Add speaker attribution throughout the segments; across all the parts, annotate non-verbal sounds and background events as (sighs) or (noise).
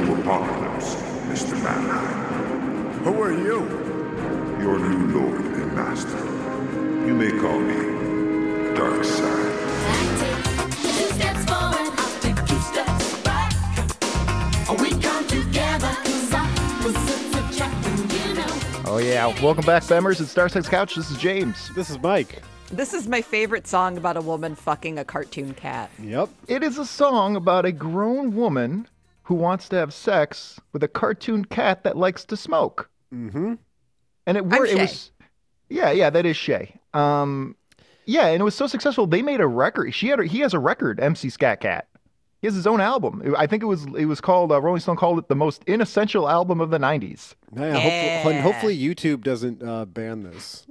Speaker 1: apocalypse, Mr. Mannheim.
Speaker 2: Who are you?
Speaker 1: Your new lord and master. You may call me Darkseid.
Speaker 3: Oh, yeah. Welcome back, Bemmers. It's Star Sex Couch. This is James.
Speaker 4: This is Mike.
Speaker 5: This is my favorite song about a woman fucking a cartoon cat.
Speaker 4: Yep.
Speaker 3: It is a song about a grown woman who wants to have sex with a cartoon cat that likes to smoke. Mm-hmm. And it, wor-
Speaker 5: I'm
Speaker 3: it was, yeah, yeah, that is Shay. Um, yeah, and it was so successful they made a record. She had a, he has a record, MC Scat Cat. He has his own album. I think it was it was called uh, Rolling Stone called it the most inessential album of the '90s.
Speaker 4: Yeah. Hopefully, hun- hopefully YouTube doesn't uh, ban this,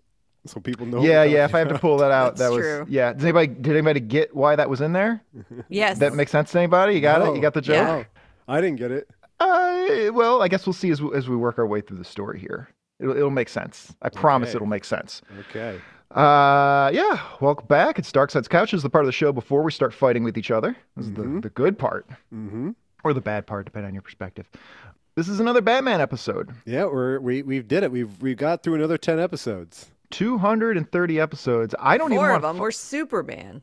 Speaker 4: so people
Speaker 5: Oh,
Speaker 4: know.
Speaker 3: yeah,
Speaker 4: about
Speaker 3: yeah. If
Speaker 4: it.
Speaker 3: I have to pull that out, that
Speaker 5: That's
Speaker 3: was
Speaker 5: true.
Speaker 3: yeah. Did anybody did anybody get why that was in there?
Speaker 5: Yes.
Speaker 3: (laughs) That makes sense to anybody? You got it? You got the joke?
Speaker 5: Yeah.
Speaker 4: Oh, I didn't get it.
Speaker 3: Uh, well, I guess we'll see as we, as we work our way through the story here. It'll, it'll make sense. I promise
Speaker 4: Okay.
Speaker 3: it'll make sense.
Speaker 4: Okay.
Speaker 3: Uh, yeah, welcome back. It's Dark Side's Couch. This is the part of the show before we start fighting with each other. This is the, the good part,
Speaker 4: Mm-hmm.
Speaker 3: or the bad part, depending on your perspective. This is another Batman episode.
Speaker 4: Yeah, we're, we we did it. We've we got through another ten episodes.
Speaker 3: 230 episodes. I don't even
Speaker 5: Four of
Speaker 3: want
Speaker 5: them were Superman.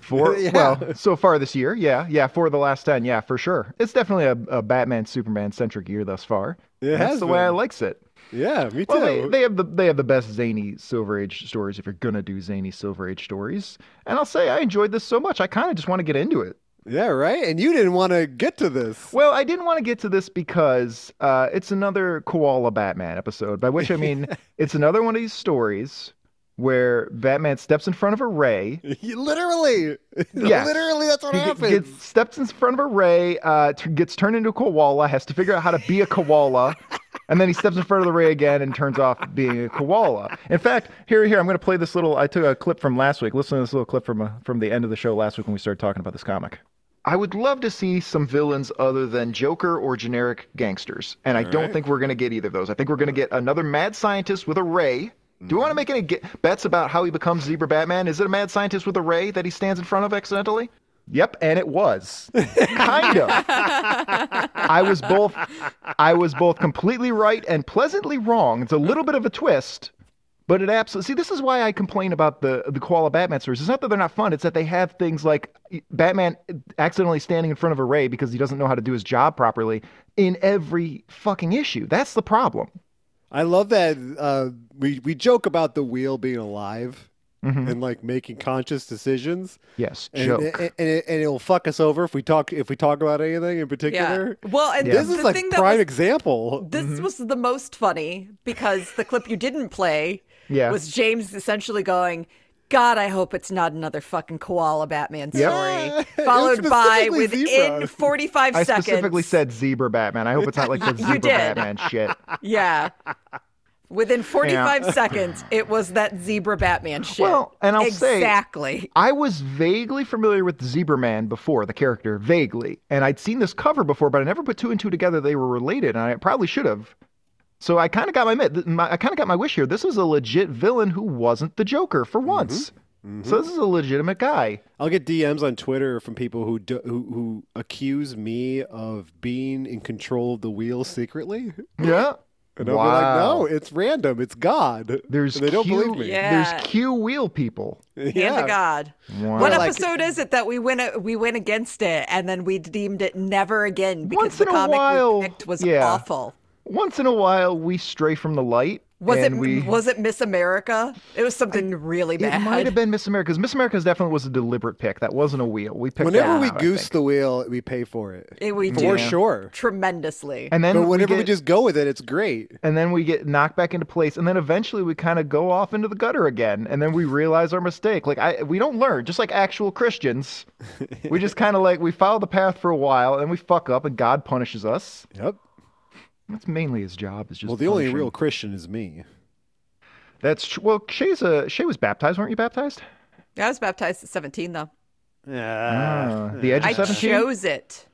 Speaker 3: Four,
Speaker 4: (laughs) Yeah.
Speaker 3: well, so far this year, yeah, yeah, for the last ten, yeah, for sure. It's definitely a, a Batman Superman centric year thus far.
Speaker 4: It
Speaker 3: And That's
Speaker 4: has
Speaker 3: the way I
Speaker 4: been.
Speaker 3: likes it.
Speaker 4: Yeah, me too.
Speaker 3: Well, they, they have the they have the best zany Silver Age stories. If you're gonna do zany Silver Age stories, and I'll say I enjoyed this so much, I kind of just want to get into it.
Speaker 4: yeah, right. And you didn't want to get to this.
Speaker 3: Well, I didn't want to get to this because uh, it's another koala Batman episode. By which I mean it's another one of these stories where Batman steps in front of a ray.
Speaker 4: (laughs) You literally, (laughs)
Speaker 3: Yes.
Speaker 4: literally, that's what
Speaker 3: He
Speaker 4: happens.
Speaker 3: gets steps in front of a ray, uh, t- gets turned into a koala, has to figure out how to be a koala, and then he steps in front of the ray again and turns off being a koala. In fact, here, here, I'm going to play this little. I took a clip from last week. Listen to this little clip from uh, from the end of the show last week when we started talking about this comic. I would love to see some villains other than Joker or generic gangsters, and I don't think we're going to get either of those. I think we're going to get another mad scientist with a ray. Do we
Speaker 4: Mm-hmm.
Speaker 3: want to make any ge- bets about how he becomes Zebra Batman? Is it a mad scientist with a ray that he stands in front of accidentally? Yep, and it was kind of. I was both I was both completely right and pleasantly wrong. It's a little bit of a twist, but it absolutely see. This is why I complain about the the koala Batman stories. It's not that they're not fun. It's that they have things like Batman accidentally standing in front of a ray because he doesn't know how to do his job properly in every fucking issue. That's the problem.
Speaker 4: I love that uh, we we joke about the wheel being alive and like making conscious decisions.
Speaker 3: Yes,
Speaker 4: And,
Speaker 3: Mm-hmm. joke.
Speaker 4: and, and it, and it'll fuck us over if we talk if we talk about anything in
Speaker 5: Yeah.
Speaker 4: particular.
Speaker 5: Well, and
Speaker 4: This
Speaker 5: the
Speaker 4: is like
Speaker 5: thing that
Speaker 4: prime
Speaker 5: was,
Speaker 4: example.
Speaker 5: this
Speaker 3: mm-hmm.
Speaker 5: was the most funny because the clip you didn't play
Speaker 3: Yeah.
Speaker 5: was James essentially going, God, I hope it's not another fucking koala Batman
Speaker 3: Yep. (laughs)
Speaker 5: story.
Speaker 4: It was
Speaker 5: Followed by
Speaker 4: specifically
Speaker 5: within
Speaker 4: zebra.
Speaker 5: 45
Speaker 3: I
Speaker 5: seconds.
Speaker 3: specifically said zebra Batman. I hope it's
Speaker 5: (laughs)
Speaker 3: not like the zebra
Speaker 5: did.
Speaker 3: Batman shit.
Speaker 5: (laughs) Yeah. Within 45
Speaker 3: (laughs)
Speaker 5: seconds, it was that zebra Batman shit.
Speaker 3: Well, and I'll say- (laughs)
Speaker 5: exactly.
Speaker 3: I was vaguely familiar with Zebra Man before, the character, vaguely. And I'd seen this cover before, but I never put two and two together they were related, and I probably should have. So I kind of got my, mi- my I kind of got my wish here. This is a legit villain who wasn't the Joker
Speaker 4: Mm-hmm.
Speaker 3: for once. So this is a legitimate guy.
Speaker 4: I'll get DMs on Twitter from people who do, who who accuse me of being in control of the wheel secretly,
Speaker 3: Yeah.
Speaker 4: and
Speaker 3: wow.
Speaker 4: I'll be like, "No, it's random. It's God."
Speaker 3: There's
Speaker 4: And they don't
Speaker 3: Q,
Speaker 4: believe me.
Speaker 5: Yeah.
Speaker 3: There's Q wheel people.
Speaker 5: Hand to God.
Speaker 3: Wow.
Speaker 5: What
Speaker 4: Yeah, like-
Speaker 5: episode is it that we went a- we went against it and then we deemed it never again because
Speaker 3: Once
Speaker 5: the
Speaker 3: in a
Speaker 5: comic
Speaker 3: while,
Speaker 5: we picked was
Speaker 3: yeah.
Speaker 5: awful.
Speaker 3: Once in a while, we stray from the light.
Speaker 5: Was
Speaker 3: and
Speaker 5: it
Speaker 3: we...
Speaker 5: was it Miss America? It was something really bad.
Speaker 3: It might have been Miss America because Miss America's definitely was a deliberate pick. That wasn't a wheel. We picked
Speaker 4: Whenever
Speaker 3: that
Speaker 4: we
Speaker 3: out, I
Speaker 4: goose
Speaker 3: think.
Speaker 4: the wheel, we pay for it
Speaker 5: It- we do
Speaker 4: for sure.
Speaker 5: tremendously.
Speaker 3: and then
Speaker 4: But whenever
Speaker 3: we,
Speaker 4: we,
Speaker 3: get-
Speaker 4: just go with it, it's great.
Speaker 3: and then we get knocked back into place, and then eventually we kind of go off into the gutter again, and then we realize our mistake. Like I, we don't learn, just like actual Christians. we just kind of like we follow the path for a while, and we fuck up, and God punishes us.
Speaker 4: Yep.
Speaker 3: That's mainly His job. Is just
Speaker 4: Well, the only
Speaker 3: punishing.
Speaker 4: real Christian is me.
Speaker 3: That's tr- well, Shay's a Shay was baptized, weren't you baptized?
Speaker 5: I was baptized at 17 though.
Speaker 3: Ah, the edge
Speaker 5: Uh, I
Speaker 3: of seventeen.
Speaker 5: chose it.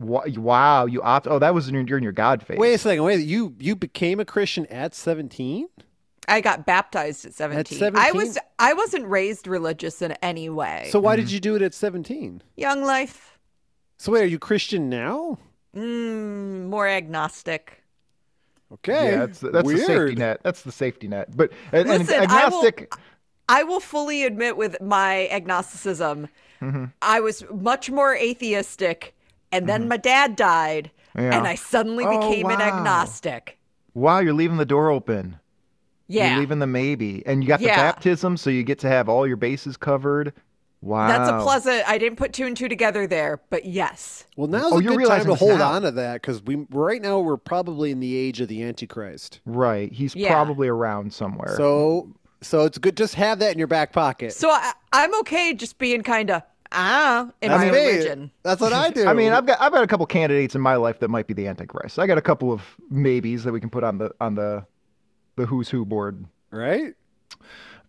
Speaker 3: Wow, you opt. Oh, that was in your, during your God phase.
Speaker 4: Wait a second. Wait, you you became a Christian at seventeen?
Speaker 5: I got baptized at 17. I
Speaker 4: 17?
Speaker 5: was I wasn't raised religious in any way.
Speaker 3: Mm-hmm.
Speaker 4: So why did you do it at seventeen?
Speaker 5: Young life.
Speaker 4: So wait, are you Christian now?
Speaker 5: Mm, more agnostic.
Speaker 4: Okay.
Speaker 3: yeah, that's that's
Speaker 4: Weird.
Speaker 3: the safety net. That's the safety net. But and, and
Speaker 5: Listen, I will-
Speaker 3: agnostic.
Speaker 5: I will fully admit with my agnosticism,
Speaker 3: Mm-hmm.
Speaker 5: I was much more atheistic, and then my dad died,
Speaker 3: Mm-hmm. Yeah.
Speaker 5: and I suddenly
Speaker 3: Oh,
Speaker 5: became an
Speaker 3: wow.
Speaker 5: agnostic.
Speaker 3: Wow, you're leaving the door open.
Speaker 5: Yeah.
Speaker 3: You're leaving the maybe, and you got the
Speaker 5: Yeah.
Speaker 3: baptism, so you get to have all your bases covered. Wow.
Speaker 5: That's a pleasant. I didn't put two and two together there, but yes.
Speaker 4: Well, now's
Speaker 3: Oh, you're
Speaker 4: a good time
Speaker 3: realizing
Speaker 4: to
Speaker 3: this
Speaker 4: hold
Speaker 3: now.
Speaker 4: on to that because we right now we're probably in the age of the Antichrist.
Speaker 3: Right. He's
Speaker 5: Yeah.
Speaker 3: probably around somewhere.
Speaker 4: So, so it's good. Just have that in your back pocket.
Speaker 5: So I, I'm okay just being kind of ah in
Speaker 4: That's
Speaker 5: my
Speaker 4: me.
Speaker 5: religion.
Speaker 4: That's what
Speaker 3: (laughs)
Speaker 4: I do.
Speaker 3: I mean, I've got I've got a couple candidates in my life that might be the Antichrist. I got a couple of maybes that we can put on the on the the who's who board.
Speaker 4: right.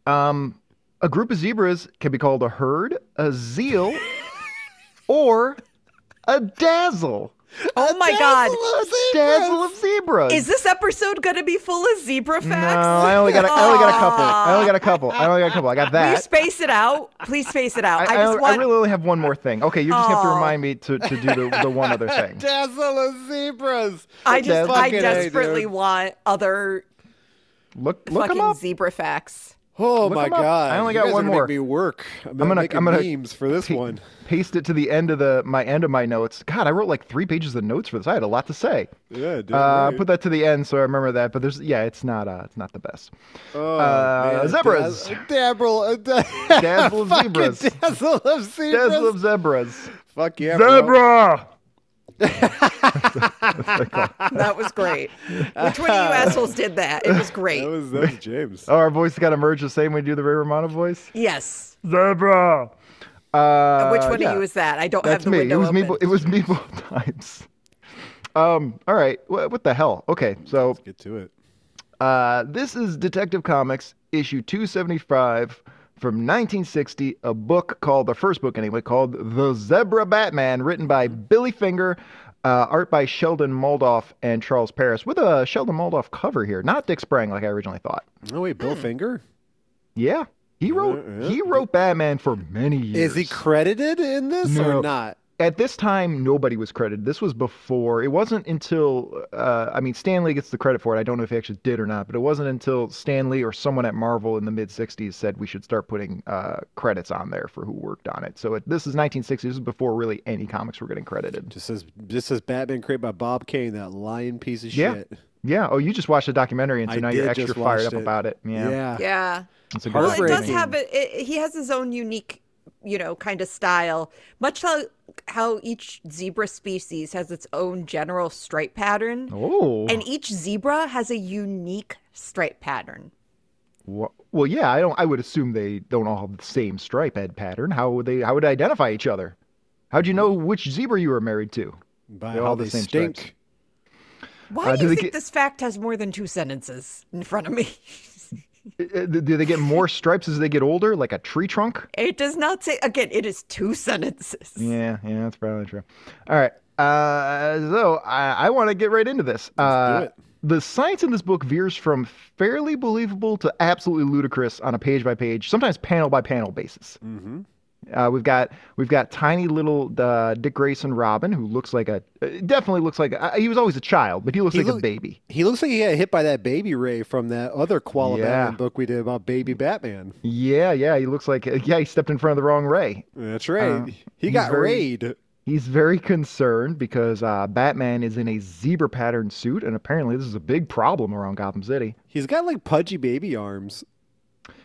Speaker 3: Um, a group of zebras can be called a herd,
Speaker 5: (laughs)
Speaker 3: a zeal, or a dazzle.
Speaker 5: Oh my god.
Speaker 3: A dazzle of zebras.
Speaker 5: Is this episode gonna be full of zebra
Speaker 3: no,
Speaker 5: facts?
Speaker 3: I only got a, I only got a couple. I only got a couple. I only got a couple.
Speaker 5: (laughs)
Speaker 3: I got
Speaker 5: Will you
Speaker 3: that.
Speaker 5: space it out? Please space it out. I, just
Speaker 3: I
Speaker 5: want Oh.
Speaker 3: really only have one more thing. Okay, you just have to
Speaker 5: Aw.
Speaker 3: remind me to, to do the, the one
Speaker 5: (laughs)
Speaker 3: other thing.
Speaker 4: Dazzle of zebras.
Speaker 5: I just I
Speaker 4: Fucking A,
Speaker 5: desperately
Speaker 4: dude.
Speaker 5: want other
Speaker 3: Look look 'em
Speaker 5: fucking
Speaker 3: up.
Speaker 5: zebra facts.
Speaker 4: Oh
Speaker 3: Look
Speaker 4: my
Speaker 3: 'em up.
Speaker 4: god!
Speaker 3: I only
Speaker 4: You
Speaker 3: got
Speaker 4: guys are
Speaker 3: one
Speaker 4: gonna make
Speaker 3: more.
Speaker 4: me work. I'm,
Speaker 3: I'm gonna-
Speaker 4: making
Speaker 3: I'm gonna
Speaker 4: memes for this
Speaker 3: pa-
Speaker 4: one.
Speaker 3: Paste it to the end of the my end of my notes. God, I wrote like three pages of notes for this. I had a lot to say.
Speaker 4: Yeah, dude.
Speaker 3: Uh, I put that to the end so I remember that. But there's yeah, it's not uh, it's not the best.
Speaker 4: oh,
Speaker 3: uh,
Speaker 4: man.
Speaker 3: zebras.
Speaker 4: Daz- Dazzle, (laughs) uh, da-
Speaker 3: Dazzle of
Speaker 4: fucking
Speaker 3: zebras.
Speaker 4: Dazzle of zebras.
Speaker 3: Dazzle of zebras.
Speaker 4: Fuck yeah, bro.
Speaker 3: Zebra.
Speaker 5: That was
Speaker 3: (laughs)
Speaker 5: great. Which one of you assholes did that? It was great.
Speaker 4: That (laughs) was that was James.
Speaker 3: Oh, our voice got to merge the same way we do the Ray Romano voice.
Speaker 5: yes.
Speaker 3: Zebra. Uh,
Speaker 5: Which one
Speaker 3: yeah.
Speaker 5: of you is that? I don't have
Speaker 3: That's
Speaker 5: the
Speaker 3: me.
Speaker 5: window
Speaker 3: It was
Speaker 5: open.
Speaker 3: me. bo- It was me both (laughs) times. Um. All right. What, what the hell? Okay. So
Speaker 4: Get to it.
Speaker 3: Uh, this is Detective Comics, issue 275 from 1960, a book called, the first book anyway, called The Zebra Batman, written by Billy Finger, uh, art by Sheldon Moldoff and Charles Paris, with a Sheldon Moldoff cover here, not Dick Sprang like I originally thought.
Speaker 4: Oh wait,
Speaker 3: Hmm.
Speaker 4: Bill Finger.
Speaker 3: Yeah. He wrote
Speaker 4: yeah.
Speaker 3: he wrote Batman for many years.
Speaker 4: Is he credited in this
Speaker 3: No.
Speaker 4: or not?
Speaker 3: At this time, nobody was credited. This was before. It wasn't until, uh, I mean, Stanley gets the credit for it. I don't know if he actually did or not, but it wasn't until Stanley or someone at Marvel in the mid 60s said we should start putting uh, credits on there for who worked on it. So it, this is 1960. This is before really any comics were getting credited.
Speaker 4: Just says just says Batman created by Bob Kane, that lying piece of
Speaker 3: Yeah.
Speaker 4: shit.
Speaker 3: Yeah. Oh, you just watched the documentary, and so
Speaker 4: I
Speaker 3: now you're
Speaker 4: did just
Speaker 3: extra fired
Speaker 4: watched
Speaker 3: up
Speaker 4: it.
Speaker 3: about it. Yeah.
Speaker 4: Yeah.
Speaker 5: Yeah.
Speaker 3: It's a
Speaker 5: Well, it does
Speaker 4: Heartbreaking.
Speaker 5: have a, it, he has his own unique, you know, kind of style. Much like how each zebra species has its own general stripe pattern,
Speaker 3: Oh.
Speaker 5: and each zebra has a unique stripe pattern.
Speaker 3: Wha- well, yeah. I don't. I would assume they don't all have the same stripe head pattern. How would they? How would they identify each other? How'd you know which zebra you were married to?
Speaker 4: By
Speaker 3: They're
Speaker 4: how
Speaker 3: all the
Speaker 4: they
Speaker 3: same
Speaker 4: stink.
Speaker 3: stripes.
Speaker 5: Why
Speaker 3: Uh,
Speaker 5: do
Speaker 3: do
Speaker 5: you
Speaker 3: they
Speaker 5: think
Speaker 3: get-
Speaker 5: this fact has more than two sentences in front of me? (laughs)
Speaker 3: Uh, Do they get more stripes as they get older, like a tree trunk?
Speaker 5: It does not say. Again, it is two (laughs) sentences.
Speaker 3: Yeah, yeah, that's probably true. All right, uh, so I, I want to get right into this. uh,
Speaker 4: it.
Speaker 3: The science in this book veers from fairly believable to absolutely ludicrous on a page by page, sometimes panel by panel basis.
Speaker 4: Mm-hmm.
Speaker 3: Uh, we've got we've got tiny little uh, Dick Grayson Robin who looks like a uh, definitely looks like uh, he was always a child, but he looks
Speaker 4: He
Speaker 3: like a
Speaker 4: look-
Speaker 3: baby.
Speaker 4: He looks like he got hit by that baby ray from that other Koala
Speaker 3: Yeah.
Speaker 4: Batman book we did about baby Batman.
Speaker 3: Yeah, yeah, he looks like uh, yeah he stepped in front of the wrong ray.
Speaker 4: That's right.
Speaker 3: Uh,
Speaker 4: he
Speaker 3: he's
Speaker 4: got
Speaker 3: very-
Speaker 4: rayed.
Speaker 3: He's very concerned because uh, Batman is in a zebra pattern suit, and apparently this is a big problem around Gotham City.
Speaker 4: He's got like pudgy baby arms.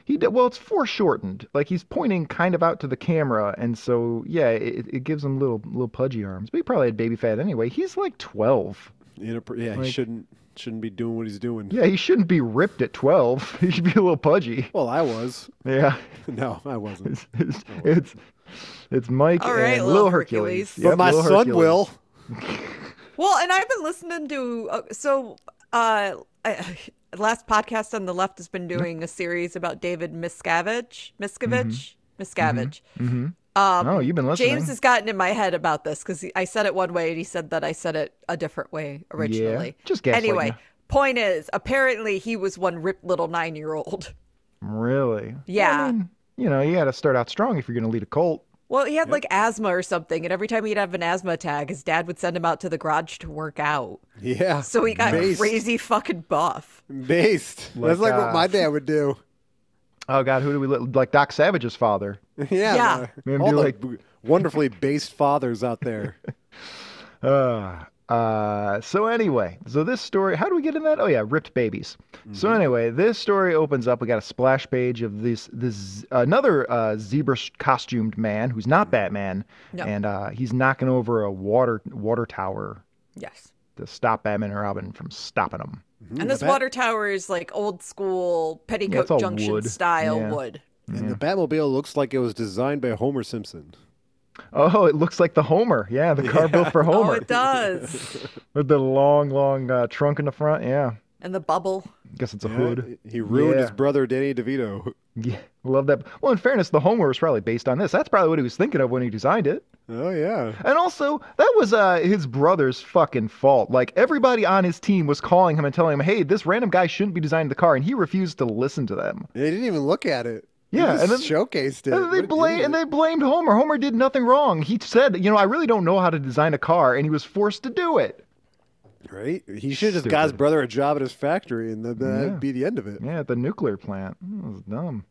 Speaker 3: He d well, it's foreshortened. Like he's pointing kind of out to the camera, and so yeah, it, it gives him little little pudgy arms. But he probably had baby fat anyway. He's like twelve.
Speaker 4: In a, yeah, he
Speaker 3: Like-
Speaker 4: shouldn't shouldn't be doing what he's doing.
Speaker 3: Yeah, he shouldn't be ripped at twelve. (laughs) He should be a little pudgy.
Speaker 4: Well, I was. (laughs)
Speaker 3: Yeah,
Speaker 4: No, I wasn't.
Speaker 3: (laughs) it's it's it's, it's Mike
Speaker 5: All right,
Speaker 3: and
Speaker 5: Lil
Speaker 3: Lil
Speaker 5: Hercules.
Speaker 3: Hercules.
Speaker 4: but
Speaker 3: Yep,
Speaker 4: my
Speaker 3: Lil
Speaker 4: son
Speaker 3: Hercules.
Speaker 4: will.
Speaker 5: Well, and I've been listening to uh, so uh, (laughs) I, last podcast on the left has been doing a series about David Miscavige, Miscavige,
Speaker 3: Mm-hmm.
Speaker 5: Miscavige.
Speaker 3: Mhm.
Speaker 5: Um,
Speaker 3: Oh, you've been listening.
Speaker 5: James has gotten in my head about this because I said it one way and he said that I said it a different way originally.
Speaker 3: just gaslighting
Speaker 5: Anyway,
Speaker 3: you.
Speaker 5: point is, apparently he was one ripped little nine year old.
Speaker 3: really.
Speaker 5: Yeah.
Speaker 3: I mean, you know, you got to start out strong if you're going to lead a cult.
Speaker 5: (laughs) Well, he had like asthma or something, and every time he'd have an asthma attack, his dad would send him out to the garage to work out.
Speaker 4: Yeah.
Speaker 5: So he got
Speaker 4: based,
Speaker 5: crazy fucking buff.
Speaker 4: Based. That's like
Speaker 3: uh,
Speaker 4: what my dad would do. (laughs)
Speaker 3: Oh God, who do we li- like? Doc Savage's father.
Speaker 4: yeah.
Speaker 5: Yeah.
Speaker 4: the-
Speaker 3: Maybe
Speaker 4: all the
Speaker 3: like-
Speaker 4: b- wonderfully based fathers
Speaker 3: (laughs)
Speaker 4: out there.
Speaker 3: Uh, uh, so anyway, so this story, how do we get in that? Oh yeah, ripped babies.
Speaker 5: Mm-hmm.
Speaker 3: So anyway, this story opens up. We got a splash page of this this another uh, zebra costumed man who's not Batman,
Speaker 5: Mm-hmm. No.
Speaker 3: and uh, he's knocking over a water water tower
Speaker 5: Yes.
Speaker 3: to stop Batman and Robin from stopping him.
Speaker 5: and this
Speaker 4: Bat-
Speaker 5: water tower is like old school petticoat
Speaker 3: all
Speaker 5: junction
Speaker 3: wood.
Speaker 5: style
Speaker 3: Yeah.
Speaker 5: wood.
Speaker 4: And the Batmobile looks like it was designed by Homer Simpson.
Speaker 3: Oh, it looks like the Homer. Yeah, the car built for
Speaker 5: Oh,
Speaker 3: Homer
Speaker 5: it does.
Speaker 3: (laughs) with the long, long uh, trunk in the front. Yeah,
Speaker 5: and the bubble.
Speaker 3: guess it's a hood.
Speaker 4: He ruined his
Speaker 3: Yeah.
Speaker 4: brother Danny DeVito.
Speaker 3: Yeah, love that. Well, in fairness, the Homer was probably based on this. That's probably what he was thinking of when he designed it.
Speaker 4: Oh yeah.
Speaker 3: And also, that was uh, his brother's fucking fault. Like everybody on his team was calling him and telling him, "Hey, this random guy shouldn't be designing the car," and he refused to listen to them.
Speaker 4: They didn't even look at it. They
Speaker 3: Yeah,
Speaker 4: just
Speaker 3: and then-
Speaker 4: showcased it.
Speaker 3: And they
Speaker 4: What an
Speaker 3: blame
Speaker 4: idiot.
Speaker 3: and they blamed Homer. Homer did nothing wrong. He said, "You know, I really don't know how to design a car," and he was forced to do it.
Speaker 4: Right? He should have just got his
Speaker 3: Stupid.
Speaker 4: brother a job at his factory and then that'd
Speaker 3: Yeah.
Speaker 4: be the end of it.
Speaker 3: Yeah, at the nuclear plant. Mm, It was dumb.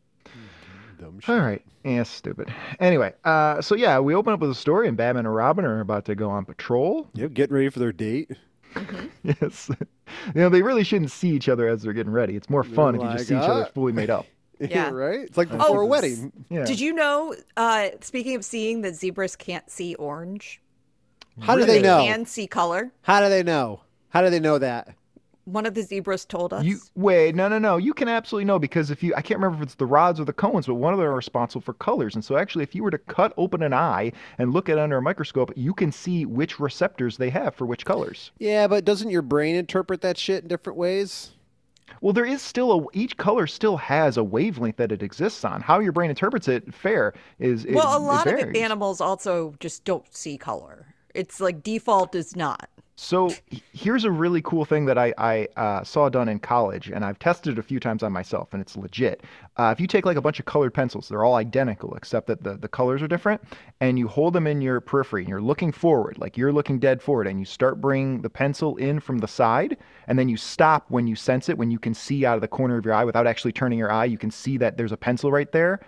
Speaker 4: Dumb shit.
Speaker 3: All right. Yeah, stupid. Anyway, uh, so yeah, we open up with a story, and Batman and Robin are about to go on patrol.
Speaker 4: Yep, getting ready for their date. (laughs)
Speaker 3: (laughs) Yes. You know, they really shouldn't see each other as they're getting ready. It's more fun if you just see
Speaker 4: Like,
Speaker 3: each
Speaker 5: "Ah."
Speaker 3: other
Speaker 4: uh,
Speaker 3: fully
Speaker 5: (laughs)
Speaker 3: made up.
Speaker 5: Yeah.
Speaker 4: right? It's like before a wedding.
Speaker 3: Yeah.
Speaker 5: Did you know, uh, speaking of seeing, that zebras can't see orange?
Speaker 4: How do
Speaker 5: They,
Speaker 4: they know?
Speaker 5: can see color.
Speaker 4: How do they know? How do they know that?
Speaker 5: One of the zebras told us.
Speaker 3: You wait, no, no, no. You can absolutely know because if you, I can't remember if it's the rods or the cones, but one of them are responsible for colors. And so, actually, if you were to cut open an eye and look at it under a microscope, you can see which receptors they have for which colors.
Speaker 4: Yeah, but doesn't your brain interpret that shit in different ways?
Speaker 3: Well, there is still a each color still has a wavelength that it exists on. How your brain interprets it, fair is it,
Speaker 5: well, a
Speaker 3: it
Speaker 5: lot of
Speaker 3: varies.
Speaker 5: animals also just don't see color. It's like default is not.
Speaker 3: So h- here's a really cool thing that I, I uh, saw done in college, and I've tested it a few times on myself, and it's legit. Uh, if you take like a bunch of colored pencils, they're all identical except that the, the colors are different, and you hold them in your periphery, and you're looking forward, like you're looking dead forward, and you start bringing the pencil in from the side, and then you stop when you sense it, when you can see out of the corner of your eye without actually turning your eye, you can see that there's a pencil right there.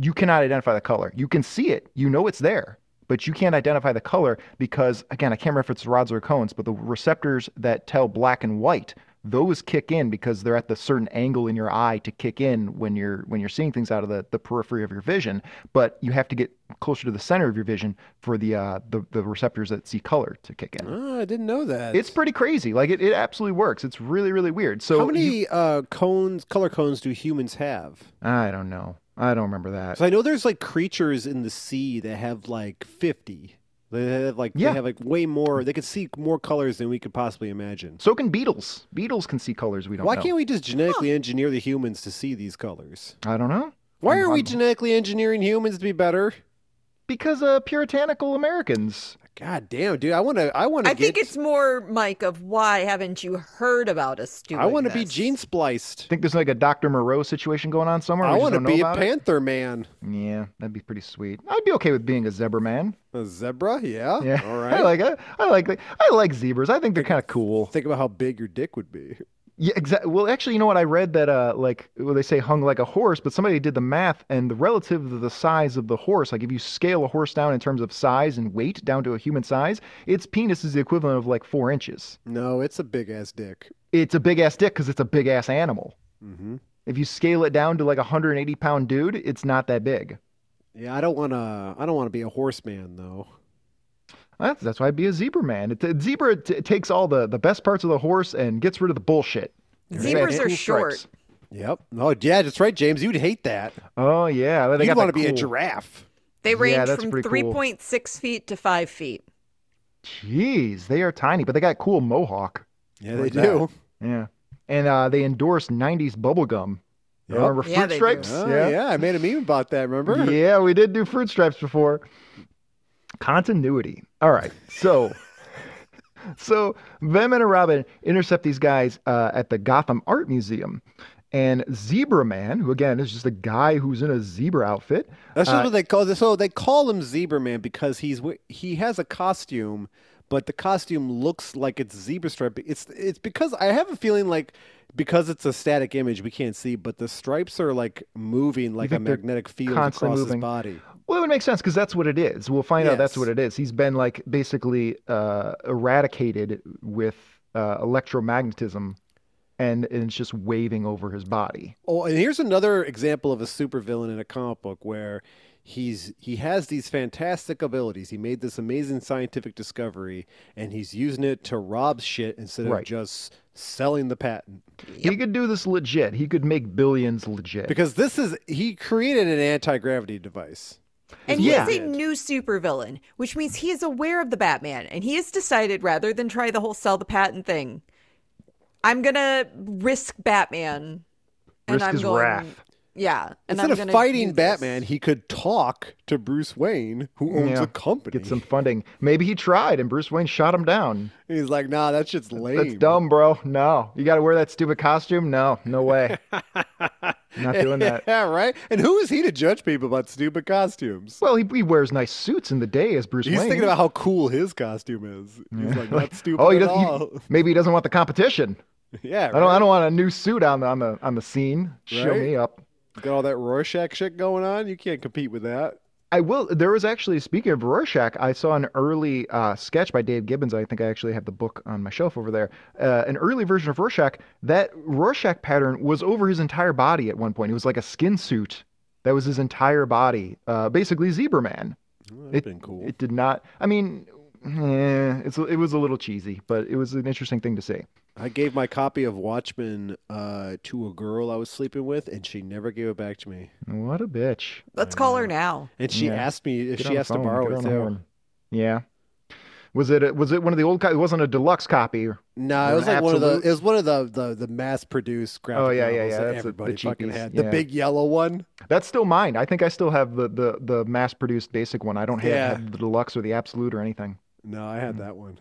Speaker 3: You cannot identify the color. You can see it, you know it's there but you can't identify the color because again i can't remember if it's rods or cones but the receptors that tell black and white those kick in because they're at the certain angle in your eye to kick in when you're when you're seeing things out of the, the periphery of your vision but you have to get closer to the center of your vision for the uh the, the receptors that see color to kick in
Speaker 4: Oh, I didn't know that.
Speaker 3: it's pretty crazy like it, it absolutely works it's really really weird so
Speaker 4: How
Speaker 3: you-
Speaker 4: many uh, cones, color cones, do humans have?
Speaker 3: i don't know i don't remember that
Speaker 4: So I know there's like creatures in the sea that have like 50. They have like
Speaker 3: Yeah.
Speaker 4: they have like way more. They could see more colors than we could possibly imagine.
Speaker 3: so can beetles beetles can see colors we don't
Speaker 4: Why
Speaker 3: know
Speaker 4: can't we just genetically engineer the humans to see these colors?
Speaker 3: i don't know
Speaker 4: Why are we
Speaker 3: I'm-
Speaker 4: genetically engineering humans to be better?
Speaker 3: because uh puritanical americans
Speaker 4: God damn, dude! I want to. I want to.
Speaker 5: I think it's more, Mike, of why haven't you heard about us doing
Speaker 4: I want to be
Speaker 5: this?
Speaker 4: gene spliced.
Speaker 3: Think there's like a Dr. Moreau situation going on somewhere?
Speaker 4: I
Speaker 3: want to
Speaker 4: be a
Speaker 3: about it?
Speaker 4: panther man.
Speaker 3: Yeah, that'd be pretty sweet. I'd be okay with being a zebra
Speaker 4: (laughs)
Speaker 3: man.
Speaker 4: A zebra? Yeah.
Speaker 3: Yeah,
Speaker 4: All
Speaker 3: I
Speaker 4: right.
Speaker 3: like I, I like I like zebras. I think they're kind of cool.
Speaker 4: Think about how big your dick would be.
Speaker 3: Yeah, exactly. Well, actually, you know what? I read that uh, like well, they say hung like a horse, but somebody did the math and the relative to the size of the horse. Like if you scale a horse down in terms of size and weight down to a human size, its penis is the equivalent of like four inches.
Speaker 4: No, it's a big ass dick.
Speaker 3: It's a big ass dick because it's a big ass animal.
Speaker 4: Mm-hmm.
Speaker 3: If you scale it down to like a 180 pound dude, it's not that big.
Speaker 4: Yeah, I don't want to. I don't want to be a horseman though.
Speaker 3: That's, that's why I'd be a zebra man. It, it- zebra t- takes all the, the best parts of the horse and gets rid of the bullshit.
Speaker 5: Zebras
Speaker 3: They
Speaker 5: are
Speaker 3: have two
Speaker 5: short.
Speaker 3: stripes.
Speaker 4: Yep. Oh yeah, that's right, James. You'd hate that.
Speaker 3: Oh yeah, they
Speaker 4: You'd
Speaker 3: got
Speaker 4: want
Speaker 3: that
Speaker 4: to be a
Speaker 3: cool-
Speaker 4: giraffe.
Speaker 5: They
Speaker 3: Yeah,
Speaker 5: range
Speaker 3: that's
Speaker 5: from
Speaker 3: pretty
Speaker 5: three
Speaker 3: cool.
Speaker 5: point six feet to five feet.
Speaker 3: Jeez, they are tiny, but they got cool mohawk.
Speaker 4: Yeah,
Speaker 3: Like
Speaker 4: they do.
Speaker 3: Yeah, and uh, they endorse '90s bubblegum.
Speaker 4: Yep.
Speaker 3: Remember
Speaker 5: Yeah,
Speaker 3: fruit
Speaker 5: they do.
Speaker 3: stripes?
Speaker 4: Oh, yeah. I made a meme about that. Remember?
Speaker 3: Yeah, we did do fruit stripes before. Continuity. All right. (laughs) So, so Venom and Robin intercept these guys uh, at the Gotham Art Museum, and Zebra Man, who again is just a guy who's in a zebra outfit.
Speaker 4: That's just
Speaker 3: Uh,
Speaker 4: what they call this. So they call him Zebra Man because he's wi- he has a costume, but the costume looks like it's zebra stripe. It's it's because I have a feeling like because it's a static image we can't see, but the stripes are like moving like a
Speaker 3: think they're
Speaker 4: magnetic field
Speaker 3: constantly
Speaker 4: across
Speaker 3: moving?
Speaker 4: his body.
Speaker 3: Well, it would make sense because that's what it is. We'll find out that's
Speaker 4: Yes.
Speaker 3: what it is. He's been like basically uh, eradicated with uh, electromagnetism, and, and it's just waving over his body.
Speaker 4: Oh, and here's another example of a supervillain in a comic book where he's he has these fantastic abilities. He made this amazing scientific discovery, and he's using it to rob shit instead of
Speaker 3: Right.
Speaker 4: just selling the patent.
Speaker 3: He could do this legit. He could make billions legit.
Speaker 4: Because this is he created an anti-gravity device.
Speaker 5: And
Speaker 3: Yeah.
Speaker 5: he's a new supervillain, which means he is aware of the Batman, and he has decided rather than try the whole sell the patent thing, I'm gonna risk Batman. And
Speaker 3: Risk
Speaker 5: I'm
Speaker 3: his
Speaker 5: going,
Speaker 3: wrath.
Speaker 5: Yeah. And
Speaker 4: Instead
Speaker 5: I'm
Speaker 4: of
Speaker 5: gonna do
Speaker 4: fighting
Speaker 5: this.
Speaker 4: Batman, he could talk to Bruce Wayne, who owns
Speaker 3: Yeah.
Speaker 4: a company.
Speaker 3: Get some funding. Maybe he tried, and Bruce Wayne shot him down.
Speaker 4: (laughs) He's like, nah, that shit's lame.
Speaker 3: That's dumb, bro. No, you got to wear that stupid costume. No, no
Speaker 4: (laughs)
Speaker 3: way. Not doing that.
Speaker 4: yeah, right. And who is he to judge people about stupid costumes?
Speaker 3: Well, he, he wears nice suits in the day as Bruce
Speaker 4: He's
Speaker 3: Wayne.
Speaker 4: thinking about how cool his costume is. He's
Speaker 3: (laughs)
Speaker 4: like, not stupid
Speaker 3: oh, he
Speaker 4: at
Speaker 3: doesn't.
Speaker 4: all. (laughs)
Speaker 3: He, maybe he doesn't want the competition.
Speaker 4: yeah, right.
Speaker 3: I don't. I don't want a new suit on the on the on the scene. Show
Speaker 4: Right?
Speaker 3: me up.
Speaker 4: Got all that Rorschach shit going on. You can't compete with that.
Speaker 3: I will. There was actually speaking of Rorschach, I saw an early uh, sketch by Dave Gibbons. I think I actually have the book on my shelf over there. Uh, an early version of Rorschach. That Rorschach pattern was over his entire body at one point. It was like a skin suit. That was his entire body. Uh, basically, Zebra Man.
Speaker 4: Well,
Speaker 3: It-
Speaker 4: That'd been cool.
Speaker 3: It did not. I mean, eh, it's it was a little cheesy, but it was an interesting thing to see.
Speaker 4: I gave my copy of Watchmen uh, to a girl I was sleeping with, and she never gave it back to me.
Speaker 3: What a bitch.
Speaker 5: Let's call
Speaker 3: Mm.
Speaker 5: her now.
Speaker 4: And she
Speaker 3: Yeah.
Speaker 4: asked me if
Speaker 3: Get on
Speaker 4: she
Speaker 3: the
Speaker 4: asked to
Speaker 3: phone,
Speaker 4: borrow
Speaker 3: get
Speaker 4: it
Speaker 3: on the
Speaker 4: too.
Speaker 3: horn. Yeah. Was it a, was it one of the old? Co- it wasn't a deluxe copy.
Speaker 4: No,
Speaker 3: Or
Speaker 4: it was
Speaker 3: an
Speaker 4: like one of the
Speaker 3: absolute?
Speaker 4: it was one of the the, the mass produced graphic
Speaker 3: Oh, yeah, yeah,
Speaker 4: novels
Speaker 3: yeah,
Speaker 4: that
Speaker 3: that's the- the
Speaker 4: everybody fucking
Speaker 3: cheapies,
Speaker 4: had. The
Speaker 3: yeah.
Speaker 4: big yellow one.
Speaker 3: That's still mine. I think I still have the the, the mass produced basic one. I don't have,
Speaker 4: Yeah.
Speaker 3: have the deluxe or the absolute or anything.
Speaker 4: No, I
Speaker 3: Mm.
Speaker 4: had that one.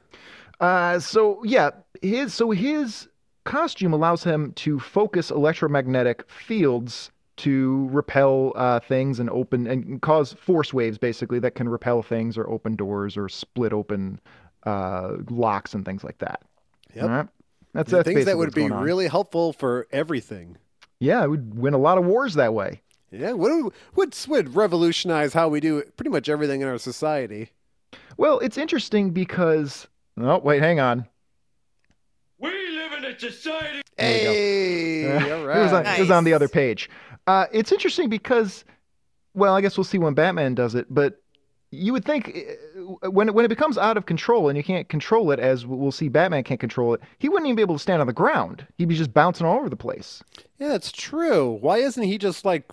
Speaker 3: Uh, so yeah, his so his costume allows him to focus electromagnetic fields to repel uh, things and open and cause force waves basically that can repel things or open doors or split open uh, locks and things like that.
Speaker 4: Yep.
Speaker 3: All right? That's,
Speaker 4: The
Speaker 3: that's
Speaker 4: things
Speaker 3: basically
Speaker 4: that would
Speaker 3: what's
Speaker 4: be
Speaker 3: going on.
Speaker 4: really helpful for everything.
Speaker 3: Yeah, it would win a lot of wars that way.
Speaker 4: Yeah, would would would revolutionize how we do pretty much everything in our society.
Speaker 3: Well, it's interesting because oh wait, hang on.
Speaker 2: We live in a society.
Speaker 3: (laughs)
Speaker 4: Hey, all
Speaker 3: It was on,
Speaker 4: right.
Speaker 3: it was on the
Speaker 5: Nice.
Speaker 3: other page. Uh, it's interesting because, well, I guess we'll see when Batman does it, but you would think uh, when it, when it becomes out of control and you can't control it, as we'll see, Batman can't control it. He wouldn't even be able to stand on the ground. He'd be just bouncing all over the place.
Speaker 4: Yeah, that's true. Why isn't he just like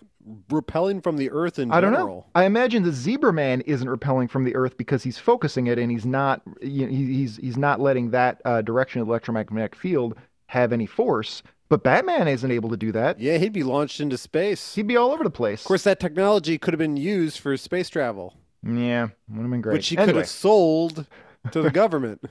Speaker 4: repelling from the earth in
Speaker 3: I don't know.
Speaker 4: general?
Speaker 3: I imagine the Zebra Man isn't repelling from the Earth because he's focusing it and he's not you know, he- he's he's not letting that uh, direction of the electromagnetic field have any force. But Batman isn't able to do that.
Speaker 4: Yeah, he'd be launched into space.
Speaker 3: He'd be all over the place.
Speaker 4: Of course, that technology could have been used for space travel,
Speaker 3: Yeah, would have been great.
Speaker 4: which he could
Speaker 3: Anyway.
Speaker 4: have sold to
Speaker 3: (laughs)
Speaker 4: the government.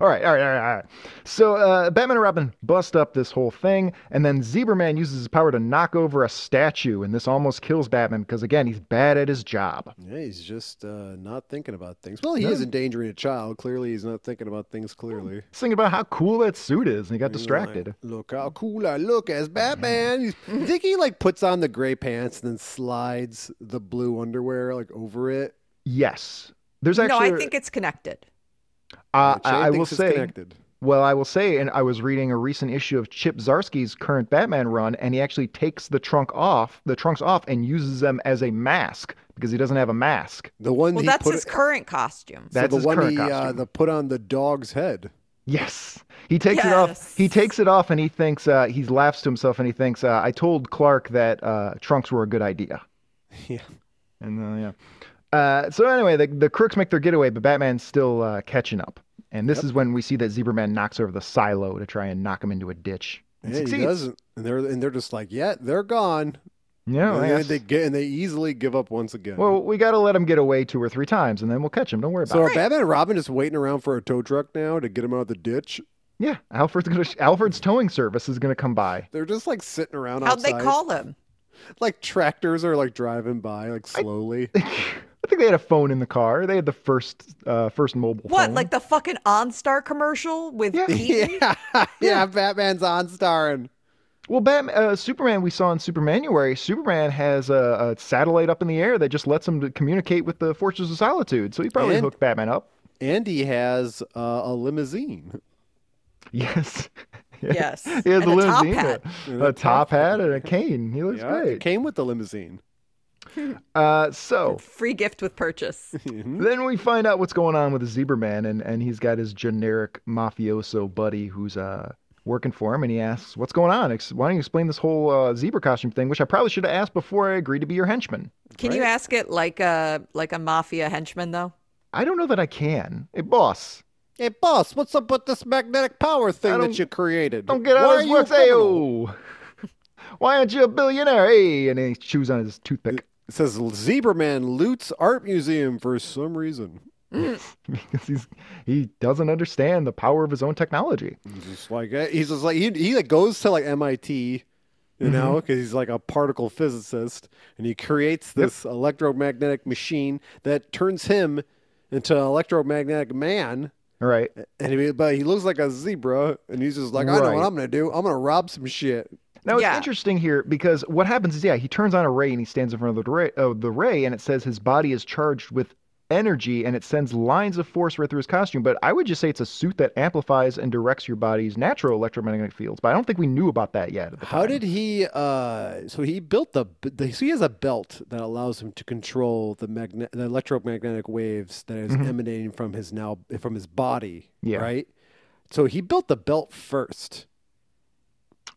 Speaker 3: All right, all right, all right, all right. So uh, Batman and Robin bust up this whole thing, and then Zebra Man uses his power to knock over a statue, and this almost kills Batman because again he's bad at his job.
Speaker 4: Yeah, he's just uh, not thinking about things. Well, he is endangering a child. Clearly, he's not thinking about things clearly.
Speaker 3: He's thinking about how cool that suit is, and he got
Speaker 4: He's
Speaker 3: distracted.
Speaker 4: like, look how cool I look as Batman. He's, you think he like puts on the gray pants and then slides the blue underwear like over it?
Speaker 3: Yes, there's
Speaker 5: no,
Speaker 3: actually.
Speaker 5: I think it's connected.
Speaker 3: uh,
Speaker 4: Shane
Speaker 3: I, I will
Speaker 4: thinks it's
Speaker 3: say.
Speaker 4: connected.
Speaker 3: Well, I will say, and I was reading a recent issue of Chip Zarsky's current Batman run, and he actually takes the trunk off, the trunks off, and uses them as a mask because he doesn't have a mask.
Speaker 4: The one
Speaker 5: Well,
Speaker 4: he
Speaker 5: that's
Speaker 4: put
Speaker 5: his current costume.
Speaker 4: so
Speaker 3: That's
Speaker 4: the
Speaker 3: his
Speaker 4: one
Speaker 3: current
Speaker 4: he uh,
Speaker 3: costume.
Speaker 4: the put on the
Speaker 3: (laughs)
Speaker 4: dog's head.
Speaker 3: Yes, he takes it off. He
Speaker 5: Yes.
Speaker 3: takes it off, and he thinks uh, he laughs to himself, and he thinks, uh, "I told Clark that uh, trunks were a good idea."
Speaker 4: Yeah.
Speaker 3: And uh, yeah. Uh, so anyway, the the crooks make their getaway, but Batman's still uh, catching up. And this is when we see that Zebra Man knocks over the silo to try and knock him into a ditch. And
Speaker 4: Yeah, he
Speaker 3: succeeds.
Speaker 4: doesn't. And they're and they're just like, yeah, they're gone.
Speaker 3: Yeah.
Speaker 4: and
Speaker 3: yes.
Speaker 4: then they get and they easily give up once again.
Speaker 3: Well, we got to let him get away two or three times, and then we'll catch him. Don't worry about
Speaker 4: so
Speaker 3: it.
Speaker 4: are Batman and Robin just waiting around for a tow truck now to get him out of the ditch?
Speaker 3: Yeah, Alfred's gonna. Alfred's towing service is gonna come by.
Speaker 4: They're just like sitting around
Speaker 5: How'd
Speaker 4: outside.
Speaker 5: they call him?
Speaker 4: Like tractors are like driving by
Speaker 5: (laughs)
Speaker 4: like slowly.
Speaker 3: I think they had a phone in the car. They had the first uh, first mobile.
Speaker 5: What,
Speaker 3: phone.
Speaker 5: like the fucking OnStar commercial with
Speaker 3: (laughs) Yeah.
Speaker 5: Keaton?
Speaker 4: yeah, yeah. Batman's on starring.
Speaker 3: Well, Batman, uh, Superman we saw in Supermanuary. Superman has a, a satellite up in the air that just lets him to communicate with the Fortress of Solitude. So he probably
Speaker 4: And-
Speaker 3: hooked Batman up. (laughs)
Speaker 4: And he has uh, a limousine.
Speaker 3: Yes.
Speaker 5: Yes.
Speaker 3: He
Speaker 5: and
Speaker 3: has a
Speaker 5: a top
Speaker 3: limousine,
Speaker 5: hat.
Speaker 4: And
Speaker 3: a,
Speaker 4: a
Speaker 3: a top hat, and a cane. He looks
Speaker 4: Yeah, it
Speaker 3: great.
Speaker 4: came with the limousine.
Speaker 3: Uh, so
Speaker 5: Free gift with
Speaker 3: (laughs)
Speaker 5: purchase.
Speaker 3: then we find out what's going on with the Zebra Man, and, and he's got his generic mafioso buddy who's uh, working for him, and he asks, What's going on? Ex- Why don't you explain this whole uh, zebra costume thing, which I probably should have asked before I agreed to be your henchman?
Speaker 5: Can you ask it like a like a mafia henchman though?
Speaker 3: I don't know that I can. Hey, boss.
Speaker 4: Hey, boss, what's up with this magnetic power thing
Speaker 3: don't-
Speaker 4: that you created?
Speaker 3: Don't get
Speaker 4: Why
Speaker 3: out
Speaker 4: are
Speaker 3: of
Speaker 4: you
Speaker 3: his works,
Speaker 4: a criminal?
Speaker 3: ayo. (laughs) Why aren't you a billionaire? Hey, and he chews on his
Speaker 4: (laughs)
Speaker 3: toothpick. (laughs)
Speaker 4: It says Zebra Man loots art museum for some reason.
Speaker 3: because he's he doesn't understand the power of his own technology.
Speaker 4: He's just like eh, he's just like he he like goes to like MIT, you know, because he's like a particle physicist, and he creates this electromagnetic machine that turns him into an electromagnetic man.
Speaker 3: All right.
Speaker 4: And he, but he looks like a zebra, and he's just like, I know
Speaker 3: Right.
Speaker 4: what I'm gonna do. I'm gonna rob some shit.
Speaker 3: Now it's
Speaker 5: Yeah.
Speaker 3: interesting here because what happens is yeah, he turns on a ray and he stands in front of the ray, of the ray and it says his body is charged with energy and it sends lines of force right through his costume. But I would just say it's a suit that amplifies and directs your body's natural electromagnetic fields. But I don't think we knew about that yet. At the
Speaker 4: How
Speaker 3: time.
Speaker 4: did he? uh So he built the, the. So he has a belt that allows him to control the magne- the electromagnetic waves that is emanating from his now from his body.
Speaker 3: Mm-hmm. Yeah.
Speaker 4: Right. So he built the belt first.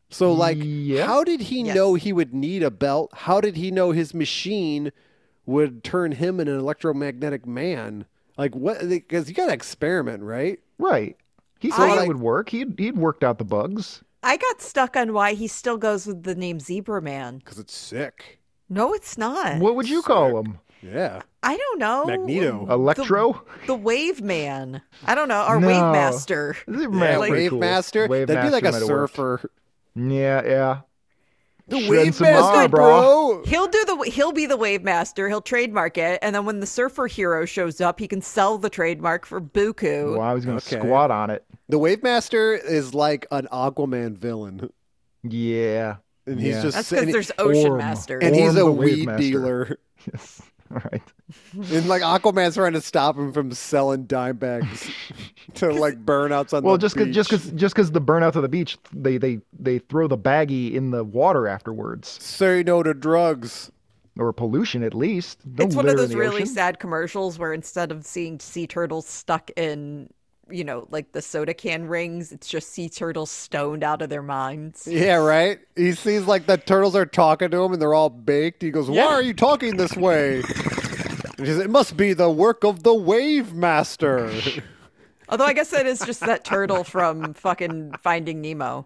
Speaker 4: So like,
Speaker 3: Yeah.
Speaker 4: how did he
Speaker 5: Yes.
Speaker 4: know he would need a belt? How did he know his machine would turn him into an electromagnetic man? Like what? Because you got to experiment, right?
Speaker 3: Right. He saw
Speaker 5: I-
Speaker 3: that would work. He'd he'd worked out the bugs.
Speaker 5: I got stuck on why he still goes with the name Zebra Man.
Speaker 4: Because it's sick.
Speaker 5: No, it's not.
Speaker 3: What would you call him?
Speaker 4: Yeah.
Speaker 5: I don't know.
Speaker 4: Magneto.
Speaker 5: The-
Speaker 3: Electro?
Speaker 5: The, Wave Man. I don't know. Or
Speaker 3: No.
Speaker 5: Wave Master.
Speaker 3: Superman's
Speaker 4: Yeah,
Speaker 3: pretty
Speaker 4: Wave
Speaker 3: cool.
Speaker 4: Master.
Speaker 3: Wave
Speaker 4: That'd be
Speaker 3: Master
Speaker 4: like a
Speaker 3: might have worked.
Speaker 4: surfer.
Speaker 3: Yeah, yeah.
Speaker 4: The
Speaker 3: Shred
Speaker 4: Wave
Speaker 3: some
Speaker 4: Master,
Speaker 3: arm,
Speaker 4: bro.
Speaker 3: bro.
Speaker 5: He'll do the he'll be the Wave Master. He'll trademark it, and then when the Surfer Hero shows up, he can sell the trademark for Buku.
Speaker 3: Well, I was gonna
Speaker 4: Okay.
Speaker 3: squat on it.
Speaker 4: The Wave Master is like an Aquaman villain,
Speaker 3: Yeah. (laughs)
Speaker 4: and he's
Speaker 3: Yeah.
Speaker 4: just
Speaker 5: That's
Speaker 4: and,
Speaker 5: because there's
Speaker 4: he-
Speaker 5: Ocean
Speaker 3: Orm.
Speaker 5: Master.
Speaker 4: and
Speaker 3: Orm
Speaker 4: he's a
Speaker 3: the Wave
Speaker 4: weed
Speaker 3: Master.
Speaker 4: dealer, (laughs)
Speaker 3: Yes. All right.
Speaker 4: and like Aquaman's trying to stop him from selling
Speaker 3: (laughs)
Speaker 4: dime bags to like burnouts on
Speaker 3: Well,
Speaker 4: the
Speaker 3: just cause, just
Speaker 4: beach.
Speaker 3: cause just cause the burnout to the beach, they they they throw the baggie in the water afterwards,
Speaker 4: say no to drugs.
Speaker 3: or pollution at least. Don't
Speaker 5: It's one of
Speaker 3: litter in
Speaker 5: those
Speaker 3: the
Speaker 5: really
Speaker 3: ocean.
Speaker 5: sad commercials where instead of seeing sea turtles stuck in, you know, like the soda can rings, it's just sea turtles stoned out of their minds.
Speaker 4: Yeah, right. He sees like the turtles are talking to him, and they're all baked. He goes, "Why are you talking this way?" And he says, "It must be the work of the
Speaker 3: (laughs)
Speaker 4: Wave Master."
Speaker 5: Although I guess that is just that turtle from fucking Finding Nemo.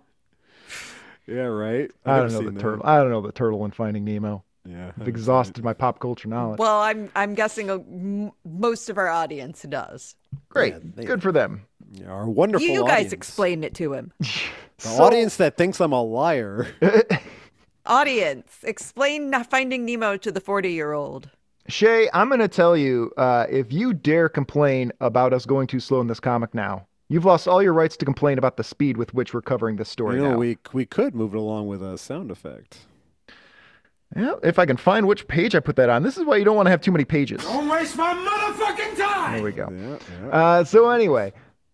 Speaker 4: yeah, right.
Speaker 3: I
Speaker 4: I've
Speaker 3: don't know
Speaker 4: seen
Speaker 3: the
Speaker 4: that.
Speaker 3: turtle. I don't know the turtle in Finding Nemo.
Speaker 4: Yeah.
Speaker 3: I've exhausted my pop culture knowledge.
Speaker 5: Well, I'm I'm guessing a, m- most of our audience does.
Speaker 3: Great,
Speaker 4: they-
Speaker 3: good for them.
Speaker 4: Yeah, Our wonderful
Speaker 5: You, you guys
Speaker 4: audience.
Speaker 5: explain it to him.
Speaker 4: The
Speaker 3: So-
Speaker 4: audience that thinks I'm a liar.
Speaker 5: Audience, explain Na- Finding Nemo to the 40 year old.
Speaker 3: Shay, I'm going to tell you uh, if you dare complain about us going too slow in this comic now, you've lost all your rights to complain about the speed with which we're covering this story
Speaker 4: you know,
Speaker 3: now.
Speaker 4: we we could move it along with a sound effect.
Speaker 3: Yeah, if I can find which page I put that on, this is why you don't want to have too many pages.
Speaker 2: Don't waste my motherfucking time!
Speaker 3: There we go.
Speaker 4: Yeah, yeah.
Speaker 3: Uh, so anyway,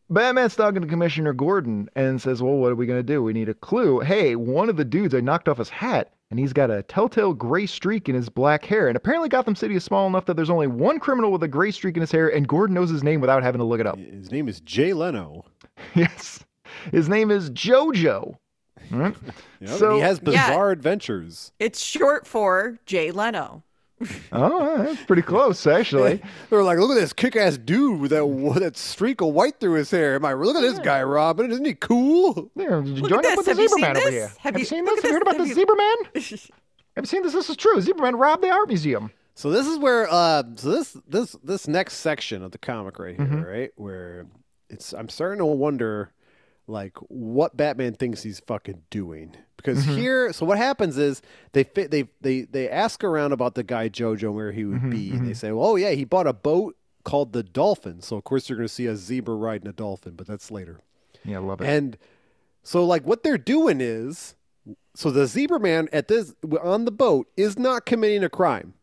Speaker 3: Batman's talking to Commissioner Gordon and says, "Well, what are we gonna do? We need a clue. Hey, one of the dudes I knocked off his hat, and he's got a telltale gray streak in his black hair. And apparently, Gotham City is small enough that there's only one criminal with a gray streak in his hair, and Gordon knows his name without having to look it up.
Speaker 4: His name is Jay Leno.
Speaker 3: (laughs) yes, his name is JoJo. All right.
Speaker 4: Yeah,
Speaker 3: So-
Speaker 4: he has
Speaker 5: Yeah.
Speaker 4: bizarre adventures.
Speaker 5: It's short for Jay Leno.
Speaker 3: Oh, that's pretty close, (laughs) actually.
Speaker 4: (laughs) They're like, look at this kick-ass dude with that (laughs) with that streak of white through his hair. Am I? Look at this guy, Robin. Isn't he cool?
Speaker 3: Yeah,
Speaker 5: Look
Speaker 3: join
Speaker 5: at
Speaker 3: up with
Speaker 5: this.
Speaker 3: the
Speaker 5: Have you
Speaker 3: Zebra
Speaker 5: seen
Speaker 3: Man over
Speaker 5: this?
Speaker 3: here.
Speaker 5: Have
Speaker 3: Have
Speaker 5: you-
Speaker 3: you seen
Speaker 5: look
Speaker 3: this?
Speaker 5: at
Speaker 3: Have you
Speaker 5: this.
Speaker 3: heard about
Speaker 5: Have
Speaker 3: the
Speaker 5: you-
Speaker 3: Zebra Man?
Speaker 5: (laughs)
Speaker 3: Have you seen this? This is true. Zebra Man robbed the art museum.
Speaker 4: So this is where uh so this this this next section of the comic right here, right? Where it's I'm starting to wonder like what Batman thinks he's fucking doing. Because here, so what happens is they fit they they they ask around about the guy Jojo and where he would be, and they say, well, "Oh yeah, he bought a boat called the Dolphin." So of course you're going to see a zebra riding a dolphin, but that's later.
Speaker 3: Yeah, I love it.
Speaker 4: And so like what they're doing is so the zebra man at this on the boat is not committing a crime.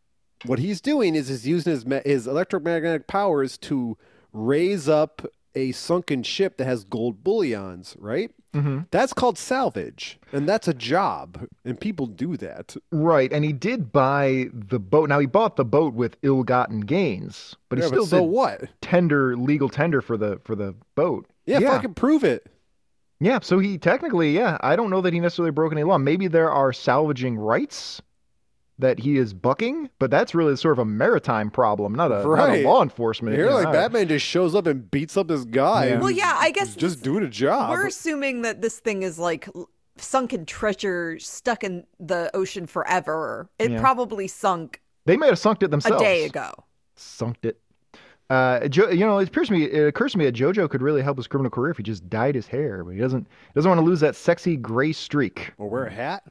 Speaker 4: What he's doing is he's using his ma- his electromagnetic powers to raise up a sunken ship that has gold bullions, right? Mm-hmm. That's called salvage, and that's a job, and people do that.
Speaker 3: right, and he did buy the boat. Now he bought the boat with ill-gotten gains, but he
Speaker 4: Yeah,
Speaker 3: still
Speaker 4: but so
Speaker 3: did
Speaker 4: what?
Speaker 3: tender legal tender for the for the boat.
Speaker 4: Yeah,
Speaker 3: yeah,
Speaker 4: fucking prove it.
Speaker 3: yeah. So he technically, yeah, I don't know that he necessarily broke any law. Maybe there are salvaging rights that he is bucking, but that's really sort of a maritime problem, not a, not a
Speaker 4: Right.
Speaker 3: law enforcement.
Speaker 4: Here,
Speaker 3: you know,
Speaker 4: like
Speaker 3: I-
Speaker 4: Batman just shows up and beats up this guy.
Speaker 3: Yeah.
Speaker 4: who's
Speaker 5: Well, yeah, I guess
Speaker 4: just doing a job.
Speaker 5: we're assuming that this thing is like l- sunken treasure stuck in the ocean forever. It
Speaker 3: Yeah.
Speaker 5: probably sunk
Speaker 3: They might have sunk it
Speaker 5: a
Speaker 3: themselves.
Speaker 5: day ago.
Speaker 3: Sunked it. Uh, jo- you know, it appears to me, it occurs to me that JoJo could really help his criminal career if he just dyed his hair, but he doesn't. He doesn't want to lose that sexy gray streak.
Speaker 4: Or wear a hat.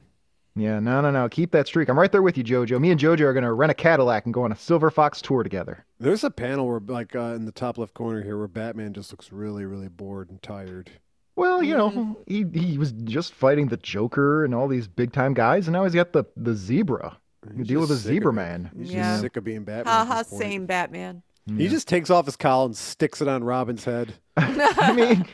Speaker 3: Yeah, no, no, no. Keep that streak. I'm right there with you, JoJo. Me and JoJo are gonna rent a Cadillac and go on a Silver Fox tour together.
Speaker 4: There's a panel where, like, uh, in the top left corner here, where Batman just looks really, really bored and tired.
Speaker 3: Well, you know, he he was just fighting the Joker and all these big time guys, and now he's got the the zebra. You
Speaker 4: He's
Speaker 3: deal with a
Speaker 4: just sick
Speaker 3: zebra
Speaker 4: of it.
Speaker 3: man.
Speaker 4: (laughs) He's
Speaker 5: Yeah.
Speaker 4: just sick of being Batman. at
Speaker 5: Haha,
Speaker 4: this point.
Speaker 5: same Batman.
Speaker 4: He just takes off his cowl and sticks it on Robin's head.
Speaker 3: I mean,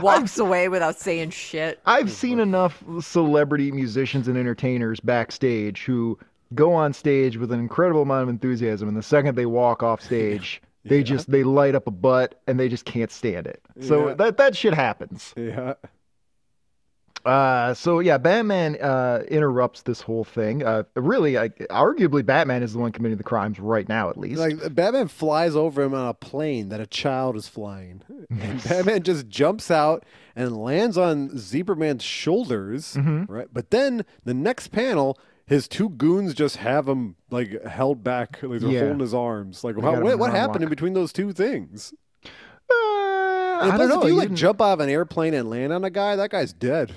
Speaker 5: Walks away without saying shit.
Speaker 3: I've seen enough celebrity musicians and entertainers backstage who go on stage with an incredible amount of enthusiasm, and the second they walk
Speaker 4: (laughs)
Speaker 3: off stage, they just they light up a butt and they just can't stand it. So
Speaker 4: Yeah.
Speaker 3: that that shit happens.
Speaker 4: Yeah.
Speaker 3: Uh, so yeah, Batman uh, interrupts this whole thing. Uh, really, like, arguably, Batman is the one committing the crimes right now, at least.
Speaker 4: Like Batman flies over him on a plane that a child is
Speaker 3: (laughs)
Speaker 4: flying. And Batman just jumps out and lands on Zebra Man's shoulders,
Speaker 3: Mm-hmm.
Speaker 4: right? But then the next panel, his two goons just have him like held back, like they're
Speaker 3: Yeah.
Speaker 4: holding his arms. Like,
Speaker 3: got
Speaker 4: how,
Speaker 3: him
Speaker 4: what,
Speaker 3: in
Speaker 4: what
Speaker 3: an arm
Speaker 4: happened in
Speaker 3: lock.
Speaker 4: between those two things?
Speaker 3: Uh,
Speaker 4: And
Speaker 3: I don't
Speaker 4: plus,
Speaker 3: know.
Speaker 4: if you like
Speaker 3: didn't-
Speaker 4: jump out of an airplane and land on a guy, that guy's dead.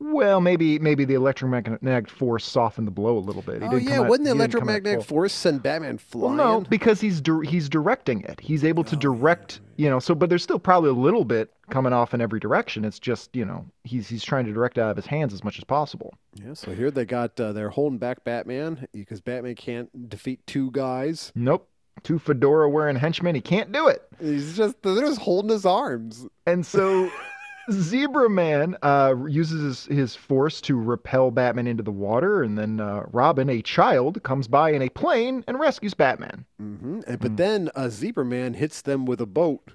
Speaker 3: well, maybe maybe the electromagnetic force softened the blow a little bit. He
Speaker 4: Oh
Speaker 3: didn't
Speaker 4: yeah,
Speaker 3: come out-
Speaker 4: wouldn't the
Speaker 3: he didn't come out
Speaker 4: electromagnetic
Speaker 3: full.
Speaker 4: force send Batman
Speaker 3: Well,
Speaker 4: flying?
Speaker 3: no, because he's dir- he's directing it. He's able to direct, you know. So, but there's still probably a little bit coming off in every direction. It's just, you know, he's he's trying to direct out of his hands as much as possible. (sighs)
Speaker 4: Yeah, so here they got uh, they're holding back Batman because Batman can't defeat two guys.
Speaker 3: Nope, two fedora wearing henchmen, he can't do it.
Speaker 4: He's just they're just holding his arms.
Speaker 3: And so Zebra Man uh, uses his, his force to repel Batman into the water, and then uh, Robin, a child, comes by in a plane and rescues Batman.
Speaker 4: hmm And, but then a zebra man hits them with a boat.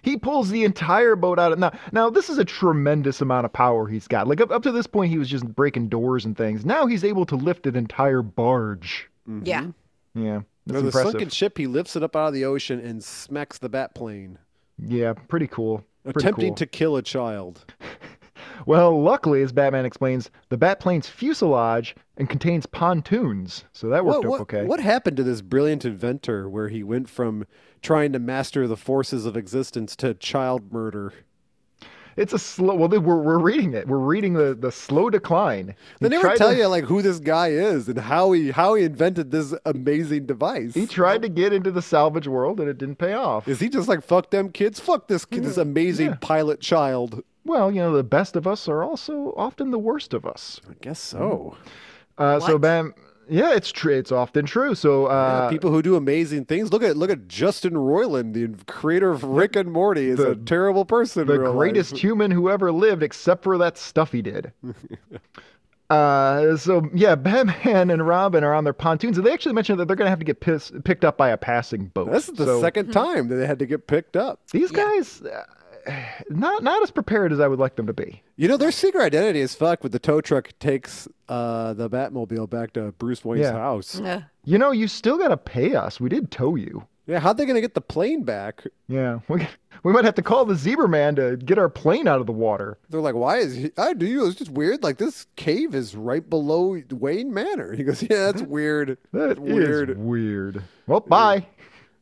Speaker 3: He pulls the entire boat out. Of, now, now this is a tremendous amount of power he's got. Like up, up to this point, he was just breaking doors and things. Now he's able to lift an entire barge.
Speaker 4: Mm-hmm.
Speaker 5: Yeah.
Speaker 3: Yeah, that's
Speaker 4: Now, the
Speaker 3: impressive.
Speaker 4: sunken ship, he lifts it up out of the ocean and smacks the bat plane,
Speaker 3: Yeah, pretty cool. Pretty
Speaker 4: attempting
Speaker 3: cool.
Speaker 4: to kill a child.
Speaker 3: Well, luckily, as Batman explains, the Batplane's fuselage and contains pontoons, so that worked
Speaker 4: What, what,
Speaker 3: out okay.
Speaker 4: what happened to this brilliant inventor where he went from trying to master the forces of existence to child murder?
Speaker 3: It's a slow. Well, we're we're reading it. We're reading the the slow decline.
Speaker 4: They
Speaker 3: He
Speaker 4: never
Speaker 3: tried
Speaker 4: tell
Speaker 3: to-
Speaker 4: you like who this guy is and how he how he invented this amazing device.
Speaker 3: He tried to get into the salvage world, and it didn't pay off.
Speaker 4: Is he just like fuck them kids? Fuck this kid, this amazing pilot child.
Speaker 3: Well, you know, the best of us are also often the worst of us.
Speaker 4: I guess so.
Speaker 3: Uh, so,
Speaker 5: What?
Speaker 3: Bam. Yeah, it's true. It's often true. So, uh,
Speaker 4: People who do amazing things. Look at look at Justin Roiland, the creator of Rick and Morty, is a
Speaker 3: The-
Speaker 4: terrible person. in
Speaker 3: the
Speaker 4: real life.
Speaker 3: greatest human who ever lived, except for that stuff he
Speaker 4: (laughs)
Speaker 3: did. uh, so yeah, Batman and Robin are on their pontoons, and they actually mentioned that they're going to have to get piss- picked up by a passing boat.
Speaker 4: This is the
Speaker 3: So
Speaker 4: second time that they had to get picked up.
Speaker 3: These guys, uh, not not as prepared as I would like them to be.
Speaker 4: You know their secret identity is fucked. With the tow truck takes uh, the Batmobile back to Bruce Wayne's
Speaker 3: Yeah.
Speaker 4: house.
Speaker 5: Ugh.
Speaker 3: You know, you still got to pay us. We did tow you.
Speaker 4: Yeah, how'd they gonna get the plane back?
Speaker 3: Yeah, (laughs) we, we might have to call the zebra man to get our plane out of the water.
Speaker 4: They're like, why is he? I do. It's just weird. Like this cave is right below Wayne Manor. (laughs) He goes, yeah, that's weird.
Speaker 3: That is
Speaker 4: weird.
Speaker 3: weird. Well, bye.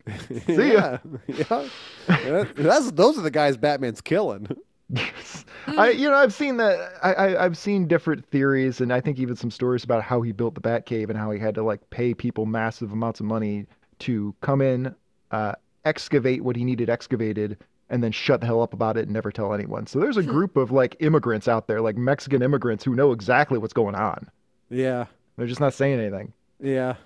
Speaker 3: (laughs) See ya.
Speaker 4: (laughs) yeah. Yeah. That's, those are the guys Batman's killing. (laughs)
Speaker 3: Yes. (laughs) I, you know, I've seen that. I, I, I've seen different theories, and I think even some stories about how he built the Batcave and how he had to like pay people massive amounts of money to come in, uh, excavate what he needed excavated, and then shut the hell up about it and never tell anyone. So there's a group of like immigrants out there, like Mexican immigrants, who know exactly what's going on.
Speaker 4: Yeah.
Speaker 3: They're just not saying anything.
Speaker 4: Yeah.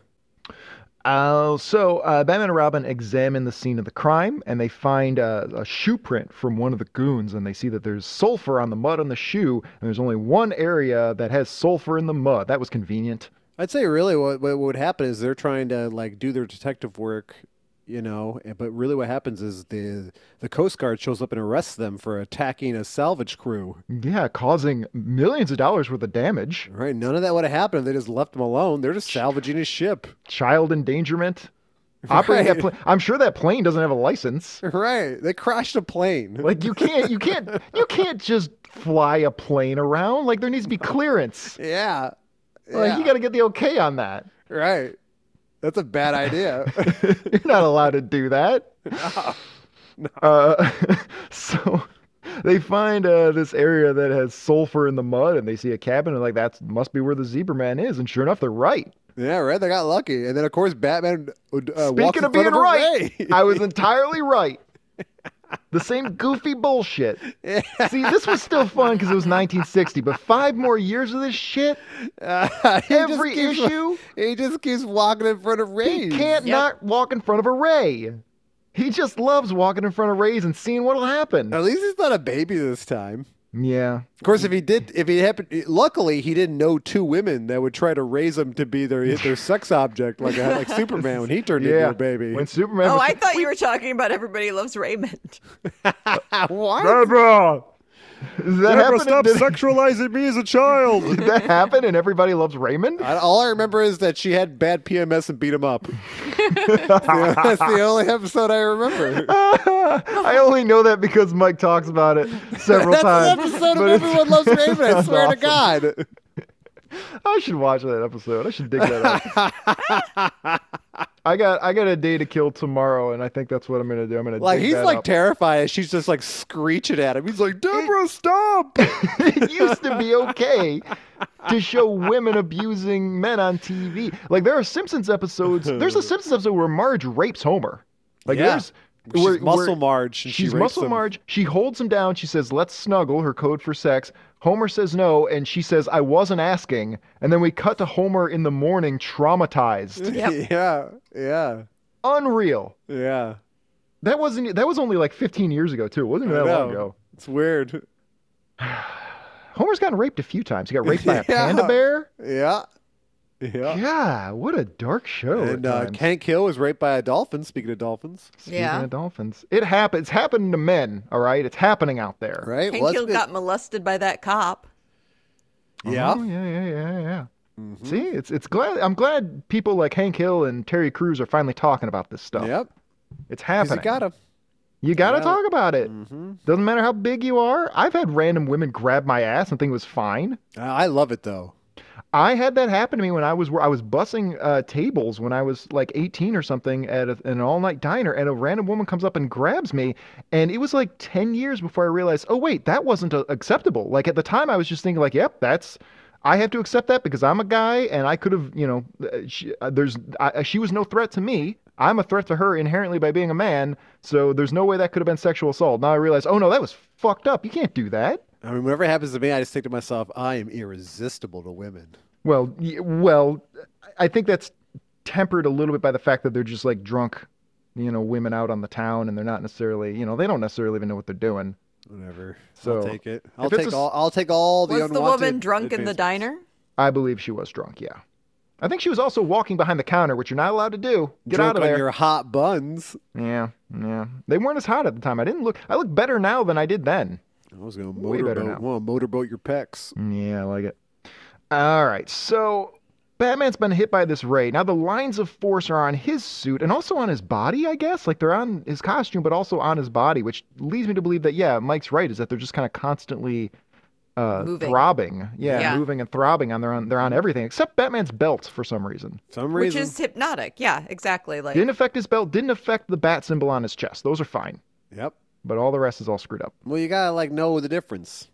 Speaker 3: Uh, so uh, Batman and Robin examine the scene of the crime, and they find a, a shoe print from one of the goons, and they see that there's sulfur on the mud on the shoe, and there's only one area that has sulfur in the mud. That was convenient.
Speaker 4: I'd say really what what would happen is they're trying to like do their detective work, you know, and- but really what happens is the the Coast Guard shows up and arrests them for attacking a salvage crew.
Speaker 3: Yeah, causing millions of dollars worth of damage,
Speaker 4: Right? None of that would have happened if they just left them alone. They're just salvaging a ship. (laughs)
Speaker 3: child endangerment. Operating that
Speaker 4: Right.
Speaker 3: plane, I'm sure that plane doesn't have a license.
Speaker 4: Right. They crashed a plane.
Speaker 3: Like you can't, you can't, you can't just fly a plane around. Like there needs to be clearance.
Speaker 4: yeah.
Speaker 3: Like
Speaker 4: Yeah.
Speaker 3: you got to get the okay on that.
Speaker 4: Right. That's a bad idea. (laughs)
Speaker 3: (laughs) You're not allowed to do that. (laughs) Uh, so they find uh, this area that has sulfur in the mud, and they see a cabin, and like that must be where the zebra man is. And sure enough, they're right.
Speaker 4: yeah, right. They got lucky. And then of course Batman uh, walks
Speaker 3: Speaking
Speaker 4: in
Speaker 3: of
Speaker 4: front
Speaker 3: being
Speaker 4: a (laughs)
Speaker 3: right,
Speaker 4: ray.
Speaker 3: I was entirely right. The same goofy
Speaker 4: (laughs)
Speaker 3: bullshit. See, this was still fun because it was 1960, but five more years of this shit,
Speaker 4: Uh, he just
Speaker 3: every
Speaker 4: keeps-
Speaker 3: issue,
Speaker 4: (laughs) He just keeps walking in front of
Speaker 3: he
Speaker 4: (laughs) rays.
Speaker 3: can't not walk in front of a ray. He just loves walking in front of rays and seeing what'll happen.
Speaker 4: At least he's not a baby this time.
Speaker 3: Yeah.
Speaker 4: Of course, if he did, if he happened, luckily he didn't know two women that would try to raise him to be their their sex object, like uh, like Superman when he turned into a baby.
Speaker 3: When Superman
Speaker 5: Oh,
Speaker 3: was
Speaker 5: I thought you were talking about Everybody Loves Raymond.
Speaker 4: what?
Speaker 3: Debra! Does that happen? did,
Speaker 4: sexualizing me as a child.
Speaker 3: (laughs) did that happen and everybody loves Raymond?
Speaker 4: All (laughs) I remember is that she had bad PMS and beat
Speaker 3: (laughs)
Speaker 4: him up. That's the only episode I remember.
Speaker 3: I only know that because Mike talks about
Speaker 4: (laughs)
Speaker 3: it several
Speaker 4: That's an
Speaker 3: times.
Speaker 4: episode of
Speaker 3: but it's-
Speaker 4: Everyone Loves Raymond. I
Speaker 3: That's
Speaker 4: swear
Speaker 3: awesome.
Speaker 4: to God.
Speaker 3: (laughs) I should watch that episode. I should dig that up.
Speaker 4: (laughs)
Speaker 3: I got I got a day to kill tomorrow, and I think that's what I'm gonna do. I'm gonna
Speaker 4: Like
Speaker 3: dig
Speaker 4: he's
Speaker 3: that
Speaker 4: like (laughs)
Speaker 3: up.
Speaker 4: terrified. She's just like screeching at him. He's like, Deborah, stop.
Speaker 3: it used to be okay to show women abusing men on TV. Like there are Simpsons episodes.
Speaker 4: (laughs)
Speaker 3: There's a Simpsons episode where Marge rapes Homer. Like
Speaker 4: Yeah.
Speaker 3: there's
Speaker 4: She's
Speaker 3: where-
Speaker 4: muscle
Speaker 3: where-
Speaker 4: Marge. And she
Speaker 3: She's
Speaker 4: rapes
Speaker 3: muscle
Speaker 4: him.
Speaker 3: Marge. She holds him down. She says, "Let's snuggle." Her code for sex. Homer says no, and she says, "I wasn't asking." And then we cut to Homer in the morning,
Speaker 5: (laughs)
Speaker 3: traumatized.
Speaker 5: Yep.
Speaker 4: (laughs) Yeah, yeah,
Speaker 3: Unreal.
Speaker 4: yeah.
Speaker 3: That wasn't. That was only like 15 years ago too. It wasn't even that long
Speaker 4: No,
Speaker 3: ago.
Speaker 4: It's weird.
Speaker 3: Homer's gotten raped a few times. He got raped by a
Speaker 4: (laughs) Yeah.
Speaker 3: panda bear.
Speaker 4: Yeah, yeah.
Speaker 3: Yeah, what a dark show.
Speaker 4: And
Speaker 3: at
Speaker 4: uh,
Speaker 3: times.
Speaker 4: Hank Hill was raped by a dolphin. Speaking of dolphins,
Speaker 3: Speaking
Speaker 5: Yeah.
Speaker 3: of dolphins, it happens. It's happening to men. All right, it's happening out there.
Speaker 4: right?
Speaker 5: Hank
Speaker 4: Well,
Speaker 5: Hill
Speaker 4: that's
Speaker 5: got molested by that cop.
Speaker 4: good. yeah. Mm-hmm.
Speaker 3: Oh, yeah, yeah, yeah, yeah. See, it's it's glad. I'm glad people like Hank Hill and Terry Crews are finally talking about this stuff.
Speaker 4: Yep.
Speaker 3: It's
Speaker 4: 'Cause
Speaker 3: happening.
Speaker 4: you got him. Mm-hmm.
Speaker 3: You gotta
Speaker 4: Yeah. Mm.
Speaker 3: talk about it. Doesn't matter how big you are. I've had random women grab my ass and think it was fine.
Speaker 4: I I love it though.
Speaker 3: I had that happen to me when I was I was bussing uh, tables when I was like 18 or something at a, an all night diner, and a random woman comes up and grabs me, and it was like 10 years before I realized, oh wait, that wasn't uh, acceptable. Like at the time, I was just thinking like, yep, that's I have to accept that because I'm a guy, and I could have, you know, uh, she, uh, there's I, uh, she was no threat to me. I'm a threat to her inherently by being a man, so there's no way that could have been sexual assault. Now I realize, oh no, that was fucked up. You can't do that.
Speaker 4: I mean, whenever it happens to me, I just think to myself, I am irresistible to women.
Speaker 3: Well, y- well, I think that's tempered a little bit by the fact that they're just like drunk, you know, women out on the town, and they're not necessarily, you know, they don't necessarily even know what they're doing.
Speaker 4: Whatever.
Speaker 3: So,
Speaker 4: I'll take it. I'll
Speaker 3: if it's
Speaker 4: take
Speaker 3: a-
Speaker 4: all. I'll take all the
Speaker 5: Was the
Speaker 4: unwanted
Speaker 5: woman drunk in the
Speaker 4: advancements.
Speaker 5: diner?
Speaker 3: I believe she was drunk. Yeah, I think she was also walking behind the counter, which you're not allowed to do. Get
Speaker 4: Drunk
Speaker 3: out of
Speaker 4: on
Speaker 3: there.
Speaker 4: your hot buns.
Speaker 3: Yeah, yeah. They weren't as hot at the time. I didn't look. I look better now than I did then.
Speaker 4: I was gonna
Speaker 3: Way better
Speaker 4: motorboat.
Speaker 3: now.
Speaker 4: Well, motorboat your pecs.
Speaker 3: Yeah, I like it. All right, so Batman's been hit by this ray. Now the lines of force are on his suit and also on his body, I guess. Like they're on his costume, but also on his body, which leads me to believe that yeah, Mike's right. Is that they're just kind of constantly uh,
Speaker 5: Moving.
Speaker 3: throbbing, yeah,
Speaker 5: Yeah.
Speaker 3: moving and throbbing on their on they're on everything except Batman's belt for some reason.
Speaker 4: Some
Speaker 5: Which
Speaker 4: reason.
Speaker 5: is hypnotic. Yeah, exactly. Like
Speaker 3: Didn't affect his belt. Didn't affect the bat symbol on his chest. Those are fine,
Speaker 4: Yep.
Speaker 3: but all the rest is all screwed up.
Speaker 4: Well, you gotta like know the difference.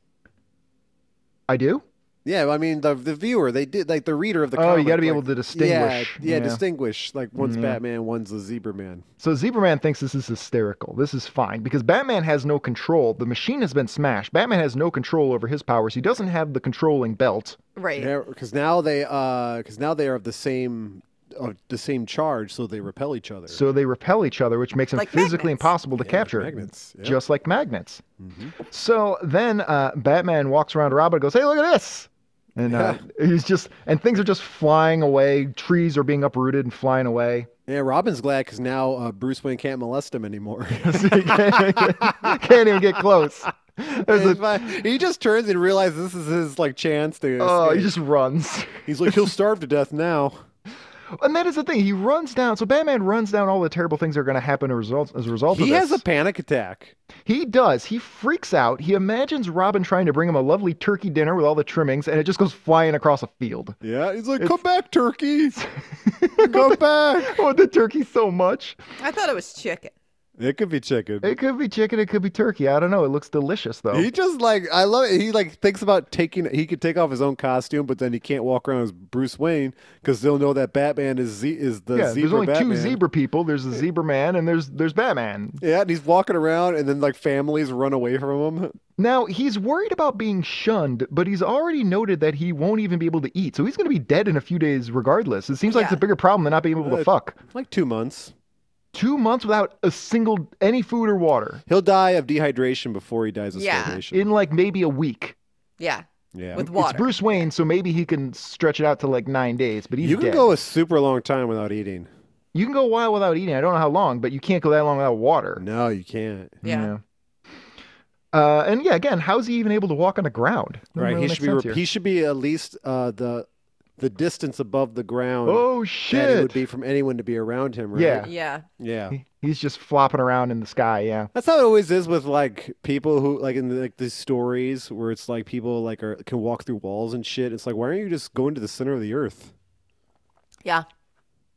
Speaker 3: I do.
Speaker 4: Yeah, I mean the the viewer, they did like the reader of the.
Speaker 3: Oh, you got to
Speaker 4: comic,
Speaker 3: be
Speaker 4: like-
Speaker 3: able to
Speaker 4: Yeah,
Speaker 3: distinguish. Mm-hmm.
Speaker 4: yeah, distinguish. Like one's Batman, one's the Zebra Man.
Speaker 3: So Zebraman thinks this is hysterical. This is fine because Batman has no control. The machine has been smashed. Batman has no control over his powers. He doesn't have the controlling belt.
Speaker 5: Right.
Speaker 4: Because now they, because now they are of the same, of the same charge, so they repel each other.
Speaker 3: So they repel each other, which makes them
Speaker 5: Like
Speaker 3: physically
Speaker 5: magnets.
Speaker 3: impossible to capture.
Speaker 4: magnets, Mm-hmm. yeah.
Speaker 3: Just like magnets. So then uh, Batman walks around to Robin and goes, Hey, look at this. And uh, (laughs) he's just, and things are just flying away. Trees are being uprooted and flying away. (laughs)
Speaker 4: yeah, Robin's glad because now uh, Bruce Wayne can't molest him anymore. (laughs)
Speaker 3: So he can't, can't even get (laughs) close. There's a-
Speaker 4: It's fine. he just turns and realizes this is his like chance to.
Speaker 3: oh, he
Speaker 4: escape.
Speaker 3: just runs.
Speaker 4: he's like he'll starve to death now.
Speaker 3: (laughs) And that is the thing. He runs down. So Batman runs down all the terrible things that are going to happen as a result, as a result
Speaker 4: He
Speaker 3: of
Speaker 4: has
Speaker 3: this.
Speaker 4: a panic attack.
Speaker 3: He does. He freaks out. He imagines Robin trying to bring him a lovely turkey dinner with all the trimmings, and it just goes flying across a field. (laughs)
Speaker 4: Yeah, he's like, come back, turkey, come back.
Speaker 3: I want Oh, the turkey so much.
Speaker 5: I thought it was chicken.
Speaker 4: It could be chicken.
Speaker 3: It could be chicken. It could be turkey. I don't know. It looks delicious though.
Speaker 4: He just like I love it. He like thinks about taking. He could take off his own costume, but then he can't walk around as Bruce Wayne because they'll know that Batman is Z, is the
Speaker 3: yeah,
Speaker 4: zebra.
Speaker 3: there's only two
Speaker 4: Batman.
Speaker 3: zebra people. There's the zebra man, and there's there's Batman.
Speaker 4: Yeah, and he's walking around, and then like families run away from him.
Speaker 3: Now he's worried about being shunned, but he's already noted that he won't even be able to eat, so he's going to be dead in a few days regardless. It seems like it's a
Speaker 5: Yeah.
Speaker 3: bigger problem than not being able to
Speaker 4: Uh,
Speaker 3: fuck.
Speaker 4: Like two months,
Speaker 3: Two months without a single any food or water
Speaker 4: he'll die of dehydration before he dies of
Speaker 5: Yeah.
Speaker 4: starvation.
Speaker 3: in like maybe a week.
Speaker 5: Yeah.
Speaker 4: yeah,
Speaker 5: With
Speaker 3: It's
Speaker 5: water.
Speaker 3: Bruce Wayne, so maybe he can stretch it out to like nine days. But he's
Speaker 4: you can
Speaker 3: dead.
Speaker 4: go a super long time without eating.
Speaker 3: You can go a while without eating. I don't know how long, but you can't go that long without water.
Speaker 4: No, you can't.
Speaker 5: Yeah.
Speaker 3: Uh, and yeah, again, how's he even able to walk on the ground? Doesn't
Speaker 4: Right?
Speaker 3: really
Speaker 4: he
Speaker 3: make
Speaker 4: should be.
Speaker 3: sense
Speaker 4: rep-
Speaker 3: here.
Speaker 4: He should be at least uh, the the distance above the ground.
Speaker 3: Oh
Speaker 4: That it
Speaker 3: shit!
Speaker 4: would be from anyone to be around him, right?
Speaker 3: Yeah.
Speaker 5: Yeah.
Speaker 3: (laughs)
Speaker 4: Yeah.
Speaker 3: He- He's just flopping around in the sky. Yeah.
Speaker 4: That's how it always is with like people who like in like these stories where it's like people like are can walk through walls and shit. It's like why aren't you just going to the center of the earth?
Speaker 5: Yeah.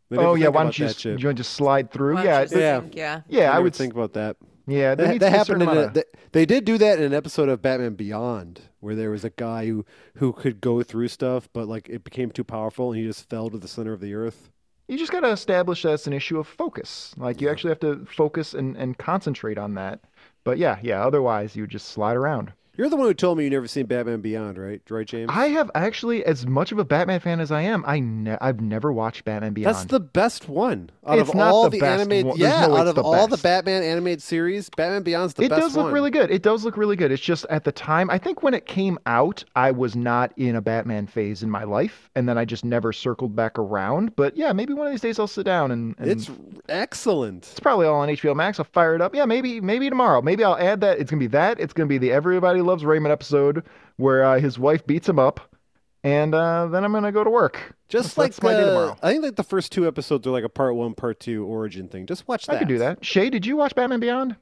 Speaker 4: They never
Speaker 3: Oh yeah.
Speaker 4: think
Speaker 3: Why
Speaker 4: about
Speaker 3: don't you
Speaker 4: that
Speaker 3: just,
Speaker 4: shit.
Speaker 3: you wanna just slide through?
Speaker 5: Why
Speaker 3: yeah.
Speaker 5: don't you
Speaker 3: it-
Speaker 4: yeah.
Speaker 5: think- yeah.
Speaker 4: They
Speaker 3: yeah. I
Speaker 4: never
Speaker 3: would
Speaker 4: think about that.
Speaker 3: Yeah. there
Speaker 4: That,
Speaker 3: needs to
Speaker 4: that
Speaker 3: be a certain
Speaker 4: happened in a,
Speaker 3: amount of-
Speaker 4: they, they did do that in an episode of Batman Beyond where there was a guy who who could go through stuff, but like it became too powerful and he just fell to the center of the earth.
Speaker 3: you just got to establish that it's an issue of focus. Like you actually have to focus and, and concentrate on that. But yeah, yeah. Otherwise, you would just slide around.
Speaker 4: You're the one who told me you never seen Batman Beyond, right? Right, James?
Speaker 3: I have actually, as much of a Batman fan as I am, I ne- I've never watched Batman Beyond.
Speaker 4: That's the best one out
Speaker 3: It's
Speaker 4: of
Speaker 3: not
Speaker 4: all
Speaker 3: the
Speaker 4: the,
Speaker 3: best
Speaker 4: animated.
Speaker 3: one. There's
Speaker 4: Yeah,
Speaker 3: no way
Speaker 4: out
Speaker 3: it's
Speaker 4: of
Speaker 3: the
Speaker 4: all the
Speaker 3: best.
Speaker 4: Batman animated series, Batman Beyond's the
Speaker 3: it
Speaker 4: best
Speaker 3: does look
Speaker 4: one.
Speaker 3: really good. It does look really good. It's just at the time, I think when it came out, I was not in a Batman phase in my life, and then I just never circled back around. But yeah, maybe one of these days I'll sit down and, and
Speaker 4: It's excellent.
Speaker 3: it's probably all on HBO Max. I'll fire it up. Yeah, maybe maybe tomorrow. Maybe I'll add that. It's gonna be that. It's gonna be the Everybody Loves Raymond episode where uh, his wife beats him up, and uh, then I'm gonna go to work.
Speaker 4: Just
Speaker 3: That's-
Speaker 4: like
Speaker 3: that's my day
Speaker 4: the-
Speaker 3: tomorrow.
Speaker 4: I think like the first two episodes are like a part one, part two origin thing. Just watch that.
Speaker 3: I could do that. Shay, did you watch Batman Beyond?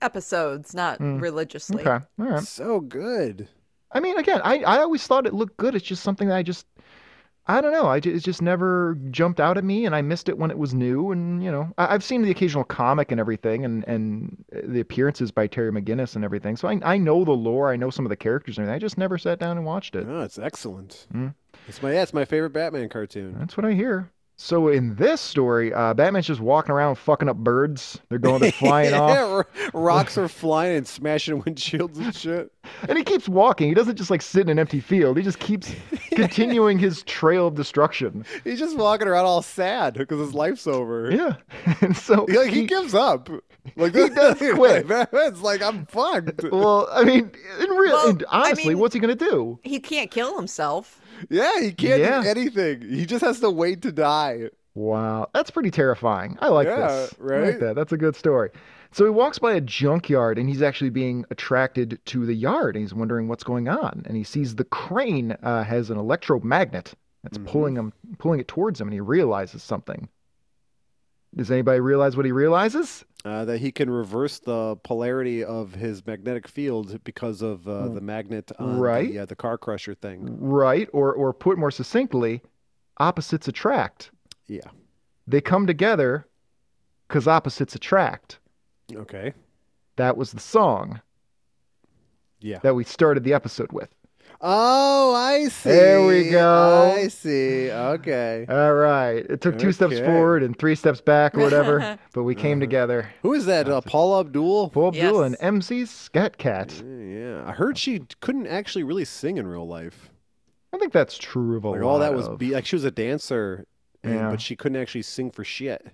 Speaker 5: Episodes, not religiously.
Speaker 3: Mm. Okay, all right.
Speaker 4: So good.
Speaker 3: I mean, again, I, I always thought it looked good. It's just something that I just, I don't know. I just, it just never jumped out at me, and I missed it when it was new. And you know, I, I've seen the occasional comic and everything, and and the appearances by Terry McGinnis and everything. So I I know the lore. I know some of the characters and everything. I just never sat down and watched it.
Speaker 4: No, Oh, it's excellent.
Speaker 3: Mm.
Speaker 4: It's my yeah, it's my favorite Batman cartoon.
Speaker 3: That's what I hear. So in this story, uh, Batman's just walking around fucking up birds. They're
Speaker 5: (laughs)
Speaker 3: going, they're flying off.
Speaker 4: (laughs) yeah, ro- rocks are flying and smashing (laughs) windshields and shit.
Speaker 3: And he keeps walking. He doesn't just like sit in an empty field. He
Speaker 5: (laughs)
Speaker 3: just keeps continuing his trail of destruction.
Speaker 4: He's just walking around all sad because his life's over.
Speaker 3: Yeah. (laughs) And so
Speaker 4: He- Like he, gives up. Like
Speaker 3: He
Speaker 4: (laughs)
Speaker 3: does quit.
Speaker 4: Batman's like I'm fucked.
Speaker 3: Well, I mean, in real,
Speaker 5: Well,
Speaker 3: and
Speaker 5: I
Speaker 3: honestly,
Speaker 5: mean-
Speaker 3: what's he gonna do?
Speaker 5: He can't kill himself.
Speaker 4: Yeah, he can't
Speaker 3: Yeah.
Speaker 4: do anything. He just has to wait to die.
Speaker 3: Wow, that's pretty terrifying. I like
Speaker 4: Yeah,
Speaker 3: this. I like
Speaker 4: right?
Speaker 3: that. That's a good story. So he walks by a junkyard, and he's actually being attracted to the yard, and he's wondering what's going on. And he sees the crane uh, has an electromagnet that's
Speaker 4: Mm-hmm.
Speaker 3: pulling him, pulling it towards him, and he realizes something. Does anybody realize what he realizes?
Speaker 4: Uh, that he can reverse the polarity of his magnetic field because of uh, the magnet on
Speaker 3: Right.
Speaker 4: the, uh, the car crusher thing.
Speaker 3: Right, or or put more succinctly, opposites attract.
Speaker 4: Yeah.
Speaker 3: They come together, cause opposites attract.
Speaker 4: Okay.
Speaker 3: That was the song
Speaker 4: Yeah.
Speaker 3: that we started the episode with.
Speaker 4: Oh, I see.
Speaker 3: There we go.
Speaker 4: I see. Okay.
Speaker 3: All right. It took two steps
Speaker 4: Okay. Uh-huh.
Speaker 3: forward and three steps back or
Speaker 5: (laughs)
Speaker 3: whatever, but we came together.
Speaker 4: Who is that? Uh, Paula Abdul?
Speaker 3: Paul Abdul
Speaker 5: Yes.
Speaker 3: and MC's Scat Cat.
Speaker 4: Yeah, I heard she couldn't actually really sing in real life.
Speaker 3: I think that's true of a
Speaker 4: Like
Speaker 3: lot
Speaker 4: all that was
Speaker 3: of-
Speaker 4: be like she was a dancer, and,
Speaker 3: Yeah.
Speaker 4: but she couldn't actually sing for shit.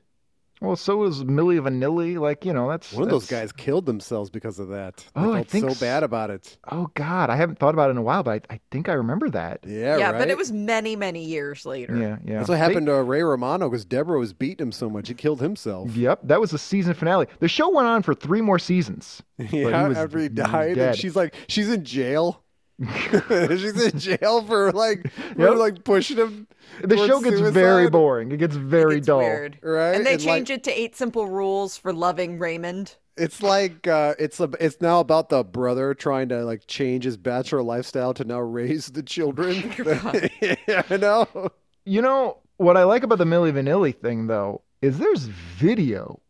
Speaker 3: Well, so was Millie Vanilli. Like, you know, that's
Speaker 4: One of those
Speaker 3: that's-
Speaker 4: guys killed themselves because of that. I
Speaker 3: Oh, I
Speaker 4: felt
Speaker 3: think
Speaker 4: so
Speaker 3: s-
Speaker 4: bad about it.
Speaker 3: Oh God, I haven't thought about it in a while, but I, I think I remember that.
Speaker 4: Yeah,
Speaker 5: yeah,
Speaker 4: right?
Speaker 5: but it was many, many years later.
Speaker 3: Yeah, yeah.
Speaker 4: That's what happened to Ray Romano because Deborah was beating him so much he killed himself. (laughs)
Speaker 3: Yep, that was the season finale. The show went on for three more seasons.
Speaker 4: Yeah,
Speaker 3: was
Speaker 4: after he died,
Speaker 3: dead.
Speaker 4: and she's like, she's
Speaker 3: (laughs)
Speaker 4: in jail. she's in jail for like, for,
Speaker 3: Yep.
Speaker 4: like pushing him.
Speaker 3: The
Speaker 4: towards
Speaker 3: show gets very
Speaker 4: suicide,
Speaker 3: boring. It gets very
Speaker 5: It's
Speaker 3: dull.
Speaker 5: weird.
Speaker 4: Right?
Speaker 5: And they
Speaker 4: And, like-
Speaker 5: change it to eight simple rules for loving Raymond.
Speaker 4: It's like uh, it's a, it's now about the brother trying to like change his bachelor lifestyle to now raise
Speaker 5: (laughs)
Speaker 4: the children. (laughs) yeah, I know.
Speaker 3: You know what I like about the Millie Vanilli thing though is there's video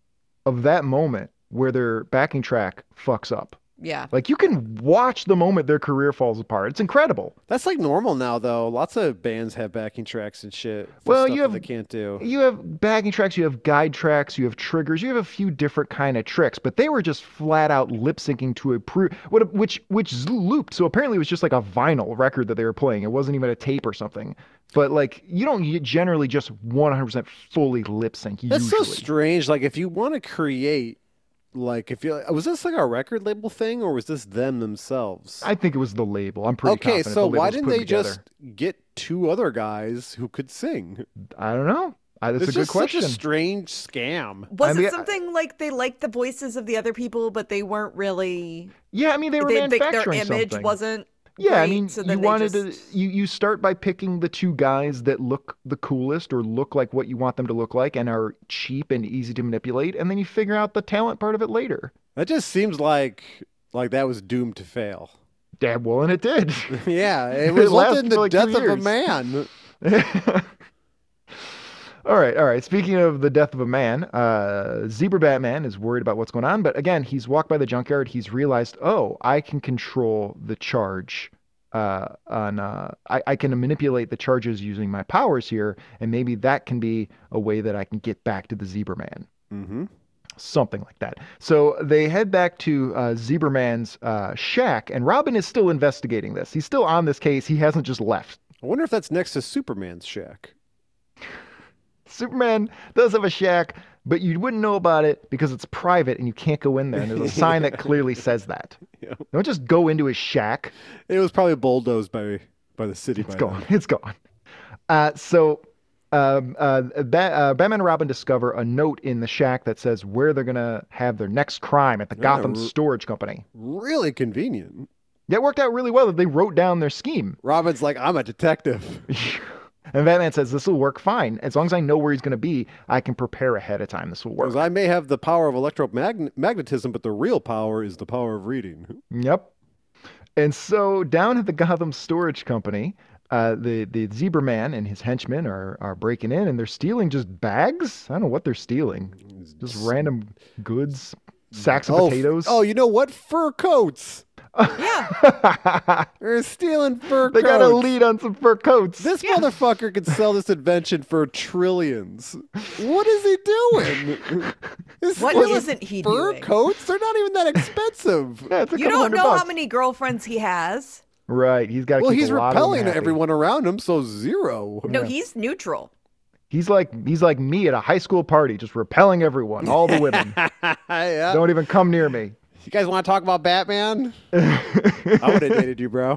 Speaker 3: of that moment where their backing track fucks up.
Speaker 5: Yeah.
Speaker 3: Like you can watch the moment their career falls apart. It's incredible.
Speaker 4: That's like normal now, though. Lots of bands have backing tracks and shit. for
Speaker 3: Well,
Speaker 4: stuff
Speaker 3: you
Speaker 4: that
Speaker 3: have-
Speaker 4: they can't do.
Speaker 3: You have backing tracks, you have guide tracks, you have triggers, you have a few different kind of tricks, but they were just flat out lip syncing to a pro- what which which looped. So apparently it was just like a vinyl record that they were playing. It wasn't even a tape or something. But like you don't y- generally just 100% fully lip sync usually.
Speaker 4: That's so strange. Like, if you want to create, like, if you was this like a record label thing or was this them themselves?
Speaker 3: I think it was the label. I'm pretty
Speaker 4: okay,
Speaker 3: confident the
Speaker 4: so why
Speaker 3: label's
Speaker 4: didn't
Speaker 3: put
Speaker 4: they
Speaker 3: it together.
Speaker 4: just get two other guys who could sing?
Speaker 3: I don't know. I, that's
Speaker 4: it's
Speaker 3: a good
Speaker 4: just
Speaker 3: question.
Speaker 4: Such a strange scam.
Speaker 5: Was
Speaker 3: mean, I-
Speaker 5: it something like they liked the voices of the other people, but they weren't really?
Speaker 3: yeah, I mean they were
Speaker 5: They, like their
Speaker 3: manufacturing
Speaker 5: image
Speaker 3: something.
Speaker 5: wasn't.
Speaker 3: Yeah, I
Speaker 5: great,
Speaker 3: mean,
Speaker 5: so
Speaker 3: you
Speaker 5: then they
Speaker 3: wanted
Speaker 5: just-
Speaker 3: to you you start by picking the two guys that look the coolest or look like what you want them to look like and are cheap and easy to manipulate, and then you figure out the talent part of it later.
Speaker 4: That just seems like like that was doomed to fail. (laughs)
Speaker 3: Damn, well, and it did. (laughs)
Speaker 4: Yeah, it
Speaker 3: It
Speaker 4: resulted
Speaker 3: lasted
Speaker 4: in the
Speaker 3: for like two
Speaker 4: death of a
Speaker 3: years. (laughs)
Speaker 4: man.
Speaker 3: all right, all right. Speaking of the death of a man, uh, Zebra Batman is worried about what's going on, but again, he's walked by the junkyard. He's realized, oh, I can control the charge. Uh, on uh, I, I can manipulate the charges using my powers here, and maybe that can be a way that I can get back to the Zebra Man
Speaker 4: Mm-hmm.
Speaker 3: something like that. So they head back to uh, Zebraman's uh, shack, and Robin is still investigating this. He's still on this case. He hasn't just left.
Speaker 4: I wonder if that's next to Superman's shack.
Speaker 3: Superman does have a shack, but you wouldn't know about it because it's private and you can't go in there. And there's a sign that clearly says that.
Speaker 4: Yeah.
Speaker 3: Don't just go into his shack.
Speaker 4: It was probably bulldozed by by the city.
Speaker 3: It's
Speaker 4: by
Speaker 3: gone. It's gone. Uh, so um, uh, Ba- uh, Batman and Robin discover a note in the shack that says where they're going to have their next crime at the Gotham
Speaker 4: r-
Speaker 3: Storage Company.
Speaker 4: Then. Really convenient.
Speaker 3: That worked out really well that they wrote down their scheme. (laughs)
Speaker 4: Robin's like, I'm a detective.
Speaker 3: And Batman says, This will work fine. As long as I know where he's going to be, I can prepare ahead of time. This will work.
Speaker 4: Because I may have the power of electromagnetism, but the real power is the power of reading.
Speaker 3: Yep. And so down at the Gotham Storage Company, uh, the, the Zebra Man and his henchmen are, are breaking in and they're stealing just bags. I don't know what they're stealing. Just random goods, sacks of
Speaker 4: Oh, f-
Speaker 3: potatoes. (laughs)
Speaker 4: Oh, you know what? Fur coats.
Speaker 5: (laughs) Yeah.
Speaker 4: They're stealing fur
Speaker 3: they
Speaker 4: coats.
Speaker 3: got a lead on some fur coats.
Speaker 4: This motherfucker could sell this invention for trillions. What is he
Speaker 3: (laughs)
Speaker 4: doing? Is
Speaker 5: What
Speaker 4: stealing
Speaker 5: isn't he
Speaker 4: fur
Speaker 5: doing?
Speaker 4: coats? They're not
Speaker 3: (laughs)
Speaker 4: even that expensive.
Speaker 3: yeah, it's a
Speaker 5: You
Speaker 3: couple
Speaker 5: don't
Speaker 3: hundred
Speaker 5: know
Speaker 3: bucks.
Speaker 5: how many girlfriends he has.
Speaker 3: Right. He's got
Speaker 4: well,
Speaker 3: keep
Speaker 4: he's
Speaker 3: a lot of them
Speaker 4: repelling
Speaker 3: happy.
Speaker 4: everyone around him, so zero.
Speaker 3: (laughs)
Speaker 4: (laughs)
Speaker 5: No, he's neutral.
Speaker 3: He's like he's like me at a high school party, just repelling everyone, all the
Speaker 4: (laughs)
Speaker 3: women.
Speaker 4: yeah.
Speaker 3: Don't even come near me.
Speaker 4: You guys want to talk
Speaker 3: (laughs)
Speaker 4: about Batman? I would have dated you, bro. I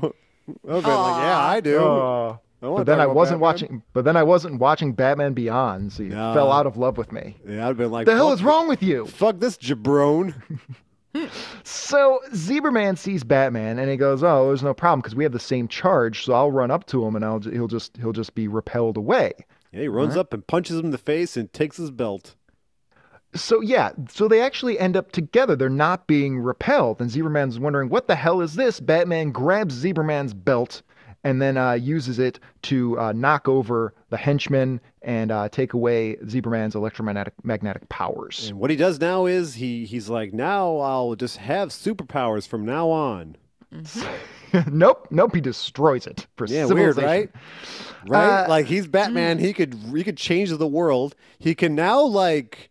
Speaker 4: would've been like, yeah, I do.
Speaker 3: Oh.
Speaker 4: I wanna
Speaker 3: but then
Speaker 4: talk
Speaker 3: I
Speaker 4: about
Speaker 3: wasn't
Speaker 4: Batman.
Speaker 3: watching. But then I wasn't watching Batman Beyond, so you
Speaker 4: No.
Speaker 3: fell out of love with me.
Speaker 4: Yeah, I'd have been like,
Speaker 3: The hell
Speaker 4: fuck
Speaker 3: is wrong with you?
Speaker 4: Fuck this
Speaker 3: (laughs)
Speaker 4: jabron.
Speaker 3: So Zebraman sees Batman and he goes, "Oh, there's no problem because we have the same charge. So I'll run up to him and I'll j- he'll just he'll just be repelled away."
Speaker 4: yeah, he runs up and punches him in the face and takes his belt.
Speaker 3: So yeah, so they actually end up together. They're not being repelled, and Zebraman's wondering what the hell is this. Batman grabs Zebraman's belt and then uh, uses it to uh, knock over the henchman and uh, take away Zebraman's electromagnetic magnetic powers.
Speaker 4: And what he does now is he he's like, now I'll just have superpowers from now on.
Speaker 3: (laughs) nope, nope. He destroys it for
Speaker 4: Yeah, weird,
Speaker 3: civilization.
Speaker 4: right? Right?
Speaker 3: Uh,
Speaker 4: like he's Batman. He could he could change the world. He can now like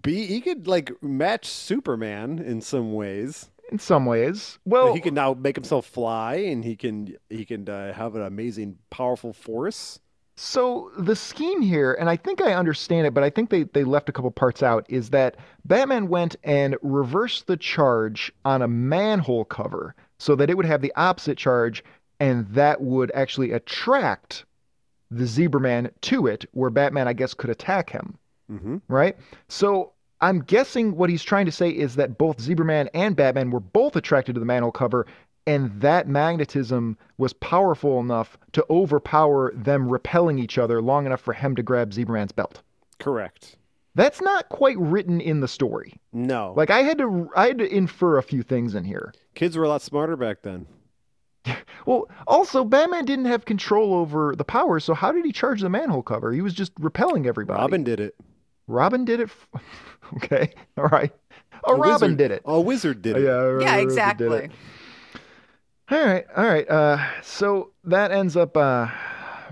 Speaker 4: be he could like match Superman in some ways.
Speaker 3: In some ways, well,
Speaker 4: he can now make himself fly, and he can he can uh, have an amazing, powerful force.
Speaker 3: So the scheme here, and I think I understand it, but I think they, they left a couple parts out, is that Batman went and reversed the charge on a manhole cover so that it would have the opposite charge, and that would actually attract the Zebra Man to it, where Batman, I guess, could attack him,
Speaker 4: Mm-hmm.
Speaker 3: right? So I'm guessing what he's trying to say is that both Zebra Man and Batman were both attracted to the manhole cover, and that magnetism was powerful enough to overpower them repelling each other long enough for him to grab Zebraman's belt.
Speaker 4: Correct.
Speaker 3: That's not quite written in the story.
Speaker 4: No,
Speaker 3: Like I had to I had to infer a few things in here.
Speaker 4: kids were a lot smarter back then.
Speaker 3: Well, also Batman didn't have control over the power, so how did he charge the manhole cover? He was just repelling everybody.
Speaker 4: Robin did it.
Speaker 3: Robin did it. F- (laughs) okay. All right. A,
Speaker 4: A
Speaker 3: Robin
Speaker 4: wizard-
Speaker 3: did it.
Speaker 4: A wizard did it.
Speaker 3: a Robin
Speaker 5: yeah,
Speaker 3: did it.
Speaker 5: exactly.
Speaker 3: All right, all right. Uh, so that ends up uh,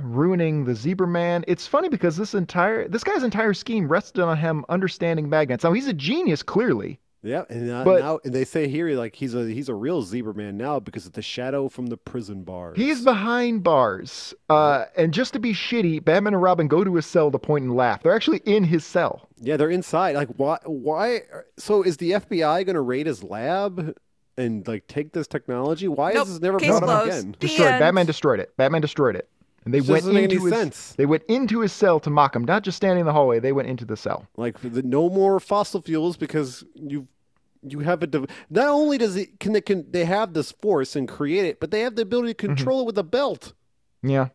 Speaker 3: ruining the Zebra Man. It's funny because this entire this guy's entire scheme rested on him understanding magnets. Now he's a genius, clearly.
Speaker 4: Yeah, and now,
Speaker 3: But-
Speaker 4: now and they say here like he's a he's a real zebra man now because of the shadow from the prison bars.
Speaker 3: He's behind bars, uh, and just to be shitty, Batman and Robin go to his cell to point and laugh. They're actually in his cell.
Speaker 4: yeah, they're inside. Like why why? So is the FBI going to raid his lab and like take this technology? Why
Speaker 5: Nope,
Speaker 4: is this never
Speaker 5: case
Speaker 4: brought up
Speaker 5: closed.
Speaker 4: again?
Speaker 5: The
Speaker 3: Destroyed.
Speaker 5: end.
Speaker 3: Batman destroyed it. Batman destroyed it, and they
Speaker 4: This
Speaker 3: went
Speaker 4: doesn't make
Speaker 3: into
Speaker 4: any
Speaker 3: his.
Speaker 4: sense.
Speaker 3: They went into his cell to mock him, not just standing in the hallway. They went into the cell.
Speaker 4: Like the, no more fossil fuels because you you have a dev- not only does it can they can they have this force and create it, but they have the ability to
Speaker 3: Mm-hmm.
Speaker 4: control it with a belt.
Speaker 3: Yeah.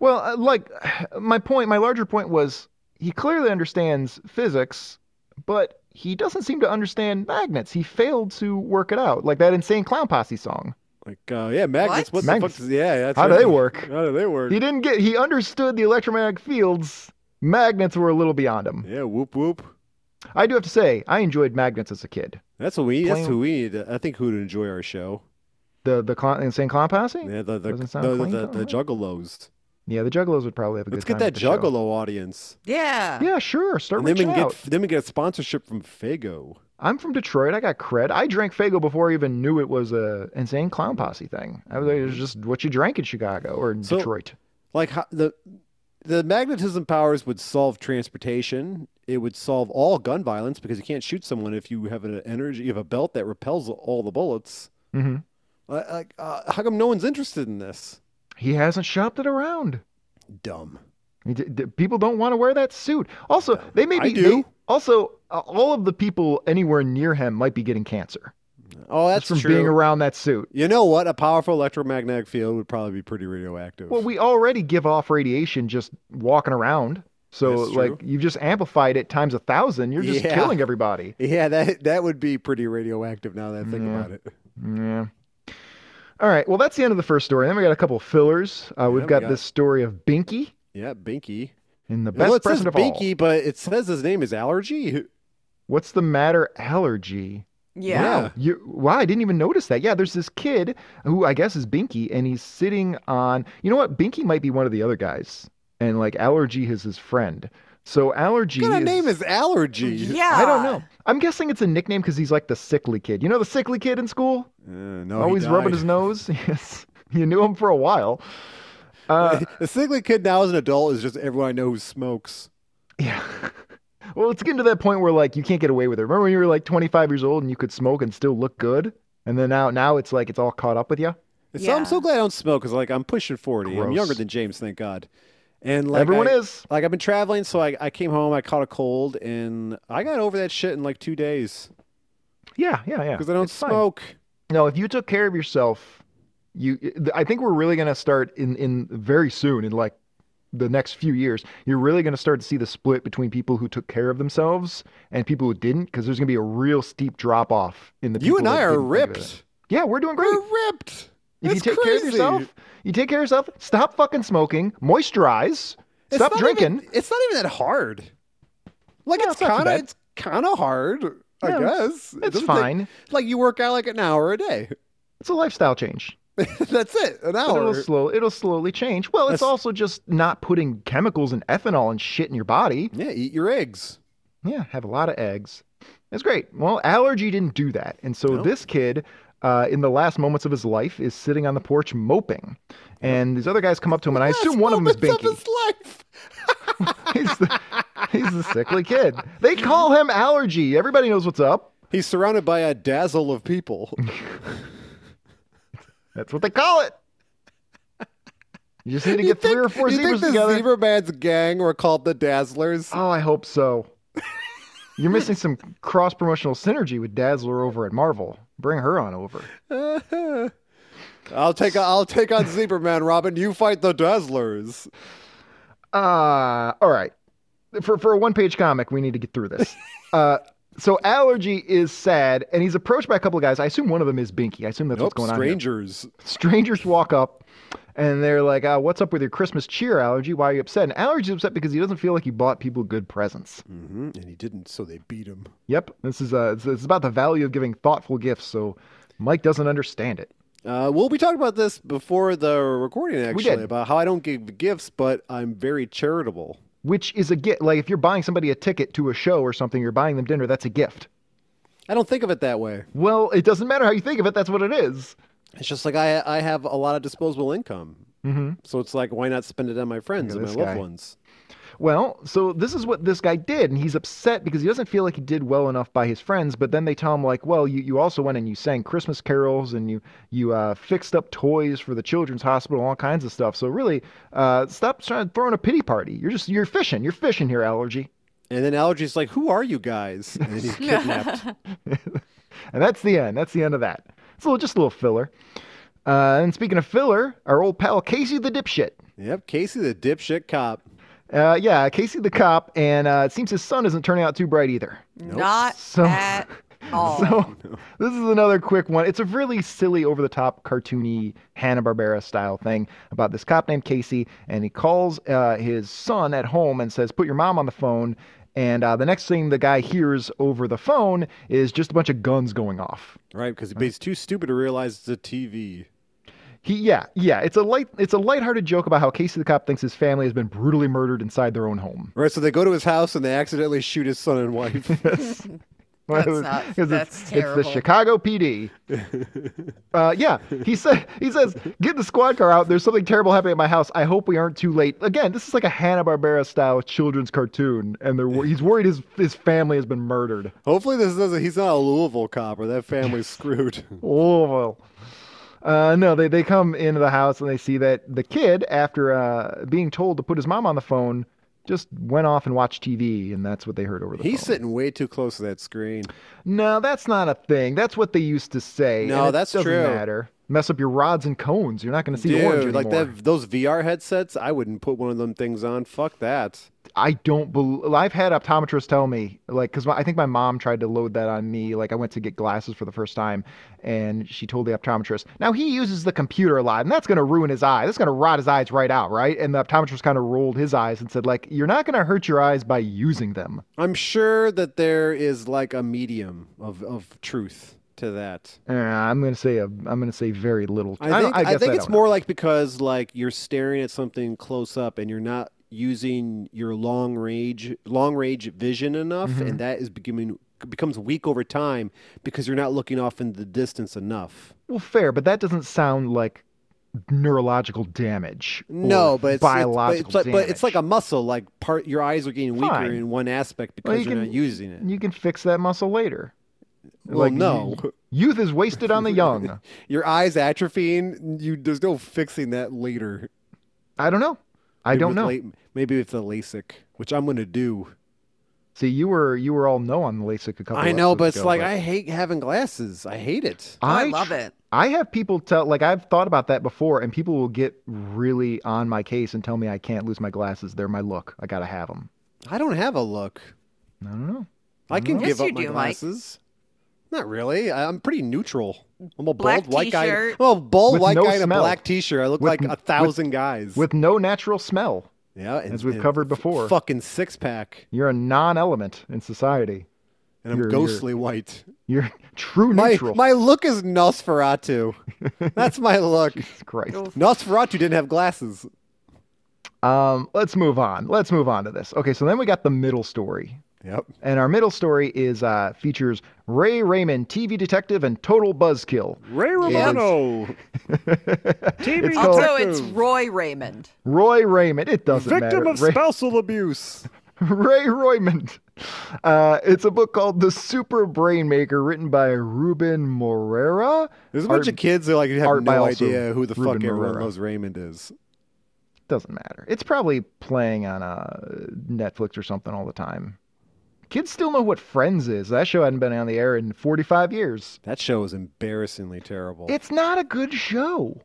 Speaker 3: Well, uh, like (sighs) my point, my larger point was he clearly understands physics, but he doesn't seem to understand magnets. He failed to work it out. Like that insane clown posse song.
Speaker 4: Like uh, yeah, magnets. What,
Speaker 5: What?
Speaker 4: the
Speaker 3: Magnets.
Speaker 4: fuck? Is, yeah, that's
Speaker 3: How do
Speaker 4: right.
Speaker 3: they work?
Speaker 4: How do they work?
Speaker 3: He didn't get he understood the electromagnetic fields. Magnets were a little beyond him.
Speaker 4: Yeah, whoop whoop.
Speaker 3: I do have to say, I enjoyed magnets as a kid.
Speaker 4: That's what we. That's
Speaker 3: Plain-
Speaker 4: who we. Need. I think who to enjoy our show.
Speaker 3: The the clown, insane clown posse?
Speaker 4: Yeah, the the the,
Speaker 3: Doesn't sound
Speaker 4: the,
Speaker 3: plain,
Speaker 4: the,
Speaker 3: though, right?
Speaker 4: juggalos.
Speaker 3: Yeah, the juggalos would probably have a
Speaker 4: Let's
Speaker 3: good time
Speaker 4: get that
Speaker 3: at the show.
Speaker 4: juggalo audience.
Speaker 5: Yeah.
Speaker 3: Yeah, sure. Start
Speaker 4: And then we
Speaker 3: reaching
Speaker 4: can
Speaker 3: out.
Speaker 4: get then we get a sponsorship from Fago.
Speaker 3: I'm from Detroit. I got cred. I drank Fago before I even knew it was a insane clown posse thing. I was like, it was just what you drank in Chicago or in
Speaker 4: So-
Speaker 3: Detroit.
Speaker 4: Like how, the the magnetism powers would solve transportation. It would solve all gun violence because you can't shoot someone if you have an energy. You have a belt that repels all the bullets.
Speaker 3: hmm
Speaker 4: Uh, Like uh, how come no one's interested in this?
Speaker 3: He hasn't shopped it around.
Speaker 4: Dumb.
Speaker 3: He d- d- people don't want to wear that suit. Also, they may
Speaker 4: I
Speaker 3: be.
Speaker 4: do.
Speaker 3: they- also, uh, all of the people anywhere near him might be getting cancer
Speaker 4: Oh, that's
Speaker 3: just from
Speaker 4: true.
Speaker 3: being around that suit.
Speaker 4: you know what? A powerful electromagnetic field would probably be pretty radioactive.
Speaker 3: Well, we already give off radiation just walking around. So,
Speaker 4: That's true.
Speaker 3: like, you've just amplified it times a thousand. You're just
Speaker 4: Yeah.
Speaker 3: killing everybody.
Speaker 4: Yeah, that that would be pretty radioactive now that I think
Speaker 3: Yeah.
Speaker 4: about it.
Speaker 3: Yeah. All right. Well, that's the end of the first story. Then we got a couple of fillers. Uh, we've
Speaker 4: we
Speaker 3: got,
Speaker 4: got-
Speaker 3: this story of Binky
Speaker 4: Yeah, Binky.
Speaker 3: in the best
Speaker 4: well, it says
Speaker 3: present of all.
Speaker 4: Binky, but it says his name is Allergy.
Speaker 3: What's the matter, allergy?
Speaker 5: Yeah.
Speaker 4: Uh.
Speaker 3: Wow, you, wow, I didn't even notice that. Yeah, there's this kid who I guess is Binky, and he's sitting on. You know what? Binky might be one of the other guys, and like Allergy is his friend. So Allergy.
Speaker 4: What kind of
Speaker 3: is,
Speaker 4: name is Allergy?
Speaker 5: Yeah.
Speaker 3: I don't know. I'm guessing it's a nickname because he's like the sickly kid. You know the sickly kid in school?
Speaker 4: Uh, no,
Speaker 3: Always rubbing his nose. (laughs) Yes, you knew him for a
Speaker 4: (laughs)
Speaker 3: while. Uh,
Speaker 4: the sickly kid now as an adult is just everyone I know who smokes.
Speaker 3: Yeah. (laughs) Well, it's getting to that point where like you can't get away with it. Remember when you were like 25 years old and you could smoke and still look good, and then now now it's like it's all caught up with you.
Speaker 4: And So I'm
Speaker 5: Yeah.
Speaker 4: so glad I don't smoke because like I'm pushing forty. I'm
Speaker 3: Gross.
Speaker 4: younger than James, thank God. And like
Speaker 3: Everyone
Speaker 4: I-
Speaker 3: is.
Speaker 4: Like I've been traveling, so I, I came home, I caught a cold, and I got over that shit in like two days
Speaker 3: Yeah, yeah, yeah.
Speaker 4: because I don't
Speaker 3: It's fine.
Speaker 4: smoke.
Speaker 3: No, if you took care of yourself, you. I think we're really gonna start in in very soon in like the next few years. You're really gonna start to see the split between people who took care of themselves and people who didn't, because there's gonna be a real steep drop off in the.
Speaker 4: You
Speaker 3: people
Speaker 4: and
Speaker 3: that
Speaker 4: I are
Speaker 3: didn't think of it.
Speaker 4: ripped.
Speaker 3: Yeah, we're doing great.
Speaker 4: We're ripped.
Speaker 3: If
Speaker 4: That's
Speaker 3: you take care of
Speaker 4: crazy.
Speaker 3: yourself, you take care of yourself, stop fucking smoking, moisturize,
Speaker 4: It's
Speaker 3: stop
Speaker 4: not
Speaker 3: drinking.
Speaker 4: even- it's not even that hard. Like
Speaker 3: No,
Speaker 4: it's
Speaker 3: it's not too
Speaker 4: kind of
Speaker 3: bad.
Speaker 4: it's kind of hard. I
Speaker 3: Yeah,
Speaker 4: guess It
Speaker 3: it's
Speaker 4: doesn't take-
Speaker 3: fine.
Speaker 4: like you work out like an hour a day. (laughs)
Speaker 3: It's a lifestyle change.
Speaker 4: That's it. An
Speaker 3: But
Speaker 4: hour.
Speaker 3: it'll slow. It'll slowly change. Well, it's
Speaker 4: That's-
Speaker 3: also just not putting chemicals and ethanol and shit in your body.
Speaker 4: yeah, eat your eggs.
Speaker 3: Yeah, have a lot of eggs. That's great. Well, allergy didn't do that, and so
Speaker 4: No.
Speaker 3: this kid, uh, in the last moments of his life, is sitting on the porch moping, and these other guys come up to him, and I assume one of them is
Speaker 4: Moments
Speaker 3: Binky.
Speaker 4: his life.
Speaker 3: (laughs) he's, the, he's the sickly kid. They call him allergy. Everybody knows what's up.
Speaker 4: He's surrounded by a dazzle
Speaker 3: (laughs)
Speaker 4: of people.
Speaker 3: That's what they call it. You just need to
Speaker 4: You
Speaker 3: get three or four
Speaker 4: you
Speaker 3: zebras
Speaker 4: think the
Speaker 3: together.
Speaker 4: Zebra Man's gang were called the Dazzlers?
Speaker 3: Oh, I hope so. You're missing some cross promotional synergy with Dazzler over at Marvel. Bring her on over.
Speaker 4: I'll take I'll take on Zebra Man, Robin. You fight the Dazzlers.
Speaker 3: Uh, all right. For, for a one page comic, we need to get through
Speaker 4: (laughs)
Speaker 3: this. Uh, so, Allergy is sad, and he's approached by a couple of guys. I assume one of them is Binky. I assume that's
Speaker 4: Nope,
Speaker 3: what's going on. here.
Speaker 4: strangers.
Speaker 3: strangers walk up and they're like, uh, what's up with your Christmas cheer allergy? Why are you upset? And allergy's upset because he doesn't feel like he bought people good presents.
Speaker 4: hmm And he didn't, so they beat him.
Speaker 3: Yep. This is uh, it's, it's about the value of giving thoughtful gifts. So Mike doesn't understand it.
Speaker 4: Uh, well, we talked about this before the recording,
Speaker 3: did.
Speaker 4: actually, about how I don't give gifts, but I'm very charitable.
Speaker 3: Which is a gift. Like if you're buying somebody a ticket to a show or something, you're buying them dinner, that's a gift.
Speaker 4: I don't think of it that way.
Speaker 3: Well, it doesn't matter how you think of it. That's what it is.
Speaker 4: It's just like I I have a lot of disposable income, mm-hmm. so it's like why not spend it on my friends
Speaker 3: Look at
Speaker 4: and my
Speaker 3: this
Speaker 4: loved
Speaker 3: guy.
Speaker 4: ones?
Speaker 3: Well, so this is what this guy did, and he's upset because he doesn't feel like he did well enough by his friends. But then they tell him, like, well, you, you also went and you sang Christmas carols and you you uh, fixed up toys for the children's hospital, all kinds of stuff. So really, uh, stop trying throwing a pity party. You're just you're fishing. You're fishing here, allergy.
Speaker 4: And then Allergy's like, "Who are you guys?"
Speaker 3: (laughs)
Speaker 4: And then he's kidnapped.
Speaker 3: And that's the end. That's the end of that. It's a little, just a little filler. Uh, and speaking of filler, our old pal Casey the dipshit.
Speaker 4: yep, Casey the dipshit cop.
Speaker 3: Uh, yeah, Casey the cop, and uh, it seems his son isn't turning out too bright either. (laughs)
Speaker 5: Not
Speaker 3: So-
Speaker 5: at all.
Speaker 3: So this is another quick one. It's a really silly, over the top, cartoony Hanna Barbera style thing about this cop named Casey, and he calls uh, his son at home and says, "Put your mom on the phone." And uh, the next thing the guy hears over the phone is just a bunch of guns going off.
Speaker 4: Right, because he's too stupid to realize it's a TV.
Speaker 3: He, yeah, yeah. It's a light, it's a lighthearted joke about how Casey the cop thinks his family has been brutally murdered inside their own home. (laughs)
Speaker 4: Right, so they go to his house and they accidentally shoot his son and wife.
Speaker 3: Well,
Speaker 5: (laughs) That's not-
Speaker 3: 'cause it's-
Speaker 5: that's
Speaker 3: it's,
Speaker 5: terrible.
Speaker 3: the Chicago PD. uh, yeah, he said. He says, "Get the squad car out. There's something terrible happening at my house. I hope we aren't too late." Again, this is like a Hanna Barbera style children's cartoon, and they're wor- he's worried his his family has been murdered.
Speaker 4: Hopefully, this doesn't. He's not a Louisville cop, or that family's screwed. (laughs)
Speaker 3: Oh well. Uh, no, they, they come into the house and they see that the kid, after uh, being told to put his mom on the phone, just went off and watched TV, and that's what they heard over the
Speaker 4: He's
Speaker 3: phone.
Speaker 4: sitting way too close to that screen.
Speaker 3: No, that's not a thing. That's what they used to say.
Speaker 4: No,
Speaker 3: and it
Speaker 4: that's
Speaker 3: doesn't
Speaker 4: true.
Speaker 3: Matter. Mess up your rods and cones. You're not going to see orange
Speaker 4: Dude,
Speaker 3: anymore.
Speaker 4: like that, those VR headsets, I wouldn't put one of them things on. Fuck that.
Speaker 3: I don't believe. I've had optometrists tell me, like, because I think my mom tried to load that on me. Like, I went to get glasses for the first time, and she told the optometrist. Now he uses the computer a lot, and that's going to ruin his eye. That's going to rot his eyes right out, right? And the optometrist kind of rolled his eyes and said, like, you're not going to hurt your eyes by using them.
Speaker 4: I'm sure that there is like a medium of, of truth to that.
Speaker 3: Uh, I'm going to say a. I'm going to say very little.
Speaker 4: I
Speaker 3: don't-
Speaker 4: think, I
Speaker 3: guess
Speaker 4: think
Speaker 3: I
Speaker 4: it's
Speaker 3: don't know.
Speaker 4: more like because like you're staring at something close up and you're not using your long range long range vision enough,
Speaker 3: Mm-hmm.
Speaker 4: and that is becoming becomes weak over time because you're not looking off in the distance enough.
Speaker 3: Well, fair, but that doesn't sound like neurological damage. or
Speaker 4: No, but it's, it's- but
Speaker 3: biological
Speaker 4: it's, like, but it's like a
Speaker 3: damage.
Speaker 4: muscle. Like part, your eyes are getting weaker
Speaker 3: Fine.
Speaker 4: in one aspect because
Speaker 3: Well, you
Speaker 4: you are
Speaker 3: can-
Speaker 4: not using it.
Speaker 3: you can fix that muscle later.
Speaker 4: well,
Speaker 3: like,
Speaker 4: no,
Speaker 3: Youth is wasted on the young.
Speaker 4: (laughs) your eyes atrophying. You there's no fixing that later.
Speaker 3: I don't know. I
Speaker 4: Maybe
Speaker 3: don't
Speaker 4: with
Speaker 3: know.
Speaker 4: la- maybe with the LASIK, which I'm gonna do.
Speaker 3: See, you were you were all no on the LASIK a couple.
Speaker 4: I know, but
Speaker 3: episodes
Speaker 4: it's
Speaker 3: ago,
Speaker 4: like I hate having glasses. I hate it.
Speaker 5: Oh, I
Speaker 3: tr-
Speaker 5: love it.
Speaker 3: I have people tell like I've thought about that before, and people will get really on my case and tell me I can't lose my glasses. They're my look. I gotta have them.
Speaker 4: I don't have a look.
Speaker 3: I don't know.
Speaker 4: I can
Speaker 5: Yes,
Speaker 4: give
Speaker 5: you
Speaker 4: up my
Speaker 5: do, Mike.
Speaker 4: glasses. Not really. I- I'm pretty neutral. I'm a
Speaker 5: Black
Speaker 4: bald white guy.
Speaker 5: t-shirt.
Speaker 4: I'm a bald
Speaker 3: With
Speaker 4: white
Speaker 3: no
Speaker 4: guy in a
Speaker 3: smell.
Speaker 4: black t-shirt. I look
Speaker 3: With-
Speaker 4: like a
Speaker 3: with-
Speaker 4: thousand guys.
Speaker 3: With no natural smell,
Speaker 4: yeah, and,
Speaker 3: as we've
Speaker 4: and
Speaker 3: covered before,
Speaker 4: fucking six pack,
Speaker 3: you're a non-element in society.
Speaker 4: and I'm
Speaker 3: You're- you're-
Speaker 4: ghostly white.
Speaker 3: You're (laughs) True
Speaker 4: My,
Speaker 3: neutral.
Speaker 4: my look is Nosferatu. That's my
Speaker 3: (laughs)
Speaker 4: look.
Speaker 3: Jesus Christ.
Speaker 5: Oh.
Speaker 4: Nosferatu didn't have glasses.
Speaker 3: Um, let's move on. Let's move on to this. Okay, so then we got the middle story.
Speaker 4: Yep.
Speaker 3: And our middle story is uh, features Ray Raymond, TV detective and total buzzkill.
Speaker 6: Ray
Speaker 4: (laughs)
Speaker 6: Romano. TV
Speaker 5: Also, it's
Speaker 6: detective.
Speaker 5: Roy Raymond.
Speaker 3: Roy Raymond. It doesn't
Speaker 6: victim
Speaker 3: matter.
Speaker 6: of
Speaker 3: Ray-
Speaker 6: spousal abuse.
Speaker 3: (laughs) Ray Roymond. Uh, it's a book called The Super Brain Maker, written by Ruben Morera.
Speaker 4: There's a
Speaker 3: Art-
Speaker 4: bunch of kids that like have
Speaker 3: Art by
Speaker 4: no
Speaker 3: also
Speaker 4: idea who the fuck
Speaker 3: Ruben
Speaker 4: everyone
Speaker 3: Herrera.
Speaker 4: loves Raymond is.
Speaker 3: Doesn't matter. It's probably playing on uh, Netflix or something all the time. Kids still know what Friends is. That show hadn't been on the air in 45 years.
Speaker 4: That show is embarrassingly terrible.
Speaker 3: It's not a good show.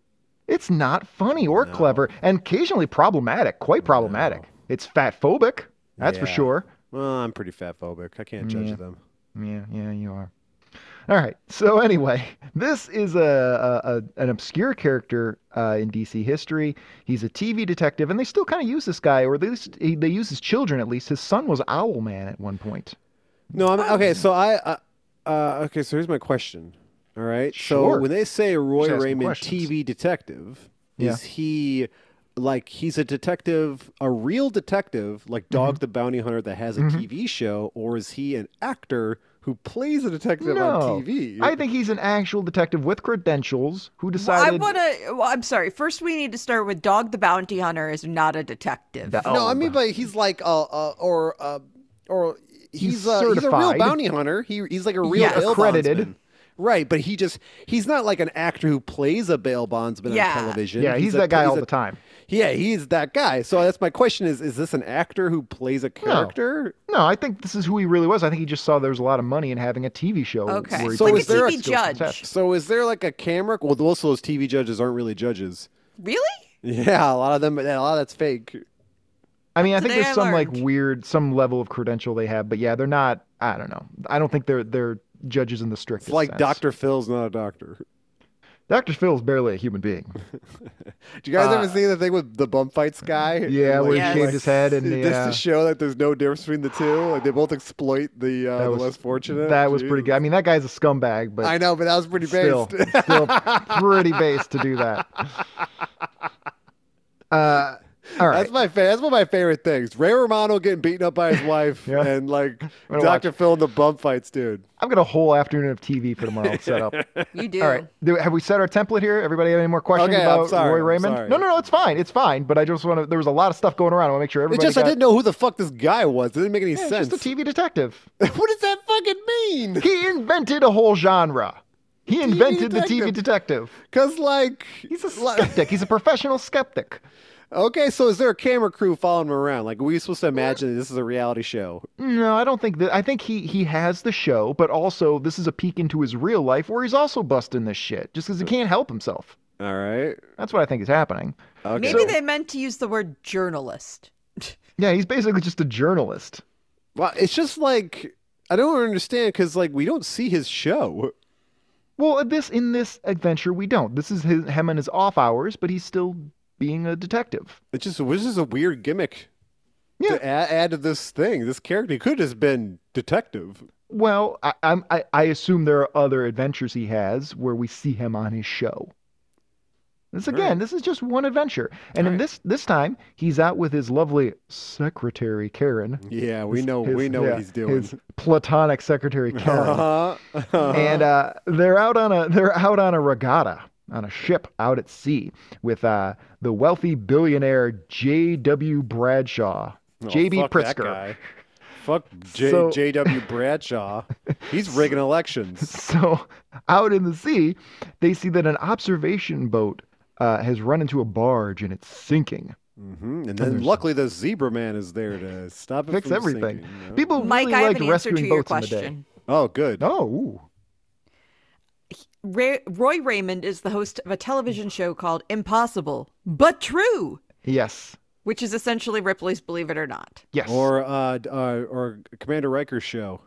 Speaker 3: It's not funny or
Speaker 4: No.
Speaker 3: clever, and occasionally problematic. Quite problematic. It's fat phobic. That's for
Speaker 4: Yeah.
Speaker 3: sure.
Speaker 4: well, I'm pretty fat phobic. I can't judge
Speaker 3: Yeah.
Speaker 4: them.
Speaker 3: Yeah, yeah, you are. All right. So (laughs) anyway, this is a, a, a an obscure character uh, in DC history. He's a TV detective, and they still kind of use this guy, or at least he, they use his children. At least his son was Owlman at one point.
Speaker 4: No, I'm okay. So I, uh, uh, okay. So here's my question. All right.
Speaker 3: Sure.
Speaker 4: So when they say Roy
Speaker 3: asking
Speaker 4: Raymond,
Speaker 3: questions.
Speaker 4: TV detective,
Speaker 3: Yeah.
Speaker 4: is he like he's a detective, a real detective, like Dog the Bounty Hunter that has a TV show, or is he an actor who plays a detective
Speaker 3: No,
Speaker 4: on TV?
Speaker 3: I think he's an actual detective with credentials who
Speaker 5: I
Speaker 3: decided.
Speaker 5: want to. Well, I'm sorry. First, we need to start with Dog the Bounty Hunter is not a detective.
Speaker 3: That-
Speaker 4: no, I
Speaker 3: Oh,
Speaker 4: mean, but he's like a, a or a, or he's a, he's a real
Speaker 3: certified.
Speaker 4: bounty hunter. He he's like a real
Speaker 5: Yeah.
Speaker 4: bail
Speaker 3: Accredited.
Speaker 4: bondsman. Right, but he just he's not like an actor who plays a bail bondsman
Speaker 5: Yeah.
Speaker 4: on television.
Speaker 3: yeah, he's,
Speaker 4: a-
Speaker 3: that guy
Speaker 4: he's
Speaker 3: all
Speaker 4: a-
Speaker 3: the time.
Speaker 4: Yeah, he's that guy. So that's my question is is this an actor who plays a character?
Speaker 3: No, I think this is who he really was. I think he just saw there was a lot of money in having a TV show.
Speaker 5: Okay.
Speaker 3: where he
Speaker 4: So
Speaker 3: played
Speaker 4: is there a-
Speaker 3: skills and
Speaker 5: judge?
Speaker 3: tests.
Speaker 4: So is there like a camera well most of those TV judges aren't really judges.
Speaker 5: really?
Speaker 4: Yeah, a lot of them a lot of that's fake.
Speaker 3: I mean, I think
Speaker 5: Today
Speaker 3: there's
Speaker 5: I
Speaker 3: some like
Speaker 5: learned.
Speaker 3: weird, some level of credential they have, but yeah, they're not. I don't know. I don't think they're they're judges in the strictest.
Speaker 4: It's like
Speaker 3: sense.
Speaker 4: Dr. Phil's not a doctor.
Speaker 3: Dr. Phil's barely a human being.
Speaker 4: Do you guys
Speaker 3: Uh,
Speaker 4: ever see the thing with the bump fights guy?
Speaker 3: Yeah, where he
Speaker 5: Yes.
Speaker 3: shaved his head and uh,
Speaker 4: Just
Speaker 3: yeah,
Speaker 4: to show that there's no difference between the two. Like they both exploit the, uh,
Speaker 3: That
Speaker 4: the
Speaker 3: was-
Speaker 4: less fortunate.
Speaker 3: that was pretty
Speaker 4: Jeez.
Speaker 3: good. I mean, that guy's a scumbag, but
Speaker 4: I know, but that was pretty
Speaker 3: still,
Speaker 4: based.
Speaker 3: still pretty base to do
Speaker 4: (laughs)
Speaker 3: that. Uh, all right.
Speaker 4: That's my fa- that's one of my favorite things. Ray Romano getting beaten
Speaker 3: (laughs)
Speaker 4: up by his wife
Speaker 3: Yeah.
Speaker 4: and like
Speaker 3: gonna
Speaker 4: Dr. Phil and the bump fights, dude.
Speaker 3: I've got a whole afternoon of TV for tomorrow set
Speaker 4: (laughs)
Speaker 3: up.
Speaker 5: You do.
Speaker 3: (laughs) All right. Do, have we set our template here? Everybody have any more questions
Speaker 4: Okay, I'm
Speaker 3: about
Speaker 4: sorry,
Speaker 3: Roy
Speaker 4: I'm
Speaker 3: Raymond?
Speaker 4: sorry.
Speaker 3: No, no, no. It's fine. It's fine. But I just want to. There was a lot of stuff going around. I want to make sure
Speaker 4: It's
Speaker 3: everybody.
Speaker 4: just I
Speaker 3: got-
Speaker 4: didn't know who the fuck this guy was. It didn't make any
Speaker 3: Yeah,
Speaker 4: sense.
Speaker 3: Just a TV detective.
Speaker 4: (laughs) what does that fucking mean?
Speaker 3: He invented a whole genre. He invented the TV
Speaker 4: detective.
Speaker 3: detective.
Speaker 4: Because like
Speaker 3: He's a
Speaker 4: like-
Speaker 3: skeptic. He's a professional skeptic.
Speaker 4: okay, so is there a camera crew following him around? Like, were you supposed to imagine this is a reality show?
Speaker 3: No, I don't think that. I think he he has the show, but also this is a peek into his real life where he's also busting this shit just because he can't help himself.
Speaker 4: All right.
Speaker 3: That's what I think is happening.
Speaker 4: Okay.
Speaker 5: Maybe they meant to use the word journalist.
Speaker 3: Yeah, he's basically just a journalist.
Speaker 4: Well, it's just like I don't understand because like we don't see his show.
Speaker 3: Well, at this in this adventure we don't. This is his, him and his off hours, but he's still being a detective.
Speaker 4: It's just which is a weird gimmick
Speaker 3: Yeah.
Speaker 4: to a- add, to this thing. This character could have been detective.
Speaker 3: Well, I, I'm I, I assume there are other adventures he has where we see him on his show. This again, this is just one adventure, and in
Speaker 4: Right.
Speaker 3: this this time he's out with his lovely secretary Karen.
Speaker 4: Yeah, we
Speaker 3: His-
Speaker 4: know
Speaker 3: his-
Speaker 4: we know
Speaker 3: yeah,
Speaker 4: what he's doing. (laughs)
Speaker 3: His platonic secretary Karen,
Speaker 4: Uh-huh.
Speaker 3: and uh, they're out on a they're out on a regatta on a ship out at sea with uh, the wealthy billionaire J.W. Bradshaw, (laughs)
Speaker 4: Oh,
Speaker 3: J.B.
Speaker 4: fuck that
Speaker 3: Pritzker.
Speaker 4: guy. Fuck J-
Speaker 3: So-
Speaker 4: J.W.
Speaker 3: (laughs)
Speaker 4: Bradshaw. He's rigging elections.
Speaker 3: So out in the sea, they see that an observation boat uh, has run into a barge and it's sinking.
Speaker 4: hmm And then luckily the zebra man is there to stop it
Speaker 3: Fix
Speaker 4: from
Speaker 3: everything.
Speaker 4: sinking, you know?
Speaker 3: People
Speaker 5: Mike,
Speaker 3: really
Speaker 5: I have
Speaker 3: liked
Speaker 5: an answer to
Speaker 3: rescuing
Speaker 5: your
Speaker 3: boats in the day.
Speaker 5: question.
Speaker 4: Oh, good.
Speaker 3: Oh, ooh.
Speaker 5: Ray- Roy Raymond is the host of a television show called Impossible but True,
Speaker 3: yes,
Speaker 5: which is essentially Ripley's Believe It or Not.
Speaker 3: yes.
Speaker 4: Or uh, d- uh, or Commander Riker's show.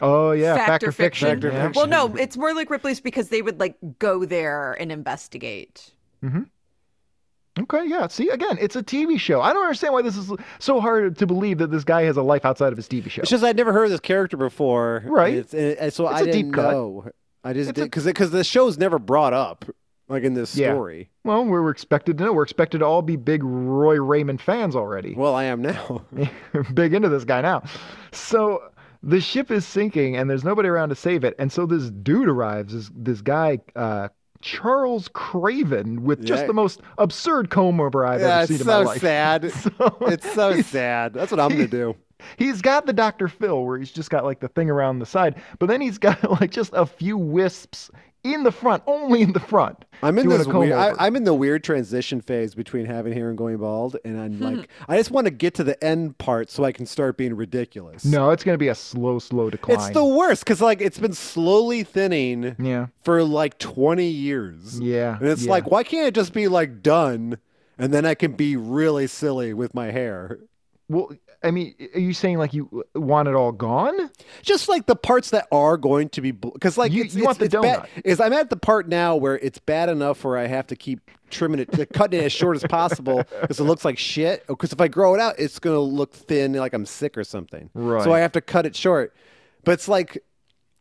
Speaker 3: oh yeah,
Speaker 5: Fact or fiction?
Speaker 4: Fact or
Speaker 3: yeah.
Speaker 4: fiction.
Speaker 5: Well, no, it's more like Ripley's because they would like go there and investigate.
Speaker 3: Okay, yeah. See, again, it's a TV show. I don't understand why this is so hard to believe that this guy has a life outside of his TV show.
Speaker 4: It's just I'd never heard of this character before,
Speaker 3: Right.
Speaker 4: And, it's, and, and so
Speaker 3: It's
Speaker 4: I
Speaker 3: a deep
Speaker 4: didn't
Speaker 3: cut.
Speaker 4: know. I just
Speaker 3: It's a-
Speaker 4: because because the show's never brought up like in this
Speaker 3: Yeah.
Speaker 4: story.
Speaker 3: Well, we were expected to know. We're expected to all be big Roy Raymond fans already.
Speaker 4: Well, I am now.
Speaker 3: (laughs) big into this guy now. So the ship is sinking and there's nobody around to save it. And so this dude arrives, this, this guy, uh, Charles Craven, with just
Speaker 4: Yeah.
Speaker 3: the most absurd comb over I've
Speaker 4: yeah,
Speaker 3: ever seen
Speaker 4: it's
Speaker 3: in my
Speaker 4: so
Speaker 3: life.
Speaker 4: sad.
Speaker 3: (laughs) So
Speaker 4: it's
Speaker 3: (laughs)
Speaker 4: so
Speaker 3: he's-
Speaker 4: sad. That's what I'm
Speaker 3: (laughs)
Speaker 4: gonna do.
Speaker 3: He's got the Dr. Phil where he's just got like the thing around the side, but then he's got (laughs) like just a few wisps in the front, only in the front.
Speaker 4: I'm in
Speaker 3: doing
Speaker 4: this
Speaker 3: a comb
Speaker 4: weird. I,
Speaker 3: over.
Speaker 4: I'm in the weird transition phase between having hair and going bald,
Speaker 3: (laughs)
Speaker 4: and I'm like, I just want to get to the end part so I can start being ridiculous.
Speaker 3: No, it's going to be a slow, slow decline.
Speaker 4: it's the worst because like it's been slowly thinning
Speaker 3: Yeah.
Speaker 4: for like 20 years.
Speaker 3: Yeah,
Speaker 4: and it's
Speaker 3: yeah.
Speaker 4: like, why can't it just be like done, and then I can be really silly with my hair,
Speaker 3: Well, I mean, are you saying like you want it all gone?
Speaker 4: just like the parts that are going to be because like
Speaker 3: You-
Speaker 4: it's,
Speaker 3: you
Speaker 4: it's,
Speaker 3: want the
Speaker 4: it's bad,
Speaker 3: donut.
Speaker 4: is I'm at the part now where it's bad enough where I have to keep trimming it, like, cutting it as short as
Speaker 3: (laughs)
Speaker 4: possible because it looks like shit. Because if I grow it out, it's gonna look thin, like I'm sick or something.
Speaker 3: Right.
Speaker 4: So I have to cut it short. But it's like,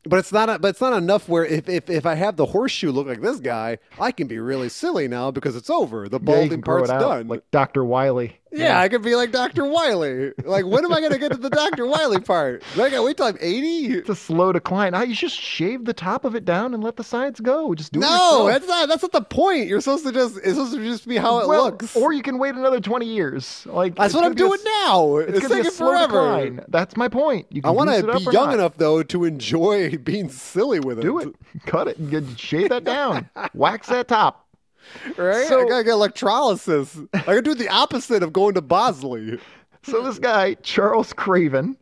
Speaker 4: but it's not, but it's not enough where if if, if I have the horseshoe look like this guy, I can be really silly now because it's over. The
Speaker 3: Yeah, you
Speaker 4: balding
Speaker 3: can grow
Speaker 4: part's
Speaker 3: it out,
Speaker 4: done.
Speaker 3: like Dr. Wiley.
Speaker 4: Yeah, I could be like Dr. Wiley. Like, when am I going to get to the Dr. Wiley part? Do I got to wait till I'm 80?
Speaker 3: It's a slow decline. I, you just shave the top of it down and let the sides go. Just do it
Speaker 4: No,
Speaker 3: yourself.
Speaker 4: that's not. That's not the point. You're supposed to just. It's supposed to just be how it
Speaker 3: Well,
Speaker 4: looks.
Speaker 3: Or you can wait another 20 years. Like
Speaker 4: that's
Speaker 3: it's
Speaker 4: what
Speaker 3: gonna
Speaker 4: I'm
Speaker 3: be a
Speaker 4: doing
Speaker 3: s-
Speaker 4: now. It's,
Speaker 3: It's, gonna be
Speaker 4: taking
Speaker 3: a slow
Speaker 4: forever.
Speaker 3: decline. That's my point. You can
Speaker 4: I want
Speaker 3: use
Speaker 4: to
Speaker 3: it up
Speaker 4: be
Speaker 3: or
Speaker 4: young
Speaker 3: not.
Speaker 4: enough though to enjoy (laughs) being silly with it.
Speaker 3: Do it. (laughs) Cut it. and Get, shave that
Speaker 4: (laughs)
Speaker 3: down. Wax that top.
Speaker 4: right?
Speaker 3: So-
Speaker 4: I gotta get electrolysis. I gotta do the opposite of going to Bosley.
Speaker 3: So this guy, Charles Craven,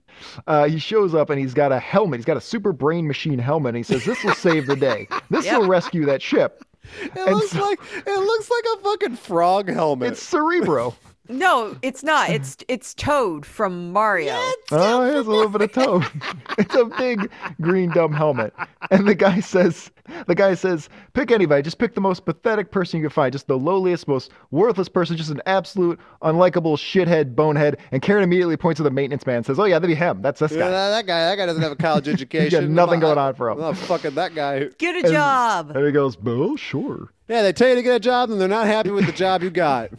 Speaker 3: uh, he shows up and he's got a helmet. He's got a super brain machine helmet. And he says, "This will save the day. This will rescue that ship." (laughs)
Speaker 4: It looks
Speaker 3: so-
Speaker 4: like it looks like a fucking frog helmet.
Speaker 3: It's Cerebro.
Speaker 5: No, it's not. It's it's Toad from Mario.
Speaker 3: Oh, here's a little bit of toe. (laughs) it's a big green dumb helmet. And the guy says, the guy says, pick anybody. Just pick the most pathetic person you can find. Just the lowliest, most worthless person. Just an absolute unlikable shithead, bonehead. And Karen immediately points to the maintenance man and says, oh yeah, that'd be him. That's this
Speaker 4: Yeah,
Speaker 3: guy.
Speaker 4: that, that guy, that guy doesn't have
Speaker 3: (laughs)
Speaker 4: a college education.
Speaker 3: nothing
Speaker 4: I'm
Speaker 3: going
Speaker 4: not-
Speaker 3: on for him.
Speaker 4: I'm not fucking that guy.
Speaker 5: Get a job.
Speaker 3: And he goes, well, sure.
Speaker 4: Yeah, they tell you to get a job, and they're not happy with the job
Speaker 3: (laughs)
Speaker 4: you got.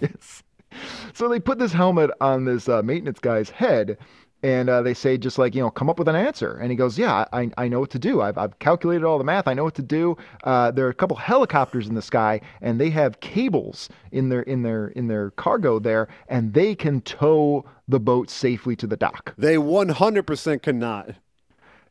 Speaker 3: So they put this helmet on this uh, maintenance guy's head, and uh, they say just like you know, come up with an answer. And he goes, "Yeah, I, I know what to do. I've, I've calculated all the math. I know what to do." Uh, there are a couple helicopters in the sky, and they have cables in their in their in their cargo there, and they can tow the boat safely to the dock.
Speaker 4: They 100% cannot.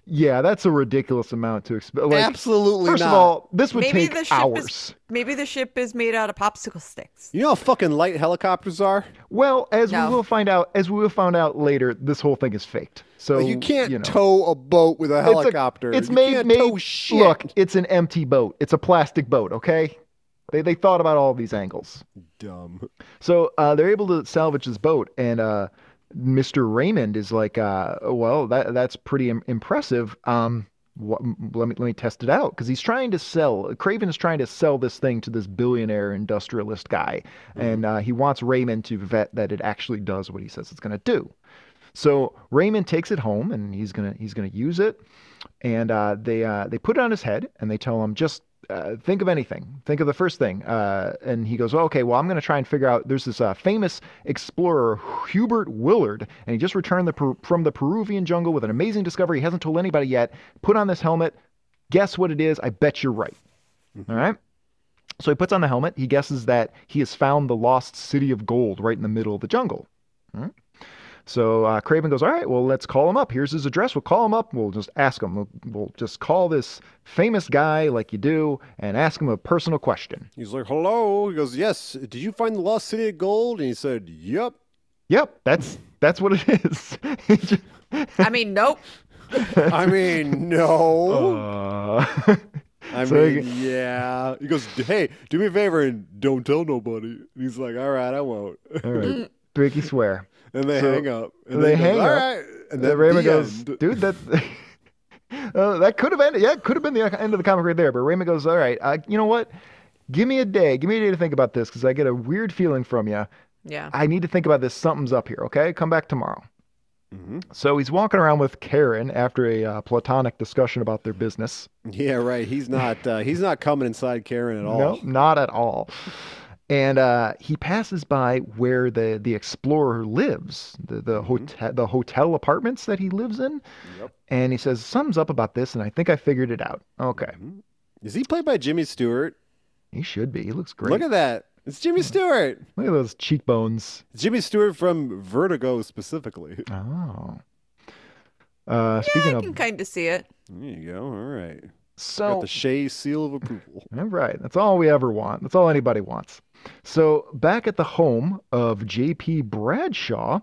Speaker 3: Yeah, that's a ridiculous amount to expect. Like,
Speaker 4: Absolutely
Speaker 3: First
Speaker 4: not.
Speaker 3: of all, this would
Speaker 5: Maybe the
Speaker 3: take
Speaker 5: ship
Speaker 3: hours.
Speaker 5: is maybe the ship is made out of popsicle sticks.
Speaker 4: you know how fucking light helicopters are?
Speaker 3: Well, as
Speaker 5: No.
Speaker 3: we will find out, as we will find out later, this whole thing is faked. So
Speaker 4: you can't
Speaker 3: Oh, you know.
Speaker 4: tow a boat with a
Speaker 3: It's a-
Speaker 4: helicopter.
Speaker 3: It's,
Speaker 4: You
Speaker 3: made,
Speaker 4: can't
Speaker 3: made
Speaker 4: tow shit.
Speaker 3: look. It's an empty boat. It's a plastic boat. Okay, they they thought about all these angles,
Speaker 4: Dumb.
Speaker 3: so uh, they're able to salvage this boat. And uh, Mr. Raymond is like, uh, well, that that's pretty im- impressive. Um, what, m- let me let me test it out because he's trying to sell. Craven is trying to sell this thing to this billionaire industrialist guy,
Speaker 4: Mm-hmm.
Speaker 3: and uh, he wants Raymond to vet that it actually does what he says it's going to do. So Raymond takes it home and he's gonna he's gonna use it, and uh, they uh, they put it on his head and they tell him just uh, think of anything, think of the first thing, uh, and he goes, "Oh, okay, well I'm gonna try and figure out. There's this uh, famous explorer Hubert Willard, and he just returned the Peru- from the Peruvian jungle with an amazing discovery. He hasn't told anybody yet. Put on this helmet. Guess what it is? I bet you're right. All right." So he puts on the helmet. He guesses that he has found the lost city of gold right in the middle of the jungle. So uh, Craven goes, all right, well, let's call him up. Here's his address. We'll call him up. We'll just ask him. We'll, we'll just call this famous guy like you do and ask him a personal question.
Speaker 4: He's like, hello. He goes, yes. Did you find the lost city of gold? And he said, yep.
Speaker 3: Yep, that's that's what it is. (laughs) He just- (laughs)
Speaker 5: I mean, nope.
Speaker 4: I mean, no.
Speaker 3: uh,
Speaker 4: I
Speaker 3: so he-
Speaker 4: mean, yeah. He goes, hey, do me a favor and don't tell nobody. And he's like, all right, I won't. (laughs)
Speaker 3: all right, Biggie swear.
Speaker 4: And they
Speaker 3: So,
Speaker 4: hang up. And
Speaker 3: they
Speaker 4: then he goes,
Speaker 3: hang
Speaker 4: "All
Speaker 3: up,
Speaker 4: right." And
Speaker 3: And then
Speaker 4: then
Speaker 3: Raymond
Speaker 4: the
Speaker 3: goes,
Speaker 4: end.
Speaker 3: dude, that (laughs) uh, that could have ended. Yeah, it could have been the end of the comic right there. But Raymond goes, all right, uh, you know what? give me a day. Give me a day to think about this because I get a weird feeling from you.
Speaker 5: Yeah.
Speaker 3: I need to think about this. Something's up here. Okay, come back tomorrow.
Speaker 4: Mhm.
Speaker 3: So he's walking around with Karen after a uh, platonic discussion about their business.
Speaker 4: Yeah, right. He's not. Uh, he's not coming inside Karen at all.
Speaker 3: No, not at all. And uh, he passes by where the, the explorer lives, the the
Speaker 4: Mm-hmm.
Speaker 3: hotel the hotel apartments that he lives in, and he says something's up about this, and I think I figured it out. Okay,
Speaker 4: Is he played by Jimmy Stewart?
Speaker 3: he should be. He looks great.
Speaker 4: Look at that. It's Jimmy Stewart.
Speaker 3: Look at those cheekbones.
Speaker 4: Jimmy Stewart from Vertigo specifically.
Speaker 3: Oh. Uh, speaking
Speaker 5: I
Speaker 3: of
Speaker 5: can kind of see it.
Speaker 4: There you go. All right. Got
Speaker 3: so
Speaker 4: the Shea seal of approval.
Speaker 3: All right. That's all we ever want. That's all anybody wants. So back at the home of J.P. Bradshaw,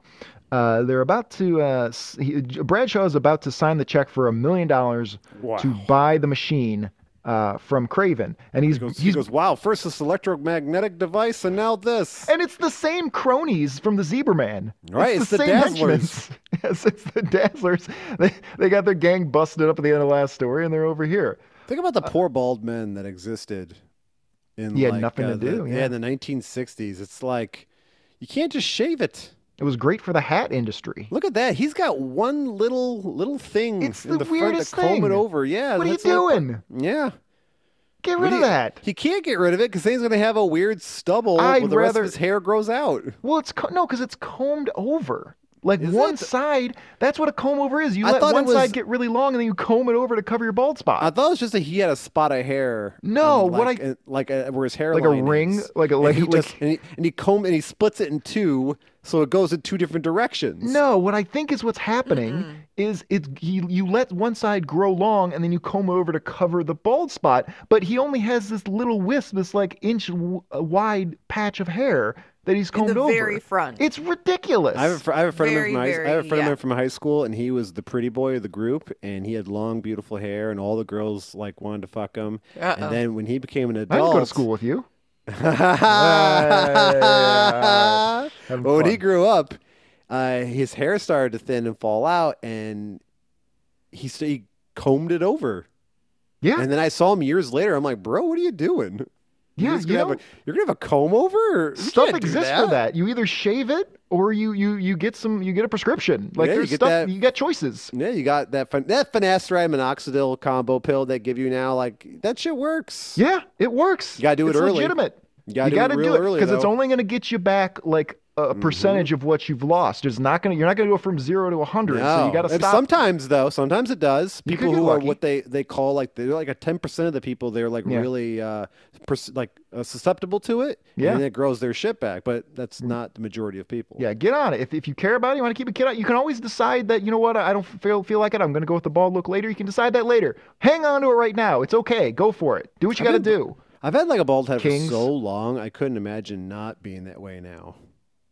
Speaker 3: uh, they're about to. Uh, s- he, Bradshaw is about to sign the check for a million dollars to buy the machine uh, from Craven, and he's
Speaker 4: He goes, he
Speaker 3: he's
Speaker 4: goes, wow, first this electromagnetic device and now this.
Speaker 3: and it's the same cronies from the Zebra Man.
Speaker 4: Right,
Speaker 3: It's,
Speaker 4: it's
Speaker 3: the,
Speaker 4: the
Speaker 3: same
Speaker 4: Dazzlers.
Speaker 3: henchmen. (laughs) Yes, it's the Dazzlers. They they got their gang busted up at the end of last story, and they're over here.
Speaker 4: Think about the poor bald men that existed in
Speaker 3: Uh, He had
Speaker 4: like,
Speaker 3: nothing to
Speaker 4: uh, the-
Speaker 3: do, yeah.
Speaker 4: in the 1960s. It's like you can't just shave it.
Speaker 3: It was great for the hat industry.
Speaker 4: Look at that. He's got one little little thing
Speaker 3: It's
Speaker 4: in
Speaker 3: the
Speaker 4: the, front to
Speaker 3: weirdest
Speaker 4: comb
Speaker 3: thing.
Speaker 4: it over. Yeah.
Speaker 3: What are you
Speaker 4: that's like-
Speaker 3: doing?
Speaker 4: yeah.
Speaker 3: Get
Speaker 4: What
Speaker 3: rid
Speaker 4: do
Speaker 3: of
Speaker 4: you-
Speaker 3: that.
Speaker 4: He can't get rid of it because then he's going to have a weird stubble
Speaker 3: I'd
Speaker 4: where the rest
Speaker 3: rather-
Speaker 4: of his hair grows out.
Speaker 3: Well, it's co- no, because it's combed over. Like
Speaker 4: Is
Speaker 3: one
Speaker 4: it?
Speaker 3: side, that's what a comb over is. You
Speaker 4: I
Speaker 3: let
Speaker 4: thought it
Speaker 3: one
Speaker 4: was- Uh,
Speaker 3: side get really long, and then you comb it over to cover your bald spot.
Speaker 4: I thought it was just that he had a spot of hair.
Speaker 3: No,
Speaker 4: on,
Speaker 3: what
Speaker 4: like,
Speaker 3: I-
Speaker 4: uh, like uh where his hair
Speaker 3: Like a ring? Like a- like-
Speaker 4: and he
Speaker 3: like-
Speaker 4: just, and, he, and he comb and he splits it in two, so it goes in two different directions.
Speaker 3: no, what I think is what's happening is it he, you let one side grow long, and then you comb it over to cover the bald spot. But he only has this little wisp, this like inch w- uh, wide patch of hair that he's
Speaker 5: In
Speaker 3: combed
Speaker 5: the
Speaker 3: over.
Speaker 5: very front.
Speaker 3: It's ridiculous.
Speaker 4: I have, a fr- I have a friend
Speaker 5: Very,
Speaker 4: of mine. From high, I have
Speaker 5: very-
Speaker 4: a friend of
Speaker 5: yeah.
Speaker 4: mine from high school, and he was the pretty boy of the group, and he had long, beautiful hair, and all the girls like wanted to fuck him.
Speaker 5: Uh-oh.
Speaker 4: And then when he became an
Speaker 3: I didn't
Speaker 4: adult,
Speaker 3: go to
Speaker 4: (laughs)
Speaker 3: school with you.
Speaker 4: but
Speaker 3: Having
Speaker 4: when he
Speaker 3: fun.
Speaker 4: grew up, uh, his hair started to thin and fall out, and he, st- he combed it over.
Speaker 3: Yeah.
Speaker 4: And then I saw him years later. I'm like, bro, what are you doing?
Speaker 3: Yeah,
Speaker 4: you're, just gonna
Speaker 3: you
Speaker 4: have a,
Speaker 3: know-
Speaker 4: you're gonna have a comb over. You
Speaker 3: stuff
Speaker 4: can't do
Speaker 3: exists for that. You either shave it or you you you get some you get a prescription. Like
Speaker 4: Yeah, you
Speaker 3: there's
Speaker 4: get
Speaker 3: stuff
Speaker 4: that-
Speaker 3: you got choices.
Speaker 4: Yeah, you got that fin- that finasteride minoxidil combo pill they give you now. Like that shit works.
Speaker 3: Yeah, it works.
Speaker 4: You gotta do it
Speaker 3: it's
Speaker 4: early.
Speaker 3: legitimate.
Speaker 4: You gotta do it real early,
Speaker 3: because it's
Speaker 4: though. Mm-hmm.
Speaker 3: only going to get you back like a percentage of what you've lost. It's not going to you're not going to go from 0 to 100. So
Speaker 4: No.
Speaker 3: you got to
Speaker 4: And
Speaker 3: stop.
Speaker 4: Sometimes though, sometimes it does.
Speaker 3: You could
Speaker 4: People
Speaker 3: get
Speaker 4: who are
Speaker 3: lucky.
Speaker 4: what they they call like they're like a ten percent of the people they're like
Speaker 3: Yeah.
Speaker 4: really uh pers- like uh, susceptible to it.
Speaker 3: Yeah. Mm.
Speaker 4: and then it grows their shit back. But that's not the majority of people.
Speaker 3: yeah, get on it. If, if you care about it, you want to keep a kid out, you can always decide that, you know what, I don't feel feel like it. I'm going to go with the bald look later. You can decide that later. Hang on to it right now. It's okay. Go for it. Do what you got to
Speaker 4: think-
Speaker 3: do.
Speaker 4: I've had like a bald head
Speaker 3: Kings.
Speaker 4: for so long, I couldn't imagine not being that way now.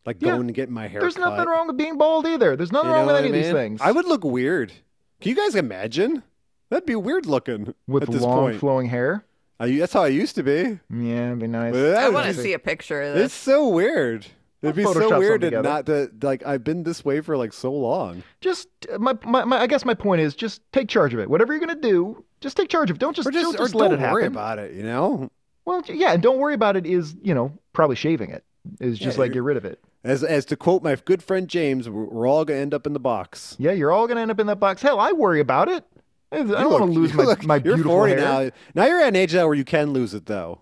Speaker 4: Like
Speaker 3: Yeah.
Speaker 4: going and getting my hair.
Speaker 3: There's
Speaker 4: cut.
Speaker 3: nothing wrong with being bald either. There's nothing
Speaker 4: You
Speaker 3: wrong
Speaker 4: know
Speaker 3: with
Speaker 4: what
Speaker 3: any
Speaker 4: I
Speaker 3: of these
Speaker 4: mean?
Speaker 3: things.
Speaker 4: I would look weird. Can you guys imagine? That'd be weird looking
Speaker 3: with
Speaker 4: at this
Speaker 3: long
Speaker 4: point.
Speaker 3: flowing hair.
Speaker 4: I, that's how I used to be.
Speaker 3: Yeah, it'd be nice.
Speaker 4: But that
Speaker 5: I
Speaker 4: would
Speaker 5: want to
Speaker 4: just-
Speaker 5: see a picture of
Speaker 4: It's
Speaker 5: this.
Speaker 4: so weird. It'd be
Speaker 3: Photoshop something
Speaker 4: so weird to
Speaker 3: together.
Speaker 4: not to like. I've been this way for like so long.
Speaker 3: Just uh, my, my, my I guess my point is just take charge of it. Whatever you're gonna do, just take charge of it. Don't just,
Speaker 4: Or
Speaker 3: don't
Speaker 4: just,
Speaker 3: just
Speaker 4: or
Speaker 3: let
Speaker 4: don't
Speaker 3: it happen.
Speaker 4: worry about it. You know,
Speaker 3: well, yeah, and don't worry about it. Is you know probably shaving it is just
Speaker 4: Yeah,
Speaker 3: like get rid of it.
Speaker 4: as as to quote my good friend James, we're, we're all gonna end up in the box.
Speaker 3: Yeah, you're all gonna end up in that box. Hell, I worry about it. I I
Speaker 4: You
Speaker 3: don't want
Speaker 4: look-
Speaker 3: to lose
Speaker 4: you
Speaker 3: my,
Speaker 4: look-
Speaker 3: my
Speaker 4: you're
Speaker 3: beautiful
Speaker 4: 40
Speaker 3: hair.
Speaker 4: Now. now you're at an age now where you can lose it though.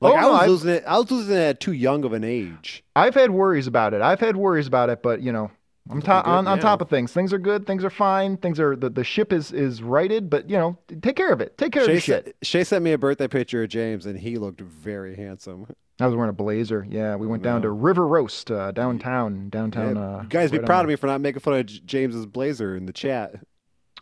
Speaker 4: Like
Speaker 3: Oh,
Speaker 4: I
Speaker 3: no,
Speaker 4: was
Speaker 3: I-
Speaker 4: losing it. I was losing it at too young of an age.
Speaker 3: I've had worries about it. I've had worries about it, but you know, I'm to-
Speaker 4: good
Speaker 3: on, on
Speaker 4: now.
Speaker 3: top of things. Things are good. Things are fine. Things are the, the ship is is righted, but you know, take care of it. Take care of
Speaker 4: Shay,
Speaker 3: the shit.
Speaker 4: se- Shay sent me a birthday picture of James, and he looked very handsome.
Speaker 3: I was wearing a blazer. Yeah, we went down to River Roast uh, downtown. Downtown. Uh,
Speaker 4: you guys, be
Speaker 3: right on
Speaker 4: proud
Speaker 3: the-
Speaker 4: of me for not making fun of J- James's blazer in the chat.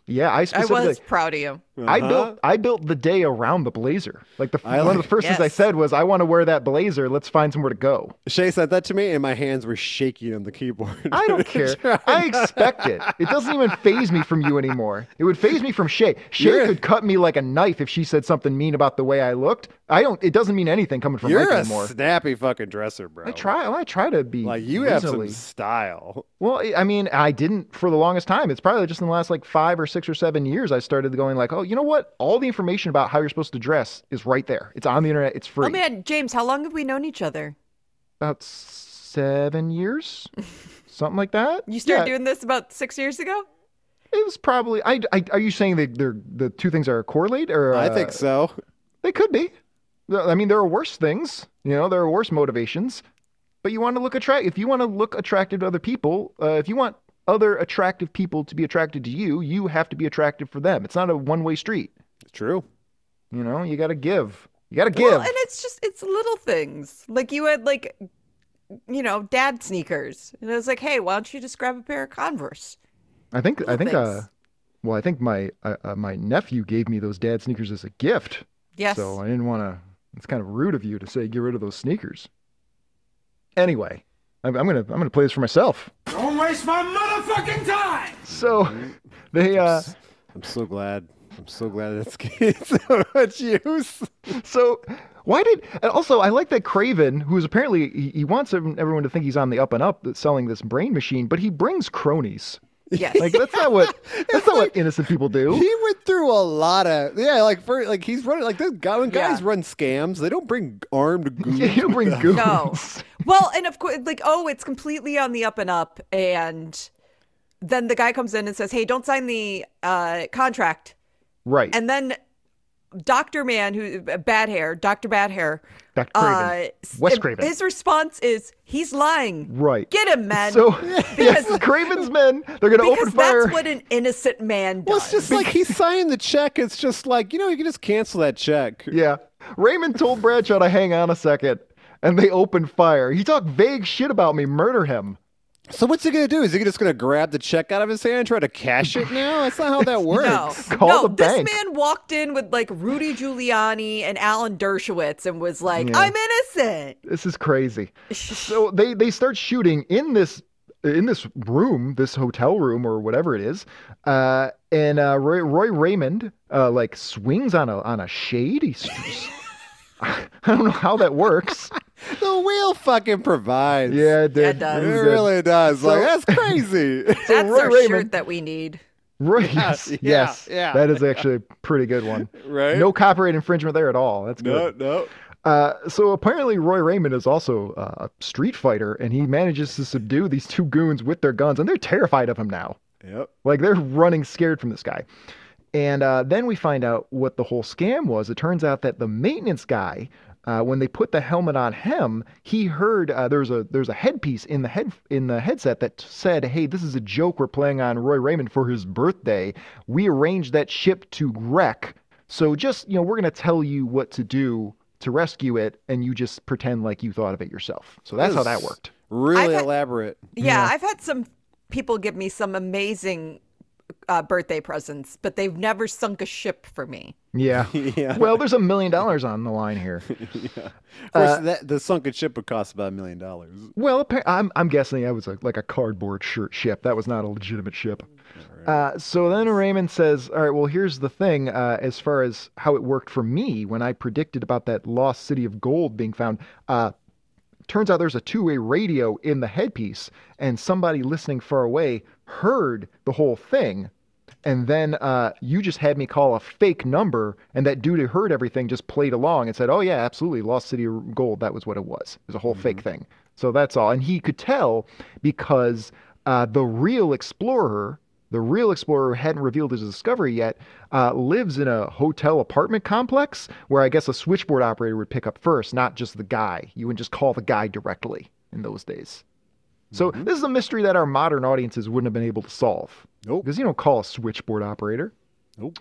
Speaker 3: Yeah, I
Speaker 5: I
Speaker 3: specifically.
Speaker 5: was proud of you.
Speaker 3: I
Speaker 4: Uh-huh.
Speaker 3: built I built the day around the blazer. Like the f-
Speaker 4: I
Speaker 3: one of
Speaker 4: like-
Speaker 3: the first things I
Speaker 5: Yes.
Speaker 3: said was, "I want to wear that blazer. Let's find somewhere to go."
Speaker 4: Shay said that to me, and my hands were shaking on the keyboard. (laughs)
Speaker 3: I don't care. I expect it. It doesn't even phase me from you
Speaker 4: (laughs)
Speaker 3: anymore. It would phase me from Shay. Shay
Speaker 4: You're-
Speaker 3: could cut me like a knife if she said something mean about the way I looked. I don't. It doesn't mean anything coming from
Speaker 4: You're
Speaker 3: Mike
Speaker 4: a
Speaker 3: anymore.
Speaker 4: snappy fucking dresser, bro.
Speaker 3: I try. I try to be
Speaker 4: Like you have some
Speaker 3: reasonably.
Speaker 4: style.
Speaker 3: Well, I- I mean, I didn't for the longest time. It's probably just in the last like five or six or seven years I started going like, oh, you know what? All the information about how you're supposed to dress is right there. It's on the internet. It's free.
Speaker 5: Oh man, James, how long have we known each other?
Speaker 3: About
Speaker 5: (laughs)
Speaker 3: seven years, something like that.
Speaker 5: You started
Speaker 3: Yeah,
Speaker 5: doing this about six years ago?
Speaker 3: It was probably. I, I are you saying that they're the two things are correlate or?
Speaker 4: I
Speaker 3: uh,
Speaker 4: think so.
Speaker 3: They could be. Th- I mean, there are worse things. You know, there are worse motivations. But you want to look attract. If you want to look attractive to other people, uh, if you want other attractive people to be attracted to you, you have to be attractive for them. It's not a one way street.
Speaker 4: True.
Speaker 3: You know, you got to give. You got to
Speaker 5: Well,
Speaker 3: give.
Speaker 5: and it's just it's little things. Like you had like you know, dad sneakers. And I was like, hey, why don't you just grab a pair of Converse?
Speaker 3: I think. I think.
Speaker 5: things.
Speaker 3: Uh, well, I think my uh, uh, my nephew gave me those dad sneakers as a gift.
Speaker 5: Yes.
Speaker 3: So I didn't want to. It's kind of rude of you to say get rid of those sneakers. Anyway, I'm, I'm gonna I'm gonna play this for myself.
Speaker 2: Don't waste my motherfucking time!
Speaker 3: So (laughs) they uh,
Speaker 4: I'm so glad. I'm so glad that's getting (laughs) so much use.
Speaker 3: So why did and also I like that Craven, who is apparently he, he wants ev- everyone to think he's on the up and up that's selling this brain machine, but he brings cronies.
Speaker 5: yes.
Speaker 3: Like that's not what that's not what innocent people do.
Speaker 4: He went through a lot of yeah, like for like he's running like this guy when guys
Speaker 5: Yeah.
Speaker 4: run scams, they don't bring armed
Speaker 3: (laughs)
Speaker 4: goons. (laughs)
Speaker 3: He brings goons. (laughs)
Speaker 5: No. Well, and of course, like, oh, it's completely on the up and up. And then the guy comes in and says, hey, don't sign the uh, contract.
Speaker 3: Right.
Speaker 5: And then Dr. Man, who uh, bad hair, Dr. Bad hair, uh,
Speaker 3: Dr. Craven.
Speaker 5: s-
Speaker 3: Wes Craven.
Speaker 5: His response is, he's lying.
Speaker 3: right.
Speaker 5: Get him, man. (laughs)
Speaker 3: so yes,
Speaker 5: because-
Speaker 3: Craven's men, they're gonna
Speaker 5: because
Speaker 3: open fire.
Speaker 5: that's what an innocent man does.
Speaker 4: Well, it's just like he signed the check. It's just like you know, you can just cancel that check.
Speaker 3: Yeah. Raymond told Bradshaw to hang on a second. And they opened fire. He talked vague shit about me, murder him.
Speaker 4: So what's he gonna do? Is he just gonna grab the check out of his hand and try to cash it now? That's not how that
Speaker 5: (laughs)
Speaker 4: works.
Speaker 5: no,
Speaker 3: Call
Speaker 5: no,
Speaker 3: the
Speaker 5: this
Speaker 3: bank.
Speaker 5: man walked in with like Rudy Giuliani and Alan Dershowitz and was like,
Speaker 3: Yeah.
Speaker 5: I'm innocent.
Speaker 3: This is crazy. so they they start shooting in this in this room, this hotel room or whatever it is, uh, and uh, Roy, Roy Raymond uh, like swings on a on a shade. He s- s- (laughs) I don't know how that
Speaker 4: (laughs)
Speaker 3: works.
Speaker 4: The wheel fucking provides.
Speaker 3: Yeah, it did.
Speaker 5: Yeah, it does.
Speaker 4: It
Speaker 3: It was good.
Speaker 4: really does. like
Speaker 3: So-
Speaker 4: that's
Speaker 3: (laughs)
Speaker 4: crazy.
Speaker 5: That's
Speaker 3: Roy
Speaker 5: our
Speaker 3: Raymond-
Speaker 5: shirt that we need.
Speaker 3: Roy, yes,
Speaker 4: yeah,
Speaker 3: yes,
Speaker 4: yeah.
Speaker 3: That is actually a pretty good one.
Speaker 4: right?
Speaker 3: No copyright infringement there at all. That's good.
Speaker 4: no, no.
Speaker 3: Uh, so apparently Roy Raymond is also uh, a street fighter, and he manages to subdue these two goons with their guns, and they're terrified of him now.
Speaker 4: Yep.
Speaker 3: Like they're running scared from this guy. And uh, then we find out what the whole scam was. It turns out that the maintenance guy, uh, when they put the helmet on him, he heard uh, there's a there's a headpiece in the head in the headset that said, "Hey, this is a joke we're playing on Roy Raymond for his birthday. We arranged that ship to wreck, so just you know we're gonna tell you what to do to rescue it, and you just pretend like you thought of it yourself." So that's how that worked.
Speaker 4: Really
Speaker 5: I've had-
Speaker 4: elaborate.
Speaker 5: Yeah, I've had some people give me some amazing uh, birthday presents, but they've never sunk a ship for me.
Speaker 3: (laughs) Yeah.
Speaker 4: Yeah.
Speaker 3: Well, there's a million dollars on the line here.
Speaker 4: Of course,
Speaker 3: Uh,
Speaker 4: that the sunken ship would cost about a million dollars.
Speaker 3: Well, appa- I'm I'm guessing that was a, like a cardboard shirt ship. That was not a legitimate ship. Uh, so then Raymond says, "All right, well, here's the thing. Uh, as far as how it worked for me when I predicted about that lost city of gold being found, uh, turns out there's a two-way radio in the headpiece, and somebody listening far away heard the whole thing." And then uh, you just had me call a fake number, and that dude who heard everything just played along and said, "Oh yeah, absolutely, Lost City of Gold. That was what it was. It was a whole fake thing." So that's all, and he could tell because uh, the real explorer, the real explorer who hadn't revealed his discovery yet, uh, lives in a hotel apartment complex where I guess a switchboard operator would pick up first, not just the guy. You would just call the guy directly in those days. So
Speaker 4: Mm-hmm.
Speaker 3: this is a mystery that our modern audiences wouldn't have been able to solve.
Speaker 4: Nope.
Speaker 3: Because you don't call a switchboard operator.
Speaker 4: Nope.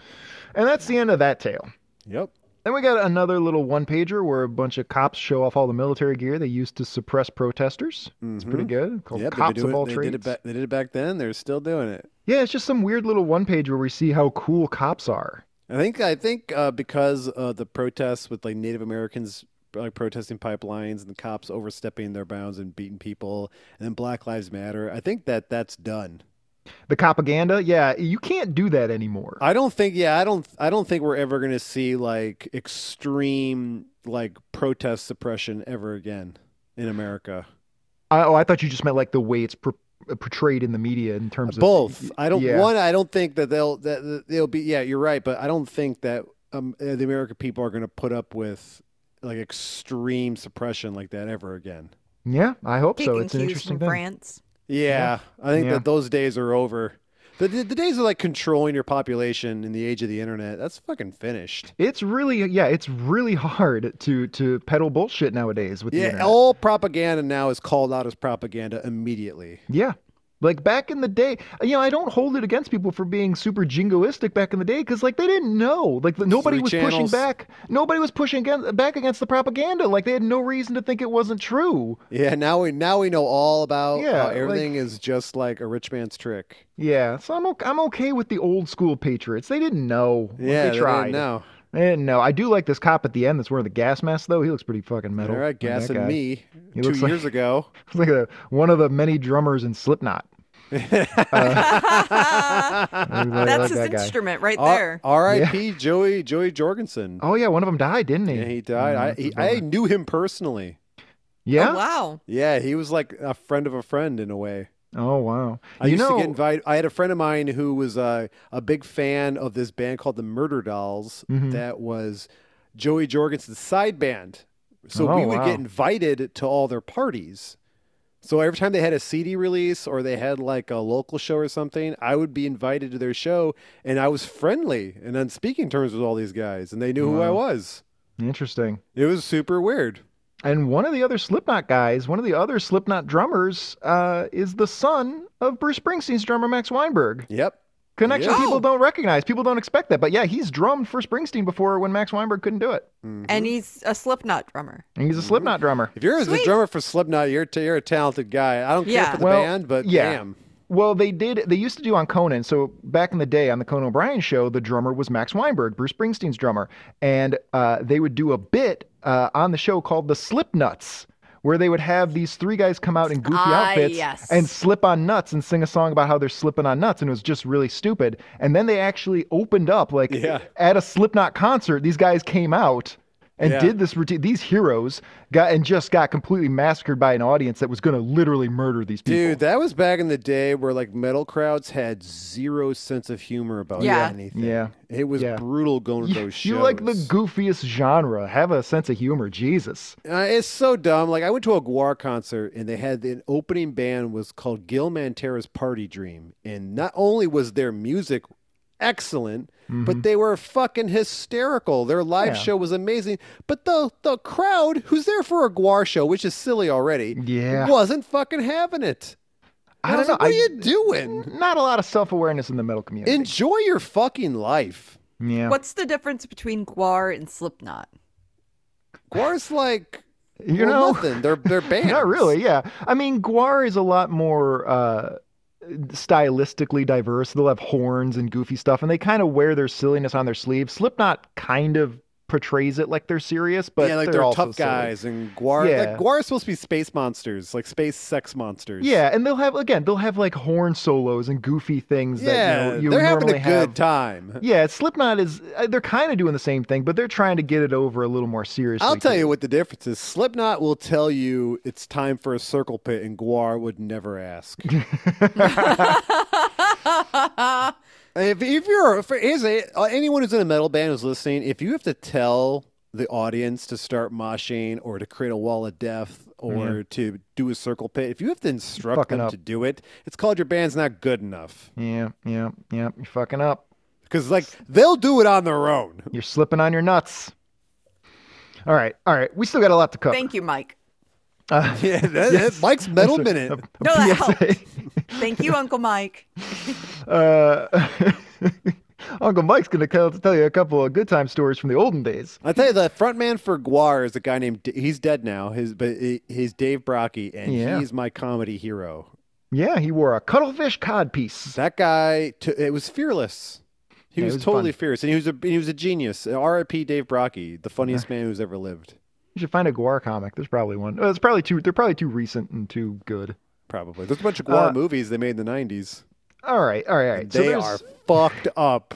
Speaker 3: And that's the end of that tale.
Speaker 4: Yep.
Speaker 3: Then we got another little one pager where a bunch of cops show off all the military gear they used to suppress protesters. It's pretty good. Called
Speaker 4: Mm-hmm. Yep.
Speaker 3: Cops
Speaker 4: they've been
Speaker 3: of
Speaker 4: doing,
Speaker 3: All
Speaker 4: they
Speaker 3: Trades.
Speaker 4: Did it back, they did it back then. They're still doing it.
Speaker 3: yeah, it's just some weird little one page where we see how cool cops are.
Speaker 4: I think. I think uh, because uh, the protests with like Native Americans like protesting pipelines and the cops overstepping their bounds and beating people, and then Black Lives Matter. I think that that's done.
Speaker 3: The propaganda, yeah, you can't do that anymore.
Speaker 4: I don't think. Yeah, I don't. I don't think we're ever going to see like extreme like protest suppression ever again in America.
Speaker 3: I, oh, I thought you just meant like the way it's per- uh, portrayed in the media in terms of
Speaker 4: Both. I don't
Speaker 3: yeah.
Speaker 4: one. I don't think that they'll that that they'll be. Yeah, you're right, but I don't think that um, uh, the American people are going to put up with like extreme suppression like that ever again.
Speaker 3: Yeah, I hope
Speaker 5: Taking
Speaker 3: so. It's an
Speaker 5: cues
Speaker 3: interesting
Speaker 5: from
Speaker 3: thing.
Speaker 5: France.
Speaker 4: Yeah, I think
Speaker 3: Yeah.
Speaker 4: that those days are over. The, the, the days of like controlling your population in the age of the internet, that's fucking finished.
Speaker 3: It's really yeah, it's really hard to to peddle bullshit nowadays with the
Speaker 4: Yeah,
Speaker 3: internet.
Speaker 4: all propaganda now is called out as propaganda immediately.
Speaker 3: Yeah. Like back in the day, you know, I don't hold it against people for being super jingoistic back in the day because, like, they didn't know. Like, nobody
Speaker 4: Three
Speaker 3: was pushing
Speaker 4: channels.
Speaker 3: back. Nobody was pushing against, back against the propaganda. Like, they had no reason to think it wasn't true.
Speaker 4: Yeah, now we now we know all about
Speaker 3: Yeah,
Speaker 4: how
Speaker 3: like-
Speaker 4: everything is just like a rich man's trick.
Speaker 3: Yeah. So I'm okay, I'm okay with the old school patriots. They didn't know. Like,
Speaker 4: Yeah,
Speaker 3: They tried.
Speaker 4: now
Speaker 3: They didn't know. I do like this cop at the end that's wearing the gas mask, though. He looks pretty fucking metal.
Speaker 4: they're uh,
Speaker 3: Like, that
Speaker 4: gassing
Speaker 3: guy.
Speaker 4: me
Speaker 3: He (laughs)
Speaker 4: two
Speaker 3: looks like-
Speaker 4: years ago. (laughs)
Speaker 3: It's like a, one of the many drummers in Slipknot. I really
Speaker 5: That's
Speaker 3: like
Speaker 5: his
Speaker 3: that guy. Uh,
Speaker 5: instrument right
Speaker 4: R-
Speaker 5: there.
Speaker 4: R.I.P. Joey Joey Jorgensen.
Speaker 3: Oh yeah, one of them died, didn't he?
Speaker 4: Yeah, he died. I
Speaker 3: Mm-hmm.
Speaker 4: he, I knew him personally.
Speaker 3: yeah.
Speaker 5: Oh, wow.
Speaker 4: Yeah, he was like a friend of a friend in a way.
Speaker 3: Oh wow.
Speaker 4: I
Speaker 3: you
Speaker 4: used
Speaker 3: know,
Speaker 4: to get invited. I had a friend of mine who was uh, a big fan of this band called the Murder Dolls.
Speaker 3: Mhm.
Speaker 4: That was Joey Jorgensen's side band. So
Speaker 3: Oh,
Speaker 4: we would
Speaker 3: wow.
Speaker 4: get invited to all their parties. So every time they had a CD release or they had like a local show or something, I would be invited to their show, and I was friendly and on speaking terms with all these guys, and they knew who I
Speaker 3: Wow.
Speaker 4: was.
Speaker 3: interesting.
Speaker 4: It was super weird.
Speaker 3: And one of the other Slipknot guys, one of the other Slipknot drummers, uh, is the son of Bruce Springsteen's drummer Max Weinberg.
Speaker 4: Yep.
Speaker 3: Connection
Speaker 5: Yeah.
Speaker 3: people
Speaker 5: Oh.
Speaker 3: don't recognize. People don't expect that. But yeah, he's drummed for Springsteen before when Max Weinberg couldn't do it.
Speaker 5: And he's a Slipknot drummer.
Speaker 3: And he's a Slipknot drummer.
Speaker 4: If you're the
Speaker 5: Sweet.
Speaker 4: drummer for Slipknot, you're t- you're a talented guy. I don't care
Speaker 5: Yeah.
Speaker 4: for the
Speaker 3: Well,
Speaker 4: band, but
Speaker 3: yeah.
Speaker 4: damn.
Speaker 3: Well, they did. They used to do on Conan. So back in the day, on the Conan O'Brien show, the drummer was Max Weinberg, Bruce Springsteen's drummer, and uh, they would do a bit uh, on the show called the Slip Nuts, where they would have these three guys come out in goofy
Speaker 5: Ah,
Speaker 3: outfits
Speaker 5: yes.
Speaker 3: and slip on nuts and sing a song about how they're slipping on nuts, and it was just really stupid. And then they actually opened up like
Speaker 4: Yeah.
Speaker 3: at a Slipknot concert. These guys came out. And
Speaker 4: Yeah.
Speaker 3: did this routine? These heroes got and just got completely massacred by an audience that was going to literally murder these people.
Speaker 4: Dude, that was back in the day where like metal crowds had zero sense of humor about
Speaker 5: Yeah.
Speaker 4: anything.
Speaker 3: Yeah.
Speaker 4: It was
Speaker 3: Yeah.
Speaker 4: brutal going to
Speaker 3: You-
Speaker 4: those shows.
Speaker 3: You like the goofiest genre. Have a sense of humor, Jesus.
Speaker 4: Uh, it's so dumb. Like I went to a Guar concert and they had an opening band was called Gil Mantera's Party Dream, and not only was their music excellent, but they were fucking hysterical. Their live
Speaker 3: Mm-hmm. Yeah.
Speaker 4: show was amazing, but the the crowd who's there for a Guar show, which is silly already,
Speaker 3: Yeah.
Speaker 4: wasn't fucking having it.
Speaker 3: I
Speaker 4: was
Speaker 3: don't know. I-
Speaker 4: like, what are you doing?
Speaker 3: Not a lot of self awareness in the metal community.
Speaker 4: Enjoy your fucking life.
Speaker 3: yeah,
Speaker 5: What's the difference between Guar and Slipknot?
Speaker 4: Guar's like
Speaker 3: you know,
Speaker 4: well,
Speaker 3: (laughs)
Speaker 4: nothing. They're they're bands.
Speaker 3: not really. Yeah, I mean, Guar is a lot more uh, stylistically diverse. They'll have horns and goofy stuff, and they kind of wear their silliness on their sleeve. Slipknot kind of portrays it like they're serious, but
Speaker 4: yeah, like
Speaker 3: they're,
Speaker 4: they're,
Speaker 3: also
Speaker 4: tough
Speaker 3: silly.
Speaker 4: guys, and Guar,
Speaker 3: Yeah.
Speaker 4: like Guar is supposed to be space monsters, like space sex monsters.
Speaker 3: Yeah, and they'll have again, they'll have like horn solos and goofy things. that,
Speaker 4: yeah,
Speaker 3: you know, you
Speaker 4: they're having a
Speaker 3: normally
Speaker 4: good
Speaker 3: have.
Speaker 4: time.
Speaker 3: Yeah, Slipknot is uh, they're kind of doing the same thing, but they're trying to get it over a little more seriously.
Speaker 4: I'll tell
Speaker 3: too.
Speaker 4: you what the difference is. Slipknot will tell you it's time for a circle pit, and Guar would never (laughs) ask. if, if you're if, here's a- uh, anyone who's in a metal band who's listening, if you have to tell the audience to start moshing or to create a wall of death or to do a circle pit, if you have to instruct
Speaker 3: Fucking
Speaker 4: them
Speaker 3: up.
Speaker 4: to do Mm-hmm. it, it's called your band's not good enough.
Speaker 3: Yeah, yeah, yeah. You're fucking up.
Speaker 4: Because like they'll do it on their own. (laughs)
Speaker 3: You're slipping on your nuts. All right, all right. We still got a lot to cover. Uh,
Speaker 5: Thank you, Mike.
Speaker 4: (laughs) Yeah, that, that- Mike's metal minute.
Speaker 3: (laughs)
Speaker 5: No, that
Speaker 3: PSA.
Speaker 5: helped. Thank
Speaker 3: (laughs)
Speaker 5: you, Uncle Mike.
Speaker 3: Uh, (laughs) Uncle Mike's gonna tell, tell you a couple of good time stories from the olden days.
Speaker 4: I tell you, the front man for Guar is a guy named. D- He's dead now. His but he- he's Dave Brocky, and
Speaker 3: Yeah.
Speaker 4: he's my comedy hero.
Speaker 3: Yeah, he wore a cuttlefish cod piece.
Speaker 4: That guy, t- it was fearless. He
Speaker 3: Yeah, it
Speaker 4: was,
Speaker 3: was
Speaker 4: totally
Speaker 3: fun.
Speaker 4: fierce, and he was a he was a genius. R.I.P. Dave Brocky, the funniest man who's ever lived,
Speaker 3: You should find a Guar comic. There's probably one. Oh, it's probably too. They're probably too recent and too good.
Speaker 4: probably. There's a bunch of Guar
Speaker 3: Uh,
Speaker 4: movies they made in the '90s.
Speaker 3: All right, all right, all right.
Speaker 4: they
Speaker 3: so there's-
Speaker 4: are fucked up.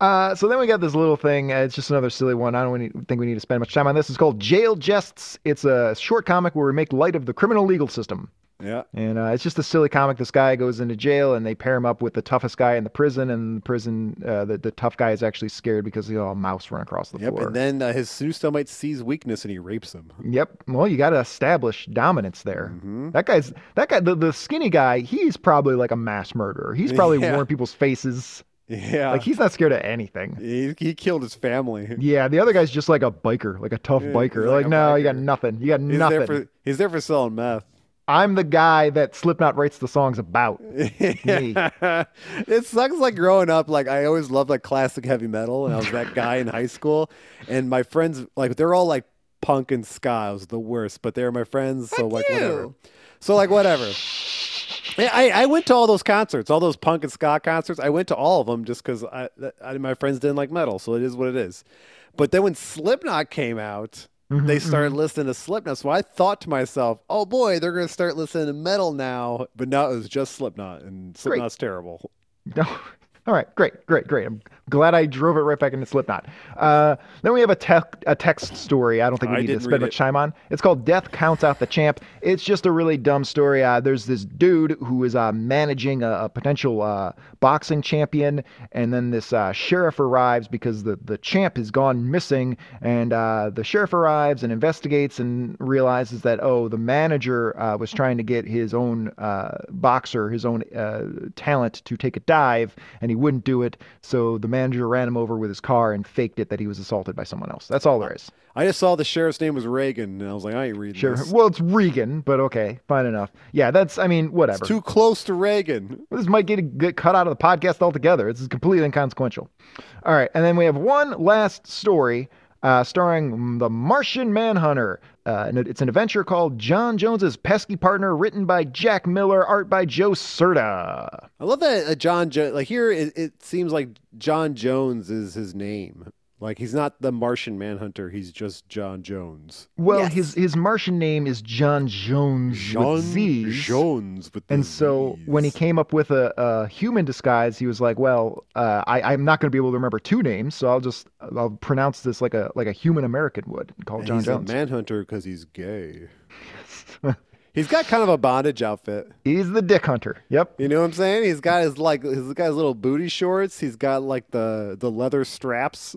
Speaker 3: Uh, so then we got this little thing. Uh, it's just another silly one. I don't need- think we need to spend much time on this. It's called Jail Jests. It's a short comic where we make light of the criminal legal system.
Speaker 4: Yeah.
Speaker 3: And uh, it's just a silly comic. This guy goes into jail, and they pair him up with the toughest guy in the prison. And the prison, uh, the, the tough guy is actually scared because he saw a mouse run across the
Speaker 4: Yep.
Speaker 3: floor.
Speaker 4: And then uh, his Sue Stomite sees weakness and he rapes him.
Speaker 3: Yep. Well, you got to establish dominance there.
Speaker 4: Mm-hmm.
Speaker 3: That guy's that guy, the, the skinny guy. He's probably like a mass murderer. He's probably
Speaker 4: (laughs) Yeah. Uh.
Speaker 3: worn people's faces.
Speaker 4: Yeah.
Speaker 3: Like he's not scared of anything.
Speaker 4: he, he killed his family.
Speaker 3: Yeah, the other guy's just like a biker, like a tough
Speaker 4: Yeah,
Speaker 3: biker.
Speaker 4: he's
Speaker 3: Like,
Speaker 4: like a
Speaker 3: no, you got
Speaker 4: biker.
Speaker 3: nothing. You got
Speaker 4: He's
Speaker 3: nothing.
Speaker 4: there for he's there for selling meth.
Speaker 3: I'm the guy that Slipknot writes the songs about. Me.
Speaker 4: (laughs) it sucks like growing up like i always loved like classic heavy metal and i was that guy in high school and my friends like they're all like punk and ska I was the worst but they're my friends so
Speaker 5: Fuck
Speaker 4: like whatever
Speaker 5: you.
Speaker 4: so like whatever Yeah, I, I went to all those concerts all those punk and ska concerts i went to all of them just because I, th- I my friends didn't like metal so it is what it is but then when slipknot came out they started listening to Slipknot, so I thought to myself, "Oh boy, they're going to start listening to metal now." But now it was just Slipknot, and Slipknot's terrible.
Speaker 3: No. (laughs) All right, great, great, great. I'm glad I drove it right back into Slipknot. Uh, then we have a, tec- a text story. I don't think we
Speaker 4: I
Speaker 3: need to
Speaker 4: didn't
Speaker 3: spend
Speaker 4: read
Speaker 3: much
Speaker 4: it.
Speaker 3: time on. It's called "Death Counts Out the Champ." It's just a really dumb story. Uh, there's this dude who is uh, managing a, a potential uh, boxing champion, and then this uh, sheriff arrives because the the champ has gone missing, and uh, the sheriff arrives and investigates and realizes that oh, the manager uh, was trying to get his own uh, boxer, his own uh, talent to take a dive, and he wouldn't do it. So the manager ran him over with his car and faked it that he was assaulted by someone else. That's all there is.
Speaker 4: I just saw the sheriff's name was Reagan, and I was like, "I ain't reading
Speaker 3: Sure.
Speaker 4: this."
Speaker 3: Well, it's Regan, but okay, fine enough. Yeah, that's. I mean, whatever.
Speaker 4: Too close to Reagan.
Speaker 3: this might get, get cut out of the podcast altogether. This is completely inconsequential. All right, and then we have one last story uh, starring the Martian Manhunter. Uh, and it- it's an adventure called John Jones's Pesky Partner, written by Jack Miller, art by Joe Serta.
Speaker 4: I love that uh, John. Jo- like here, it, it seems like John Jones is his name. Like he's not the Martian Manhunter. He's just John Jones.
Speaker 3: Well,
Speaker 5: Yes.
Speaker 3: his his Martian name is John Jones
Speaker 4: John
Speaker 3: with Z's.
Speaker 4: Jones with the
Speaker 3: And so when he
Speaker 4: Zs.
Speaker 3: came up with a, a human disguise, he was like, "Well, uh, I, I'm not going to be able to remember two names, so I'll just I'll pronounce this like a like a human American would, and call it
Speaker 4: And
Speaker 3: John
Speaker 4: he's
Speaker 3: Jones."
Speaker 4: a Manhunter because he's gay. he's got kind of a bondage outfit.
Speaker 3: (laughs) He's the dick hunter. Yep.
Speaker 4: You know what I'm saying? He's got his like he's got his little booty shorts. He's got like the the leather straps.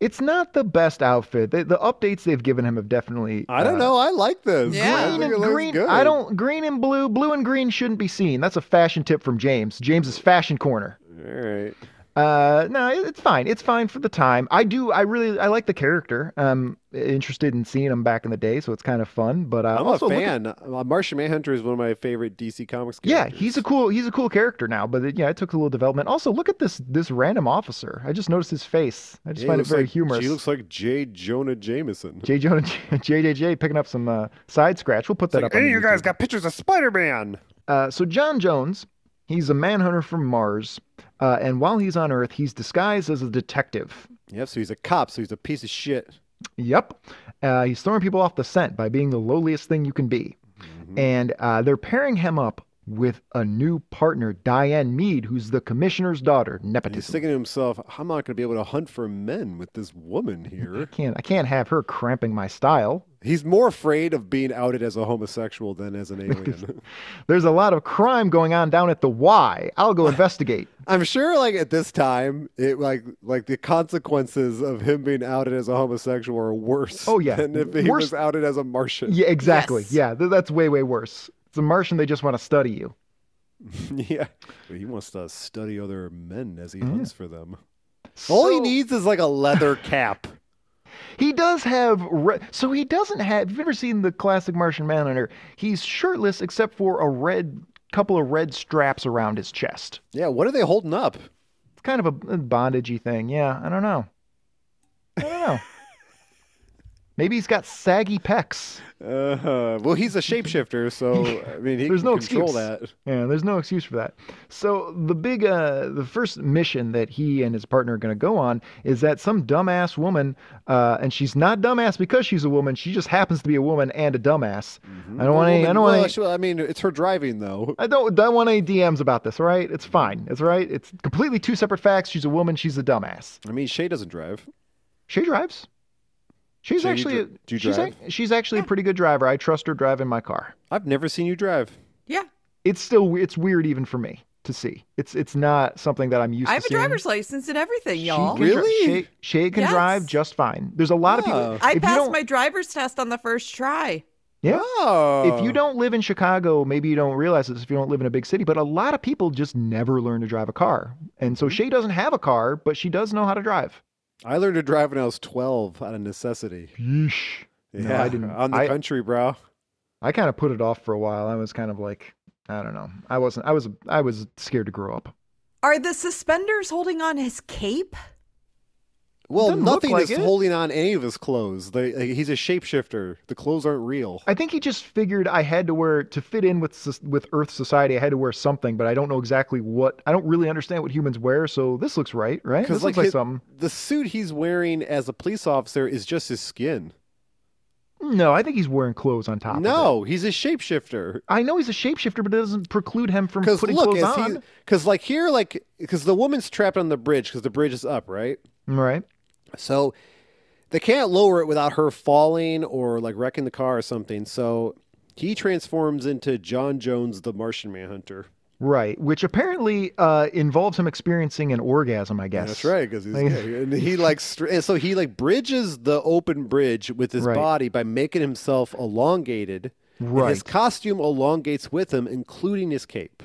Speaker 3: It's not the best outfit. The, the updates they've given him have definitely.
Speaker 4: I don't
Speaker 3: uh,
Speaker 4: know. I like this.
Speaker 5: Yeah.
Speaker 4: I
Speaker 3: Green
Speaker 4: think
Speaker 3: and
Speaker 4: it looks
Speaker 3: green.
Speaker 4: good.
Speaker 3: I don't. Green and blue. Blue and green shouldn't be seen. That's a fashion tip from James. James's fashion corner.
Speaker 4: All right.
Speaker 3: Uh, no, it- it's fine. It's fine for the time. I do. I really. I like the character. I'm interested in seeing him back in the day, so it's kind of fun. But uh,
Speaker 4: I'm
Speaker 3: also
Speaker 4: a
Speaker 3: look at-
Speaker 4: fan. Uh, Martian Manhunter is one of my favorite DC Comics.
Speaker 3: yeah,
Speaker 4: characters.
Speaker 3: he's a cool. He's a cool character now. But it, yeah, it took a little development. Also, look at this this random officer. I just noticed his face. I just
Speaker 4: Yeah, he
Speaker 3: find it
Speaker 4: looks
Speaker 3: very
Speaker 4: like,
Speaker 3: humorous.
Speaker 4: He looks like J. Jonah Jameson.
Speaker 3: J. (laughs) Jonah JJJ picking up some uh, side scratch. We'll put that
Speaker 4: Like,
Speaker 3: up. on
Speaker 4: hey, you guys
Speaker 3: YouTube.
Speaker 4: got pictures of Spider Man.
Speaker 3: Uh, so John Jones, he's a manhunter from Mars, uh, and while he's on Earth, he's disguised as a detective.
Speaker 4: Yep. So he's a cop. So he's a piece of shit.
Speaker 3: Yep. Uh, he's throwing people off the scent by being the lowliest thing you can be.
Speaker 4: Mm-hmm.
Speaker 3: And uh, they're pairing him up with a new partner, Diane Mead, who's the commissioner's daughter.
Speaker 4: He's
Speaker 3: Nepotism.
Speaker 4: thinking to himself, I'm not going to be able to hunt for men with this woman here. (laughs)
Speaker 3: I can't, I can't have her cramping my style.
Speaker 4: he's more afraid of being outed as a homosexual than
Speaker 3: (laughs)
Speaker 4: as an alien.
Speaker 3: There's a lot of crime going on down at the Y. I'll go
Speaker 4: (laughs)
Speaker 3: investigate.
Speaker 4: I'm sure like at this time it like like the consequences of him being outed as a homosexual are worse
Speaker 3: Oh, yeah.
Speaker 4: than if he
Speaker 3: Worse-
Speaker 4: was outed as a Martian.
Speaker 3: yeah, exactly.
Speaker 5: Yes.
Speaker 3: Yeah, th- that's way, way worse. It's a Martian. They just want to study you.
Speaker 4: (laughs) yeah. He wants to study other men as he
Speaker 3: Mm-hmm.
Speaker 4: hunts for them. All
Speaker 3: So-
Speaker 4: he needs is like a (laughs) leather cap.
Speaker 3: He does have. Re- so he doesn't have. You've ever seen the classic Martian Manhunter? He's shirtless except for a red couple of red straps around his chest.
Speaker 4: yeah, what are they holding up?
Speaker 3: It's kind of
Speaker 4: (laughs)
Speaker 3: a, a bondagey thing. Yeah, I don't know. I don't know. Maybe he's got saggy pecs.
Speaker 4: Uh, well, he's a shapeshifter, so I mean,
Speaker 3: (laughs)
Speaker 4: he
Speaker 3: There's
Speaker 4: can
Speaker 3: no
Speaker 4: control
Speaker 3: excuse.
Speaker 4: that.
Speaker 3: Yeah, there's no excuse for that. So the big, uh, the first mission that he and his partner are going to go on is that some dumbass woman, uh, and she's not dumbass because she's a woman. She just happens to be a woman and a dumbass. I don't want any. I
Speaker 4: Well,
Speaker 3: don't want
Speaker 4: Mm-hmm. well,
Speaker 3: any.
Speaker 4: she- I mean, it's her driving though.
Speaker 3: I don't, don't want any DMs about this, all right? It's fine. It's all right. It's completely two separate facts. She's a woman. She's a dumbass.
Speaker 4: I mean, Shay doesn't drive.
Speaker 3: She drives. She's
Speaker 4: So you
Speaker 3: actually
Speaker 4: dri- do you
Speaker 3: she's,
Speaker 4: drive?
Speaker 3: ac- she's actually a pretty good driver. I trust her driving my car.
Speaker 4: I've never seen you drive.
Speaker 5: Yeah.
Speaker 3: It's still we- it's weird even for me to see. It's it's not something that I'm used
Speaker 5: I
Speaker 3: to
Speaker 5: have a
Speaker 3: seeing.
Speaker 5: driver's license and everything,
Speaker 3: She
Speaker 5: y'all.
Speaker 3: can dri-
Speaker 4: Really? Oh.
Speaker 3: Shay, Shay can
Speaker 5: Yes.
Speaker 3: drive just fine. There's a lot
Speaker 4: Yeah.
Speaker 3: of people.
Speaker 5: I
Speaker 3: if you
Speaker 5: passed
Speaker 3: don't-
Speaker 5: my driver's test on the first try.
Speaker 3: Yeah.
Speaker 4: Oh,
Speaker 3: If you don't live in Chicago, maybe you don't realize this if you don't live in a big city, but a lot of people just never learn to drive a car. And
Speaker 5: Mm-hmm.
Speaker 3: so Shay doesn't have a car, but she does know how to drive.
Speaker 4: I learned to drive when I was twelve out of necessity.
Speaker 3: Yeesh.
Speaker 4: Yeah,
Speaker 3: No, I didn't.
Speaker 4: On the
Speaker 3: I-
Speaker 4: country, bro.
Speaker 3: I kind of put it off for a while. I was kind of like, I don't know. I wasn't. I was. I was scared to grow up.
Speaker 5: Are the suspenders holding on his cape?
Speaker 4: Well,
Speaker 3: Doesn't look
Speaker 4: nothing
Speaker 3: like
Speaker 4: is
Speaker 3: it.
Speaker 4: holding on any of his clothes. They, like, he's a shapeshifter. The clothes aren't real.
Speaker 3: I think he just figured I had to wear to fit in with soc- with Earth society. I had to wear something, but I don't know exactly what. I don't really understand what humans wear, so this looks right, right? This looks like
Speaker 4: his-
Speaker 3: something.
Speaker 4: the suit he's wearing as a police officer is just his skin.
Speaker 3: No, I think he's wearing clothes on top. of it.
Speaker 4: No, he's a shapeshifter.
Speaker 3: I know he's a shapeshifter, but it doesn't preclude him from
Speaker 4: Because
Speaker 3: putting
Speaker 4: look,
Speaker 3: clothes
Speaker 4: as
Speaker 3: on.
Speaker 4: he, because like here, like because the woman's trapped on the bridge because the bridge is up, right?
Speaker 3: Right?
Speaker 4: So they can't lower it without her falling or like wrecking the car or something. So he transforms into John Jones, the Martian Manhunter.
Speaker 3: Right. Which apparently uh, involves him experiencing an orgasm. I guess.
Speaker 4: That's right, because he's
Speaker 3: Like-
Speaker 4: gay. and he like str- and so he like bridges the open bridge with his
Speaker 3: Right.
Speaker 4: body by making himself elongated. and
Speaker 3: Right.
Speaker 4: his costume elongates with him, including his cape.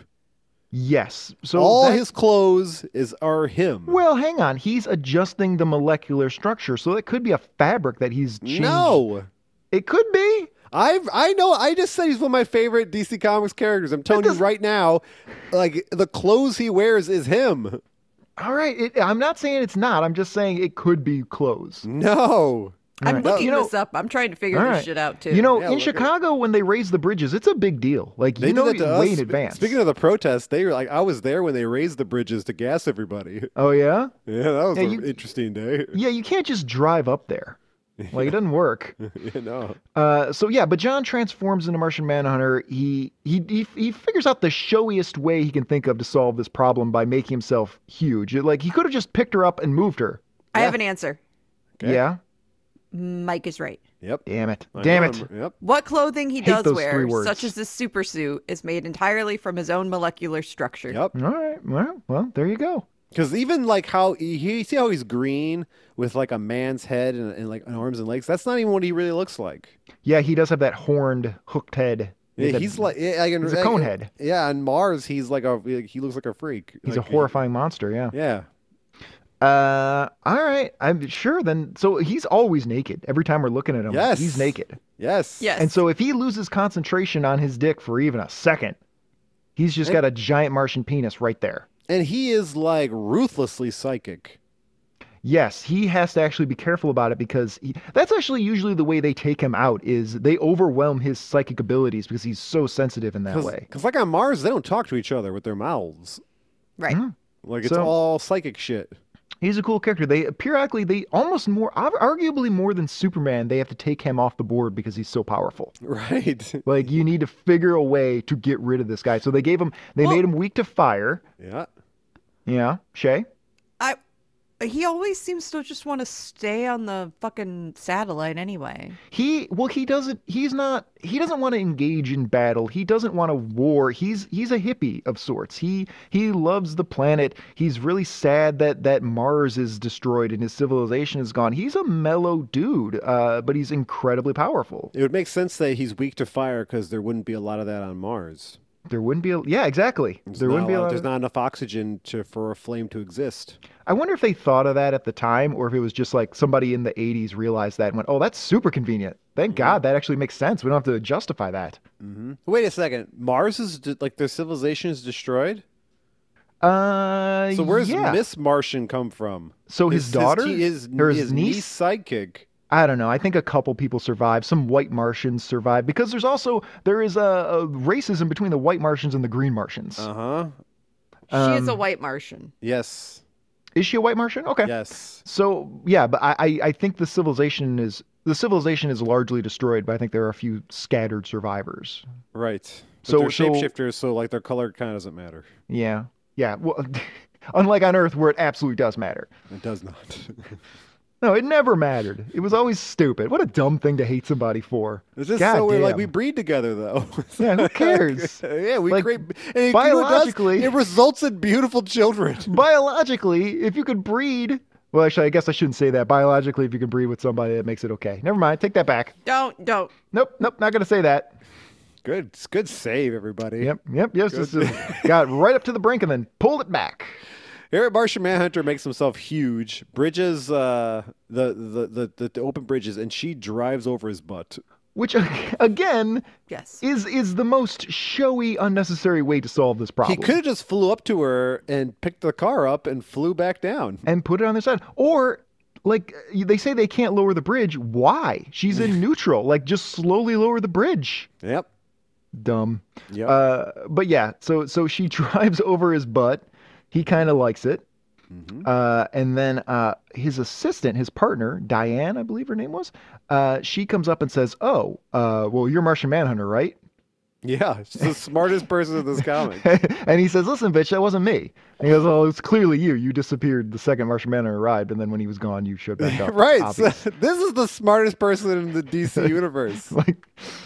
Speaker 3: Yes. So
Speaker 4: All
Speaker 3: that-
Speaker 4: his clothes is are him.
Speaker 3: Well, hang on. He's adjusting the molecular structure, so it could be a fabric that he's changed.
Speaker 4: no.
Speaker 3: it could be.
Speaker 4: I've I know I just said he's one of my favorite DC Comics characters. I'm telling you right now, like the clothes he wears is him.
Speaker 3: All right. It, I'm not saying it's not. I'm just saying it could be clothes.
Speaker 4: No.
Speaker 5: I'm
Speaker 3: Right.
Speaker 5: looking
Speaker 4: You know-
Speaker 5: this up. I'm trying to figure
Speaker 3: All
Speaker 5: this
Speaker 3: right.
Speaker 5: shit out too.
Speaker 3: You know,
Speaker 4: Yeah,
Speaker 3: in
Speaker 4: look at-
Speaker 3: Chicago, when they raise the bridges, it's a big deal. Like
Speaker 4: They
Speaker 3: you
Speaker 4: did
Speaker 3: know,
Speaker 4: that to
Speaker 3: way
Speaker 4: us.
Speaker 3: in advance.
Speaker 4: Speaking of the protests, they were like I was there when they raised the bridges to gas everybody. (laughs)
Speaker 3: oh yeah,
Speaker 4: Yeah, that was
Speaker 3: Yeah,
Speaker 4: an
Speaker 3: you-
Speaker 4: interesting day. (laughs)
Speaker 3: yeah. You can't just drive up there. Like it doesn't work.
Speaker 4: you know.
Speaker 3: Uh, so yeah, but John transforms into Martian Manhunter. He, he he he figures out the showiest way he can think of to solve this problem by making himself huge. Like he could have just picked her up and moved her.
Speaker 5: I have an answer.
Speaker 4: Okay.
Speaker 3: Yeah.
Speaker 5: Mike is right.
Speaker 4: Yep.
Speaker 3: Damn it.
Speaker 4: I
Speaker 3: Damn
Speaker 4: know
Speaker 3: it.
Speaker 4: him. Yep.
Speaker 5: What clothing he
Speaker 3: Hate
Speaker 5: does
Speaker 3: those three
Speaker 5: wear,
Speaker 3: words.
Speaker 5: such as this super suit, is made entirely from his own molecular structure.
Speaker 4: Yep.
Speaker 3: All right. Well, well, there you go.
Speaker 4: Because even like how he, he see how he's green with like a man's head and, and like arms and legs. That's not even what he really looks like.
Speaker 3: Yeah, he does have that horned, hooked head.
Speaker 4: Yeah,
Speaker 3: That-
Speaker 4: he's like yeah, I can,
Speaker 3: he's a
Speaker 4: I can-
Speaker 3: conehead.
Speaker 4: Yeah, on Mars he's like a he looks like a freak.
Speaker 3: he's
Speaker 4: Like,
Speaker 3: a horrifying monster. Yeah.
Speaker 4: Yeah.
Speaker 3: Uh, all right. I'm sure. Then, so he's always naked. Every time we're looking at him,
Speaker 4: Yes.
Speaker 3: he's naked.
Speaker 4: Yes.
Speaker 5: Yes.
Speaker 3: And so if he loses concentration on his dick for even a second, he's just got a giant Martian penis right there.
Speaker 4: And he is like ruthlessly psychic.
Speaker 3: Yes, he has to actually be careful about it because he, that's actually usually the way they take him out is they overwhelm his psychic abilities because he's so sensitive in that way.
Speaker 4: Because like on Mars they don't talk to each other with their mouths.
Speaker 5: right.
Speaker 3: mm.
Speaker 4: Like it's
Speaker 3: So-
Speaker 4: all psychic shit. (laughs)
Speaker 3: He's a cool character. They periodically, they almost more, arguably more than Superman, they have to take him off the board because he's so powerful.
Speaker 4: Right.
Speaker 3: Like you need to figure a way to get rid of this guy. So they gave him, they
Speaker 5: Well-
Speaker 3: made him weak to fire.
Speaker 4: yeah.
Speaker 3: Yeah, Shay.
Speaker 5: I. He always seems to just want to stay on the fucking satellite anyway.
Speaker 3: He well, he doesn't. He's not. He doesn't want to engage in battle. He doesn't want to war. He's he's a hippie of sorts. He he loves the planet. He's really sad that that Mars is destroyed and his civilization is gone. He's a mellow dude, uh, but he's incredibly powerful.
Speaker 4: It would make sense that he's weak to fire because there wouldn't be a lot of that on Mars.
Speaker 3: There wouldn't be a yeah, exactly.
Speaker 4: There's
Speaker 3: there
Speaker 4: not
Speaker 3: wouldn't be a
Speaker 4: lot-
Speaker 3: lot.
Speaker 4: There's
Speaker 3: of-
Speaker 4: not enough oxygen to for a flame to exist.
Speaker 3: I wonder if they thought of that at the time, or if it was just like somebody in the '80s realized that and went, "Oh, that's super convenient. Thank
Speaker 4: Mm-hmm.
Speaker 3: God that actually makes sense. We don't have to justify that."
Speaker 4: Wait a second. Mars is de- like their civilization is destroyed.
Speaker 3: Uh,
Speaker 4: So where's
Speaker 3: yeah.
Speaker 4: Miss Martian come from?
Speaker 3: So Oh, his daughter?
Speaker 4: his,
Speaker 3: Or
Speaker 4: his,
Speaker 3: his
Speaker 4: his niece? sidekick.
Speaker 3: I don't know. I think a couple people survived. Some white Martians survived because there's also there is a, a racism between the white Martians and the green Martians.
Speaker 4: Uh huh.
Speaker 5: she
Speaker 3: Um,
Speaker 5: is a white Martian.
Speaker 4: Yes.
Speaker 3: Is she a white Martian? Okay.
Speaker 4: Yes.
Speaker 3: So yeah, but I, I I think the civilization is the civilization is largely destroyed, but I think there are a few scattered survivors.
Speaker 4: Right. But
Speaker 3: So-
Speaker 4: they're
Speaker 3: so-
Speaker 4: shapeshifters, so like their color kind of doesn't matter.
Speaker 3: Yeah. Yeah. Well, (laughs) unlike on Earth where it absolutely does matter.
Speaker 4: It does not. (laughs)
Speaker 3: No, it never mattered. It was always stupid. What a dumb thing to hate somebody
Speaker 4: (laughs)
Speaker 3: for.
Speaker 4: It's just
Speaker 3: God
Speaker 4: so weird. Like
Speaker 3: damn.
Speaker 4: we breed together, though. (laughs)
Speaker 3: Yeah, who cares?
Speaker 4: yeah, we
Speaker 3: Like,
Speaker 4: create. And if you know what it does?
Speaker 3: biologically-
Speaker 4: it, results in beautiful children. (laughs)
Speaker 3: biologically, if you could breed, well, actually, I guess I shouldn't say that. Biologically, if you can breed with somebody, that makes it okay. Never mind. Take that back.
Speaker 5: Don't don't.
Speaker 3: Nope, nope, not gonna say that.
Speaker 4: Good, it's good save, everybody.
Speaker 3: Yep, yep, yes, this is- (laughs) got right up to the brink and then pulled it back.
Speaker 4: Here at Martian Manhunter makes himself huge. Bridges, uh, the, the the the the open bridges, and she drives over his butt.
Speaker 3: Which (laughs) again
Speaker 5: Yes.
Speaker 3: is is the most showy, unnecessary way to solve this problem.
Speaker 4: He could have just flew up to her and picked the car up and flew back down.
Speaker 3: and put it on their side. Or like they say they can't lower the bridge. Why? She's
Speaker 4: (laughs)
Speaker 3: in neutral. Like just slowly lower the bridge.
Speaker 4: Yep.
Speaker 3: Dumb.
Speaker 4: Yep.
Speaker 3: Uh, but yeah, so so she (laughs) drives over his butt. He kind of likes it.
Speaker 4: Mm-hmm.
Speaker 3: Uh, and then uh, his assistant, his partner, Diane, I believe her name was, uh, she comes up and says, "Oh, uh, well, you're Martian Manhunter, right?"
Speaker 4: (laughs)
Speaker 3: (laughs)
Speaker 4: yeah, she's the smartest
Speaker 5: (laughs)
Speaker 4: person in this comic.
Speaker 3: and he says, "Listen, bitch, that wasn't me." And he goes, "Well, it's clearly you. You disappeared the second Martian Manhunter arrived, and then when he was gone, you showed
Speaker 4: (laughs)
Speaker 3: back up."
Speaker 4: (laughs) right. So,
Speaker 3: Obvious. (laughs)
Speaker 4: this is the smartest person in the (laughs) DC universe.
Speaker 3: like,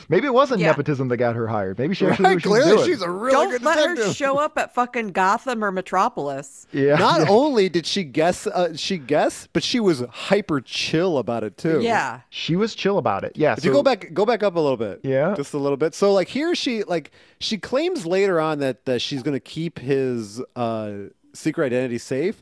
Speaker 3: maybe it wasn't
Speaker 5: Yeah.
Speaker 3: nepotism that got her hired. Maybe she actually knew
Speaker 4: Right,
Speaker 3: what she was
Speaker 4: clearly,
Speaker 3: doing.
Speaker 4: she's a really
Speaker 5: don't
Speaker 4: good
Speaker 5: let
Speaker 4: detective.
Speaker 5: her show up at fucking Gotham or Metropolis.
Speaker 3: yeah.
Speaker 4: Not only did she guess, uh, she guess, but she was hyper chill about it too.
Speaker 5: Yeah.
Speaker 3: she was chill about it. Yeah.
Speaker 4: If you go back, go back up a little bit.
Speaker 3: Yeah.
Speaker 4: Just a little bit. So like here she like she claims later on that that she's gonna keep his uh secret identity safe,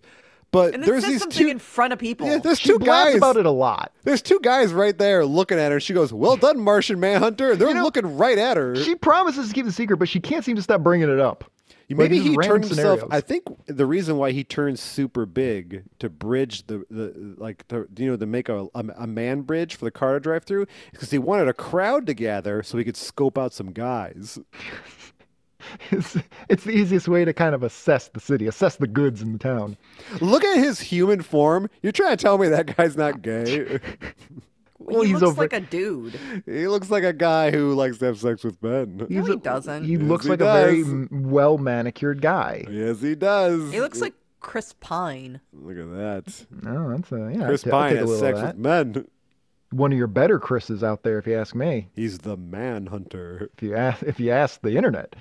Speaker 4: but
Speaker 5: And then
Speaker 4: there's
Speaker 5: says
Speaker 4: these
Speaker 5: something
Speaker 4: two.
Speaker 5: in front of people.
Speaker 4: yeah, there's
Speaker 3: she
Speaker 4: two
Speaker 3: blasts
Speaker 4: guys.
Speaker 3: about it a lot.
Speaker 4: There's two guys right there looking at her. She goes, "Well done, Martian Manhunter." And they're
Speaker 3: know,
Speaker 4: looking right at her.
Speaker 3: She promises to keep the secret, but she can't seem to stop bringing it up. (laughs) Like,
Speaker 4: Maybe
Speaker 3: these
Speaker 4: he
Speaker 3: random
Speaker 4: turned himself. I
Speaker 3: scenarios.
Speaker 4: think the reason why he turned super big to bridge the, the like to, you know to make a, a, a man bridge for the car to drive through is because he wanted a crowd to gather so he could scope out some guys.
Speaker 3: It's, it's the easiest way to kind of assess the city, assess the goods in the town.
Speaker 4: Look at his human form. You're trying to tell me that guy's not gay? (laughs)
Speaker 5: well, he
Speaker 3: he's
Speaker 5: looks
Speaker 3: over-
Speaker 5: like a dude.
Speaker 4: he looks like a guy who likes to have sex with men.
Speaker 5: No,
Speaker 3: He's
Speaker 5: he
Speaker 3: a-
Speaker 5: doesn't.
Speaker 3: He
Speaker 5: He,
Speaker 3: looks
Speaker 4: he
Speaker 3: like a very
Speaker 4: does.
Speaker 3: m- well manicured guy.
Speaker 4: Yes, he does.
Speaker 5: looks like Chris Pine.
Speaker 4: Look at that.
Speaker 3: No, Oh, that's a, yeah.
Speaker 4: Chris
Speaker 3: I'll ta- I'll
Speaker 4: Pine
Speaker 3: take a
Speaker 4: has
Speaker 3: little of
Speaker 4: sex with
Speaker 3: that.
Speaker 4: men.
Speaker 3: One of your better Chris's out there, if you ask me.
Speaker 4: He's the manhunter.
Speaker 3: If you ask, if you ask the internet,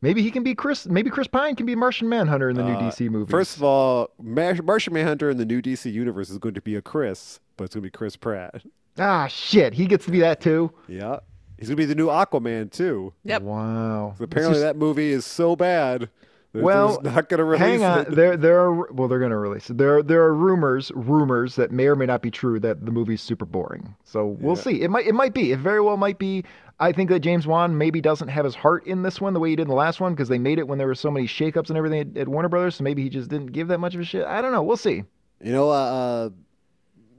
Speaker 3: maybe he can be Chris. Maybe Chris Pine can be Martian Manhunter in the new DC movie.
Speaker 4: Uh, First of all, Mar- Martian Manhunter in the new DC universe is going to be a Chris, but it's going to be Chris Pratt.
Speaker 3: ah, shit, he gets to be that too.
Speaker 4: Yeah, he's going to be the new Aquaman too.
Speaker 5: Yep.
Speaker 3: Wow.
Speaker 4: Apparently, that movie is so bad. That
Speaker 3: Well,
Speaker 4: they're just not going to release
Speaker 3: Hang on,
Speaker 4: it.
Speaker 3: there there are well, they're going to release it. There there are rumors rumors that may or may not be true that the movie's super boring. So we'll see. It might it might be. It very well might be. I think that James Wan maybe doesn't have his heart in this one the way he did in the last one because they made it when there were so many shakeups and everything at, at Warner Brothers. So maybe he just didn't give that much of a shit. I don't know. We'll see.
Speaker 4: You know, uh, uh,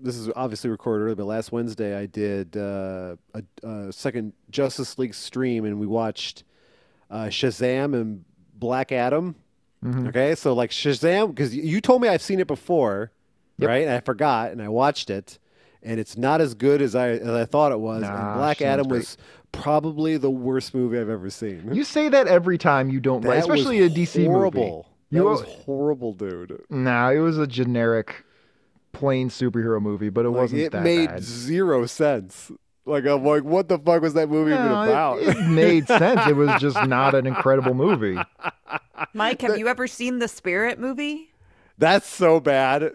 Speaker 4: this is obviously recorded early, but last Wednesday I did uh, a, a second Justice League stream, and we watched uh, Shazam and Black Adam.
Speaker 3: Mm-hmm.
Speaker 4: Okay, so like Shazam, because you told me I've seen it before, right? And I forgot, and I watched it, and it's not as good as I as I thought it was.
Speaker 3: Nah,
Speaker 4: and Black
Speaker 3: Shazam's
Speaker 4: Adam
Speaker 3: great.
Speaker 4: was probably the worst movie I've ever seen.
Speaker 3: You say that every time you don't like,
Speaker 4: That was
Speaker 3: especially a DC movie.
Speaker 4: horrible.
Speaker 3: You-
Speaker 4: That was horrible, dude.
Speaker 3: Nah, it was a generic, plain superhero movie, but it
Speaker 4: Like,
Speaker 3: wasn't
Speaker 4: it
Speaker 3: that
Speaker 4: made
Speaker 3: bad.
Speaker 4: zero sense. Like I'm like, what the fuck was that movie even
Speaker 3: No, it-
Speaker 4: about?
Speaker 3: It, made sense. It was just not an incredible movie.
Speaker 5: Mike, have you ever seen the Spirit
Speaker 3: (laughs)
Speaker 5: movie?
Speaker 4: (laughs) That's so bad.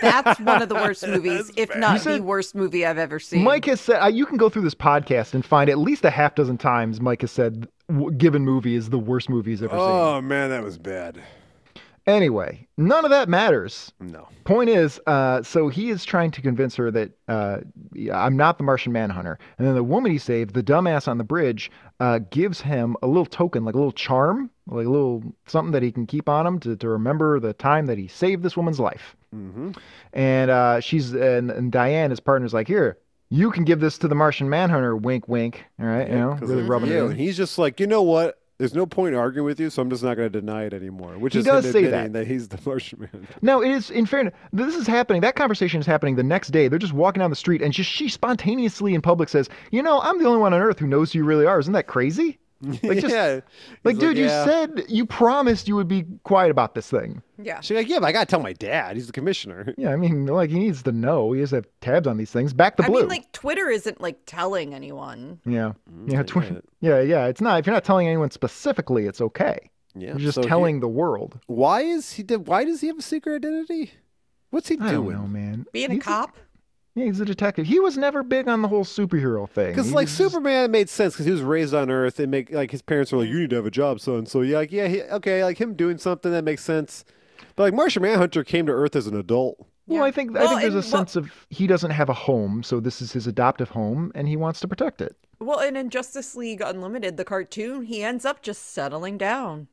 Speaker 5: That's one of the worst movies, if not the
Speaker 3: said-
Speaker 5: worst movie I've ever seen.
Speaker 3: Mike has said, uh, you can go through this podcast and find at least a half dozen times Mike has said, w- given movie is the worst movie he's ever seen.
Speaker 4: oh man, that was bad.
Speaker 3: Anyway, none of that matters.
Speaker 4: No.
Speaker 3: Point is, uh, so he is trying to convince her that uh, I'm not the Martian Manhunter. And then the woman he saved, the dumbass on the bridge, uh, gives him a little token, like a little charm, like a little something that he can keep on him to, to remember the time that he saved this woman's life.
Speaker 4: Mm-hmm.
Speaker 3: And uh, she's and, and Diane, his partner's like, here, You can give this to the Martian Manhunter. Wink, wink. All right, you know,
Speaker 4: 'Cause
Speaker 3: really
Speaker 4: it's
Speaker 3: rubbing
Speaker 4: you.
Speaker 3: it in.
Speaker 4: And he's just like, you know what? There's no point arguing with you, so I'm just not going to deny it anymore. Which
Speaker 3: He
Speaker 4: is
Speaker 3: does
Speaker 4: him
Speaker 3: say that.
Speaker 4: admitting that. he's the Martian man.
Speaker 3: No, it is in fairness. This is happening. That conversation is happening the next day. They're just walking down the street, and just she spontaneously in public says, "You know, I'm the only one on Earth who knows who you really are. Isn't that
Speaker 4: (laughs)
Speaker 3: crazy?" Like, just,
Speaker 4: yeah.
Speaker 3: like,
Speaker 4: He's
Speaker 3: dude,
Speaker 4: yeah.
Speaker 3: you said you promised you would be quiet about this thing.
Speaker 5: Yeah.
Speaker 4: She's like, yeah, but I got to tell my dad. He's the commissioner. (laughs)
Speaker 3: Yeah, I mean, like, he needs to know. He has to have tabs on these things. Back the
Speaker 5: I
Speaker 3: blue.
Speaker 5: mean, like Twitter isn't like telling anyone.
Speaker 3: yeah, yeah, tw-
Speaker 4: Mm, get it.
Speaker 3: yeah, yeah. It's not if you're not telling anyone specifically, it's okay.
Speaker 4: Yeah.
Speaker 3: You're just
Speaker 4: so he-
Speaker 3: telling the world.
Speaker 4: why is he? did- Why does he have a secret identity? What's he
Speaker 3: I don't
Speaker 4: doing?
Speaker 3: know, man.
Speaker 5: Being a
Speaker 3: He's
Speaker 5: cop.
Speaker 3: Yeah, he's a detective. He was never big on the whole superhero thing.
Speaker 4: Because
Speaker 3: He
Speaker 4: like
Speaker 3: was just-
Speaker 4: Superman made sense because he was raised on Earth and make like his parents were like, you need to have a job, son. So yeah, like yeah, he, okay, like him doing something that makes sense. But like Martian Manhunter came to Earth as an adult.
Speaker 3: Well,
Speaker 5: Yeah.
Speaker 3: I think I
Speaker 5: Well,
Speaker 3: think there's a
Speaker 5: and what-
Speaker 3: sense of he doesn't have a home, so this is his adoptive home, and he wants to protect it.
Speaker 5: Well, and in Justice League Unlimited, the cartoon, he ends up just settling down.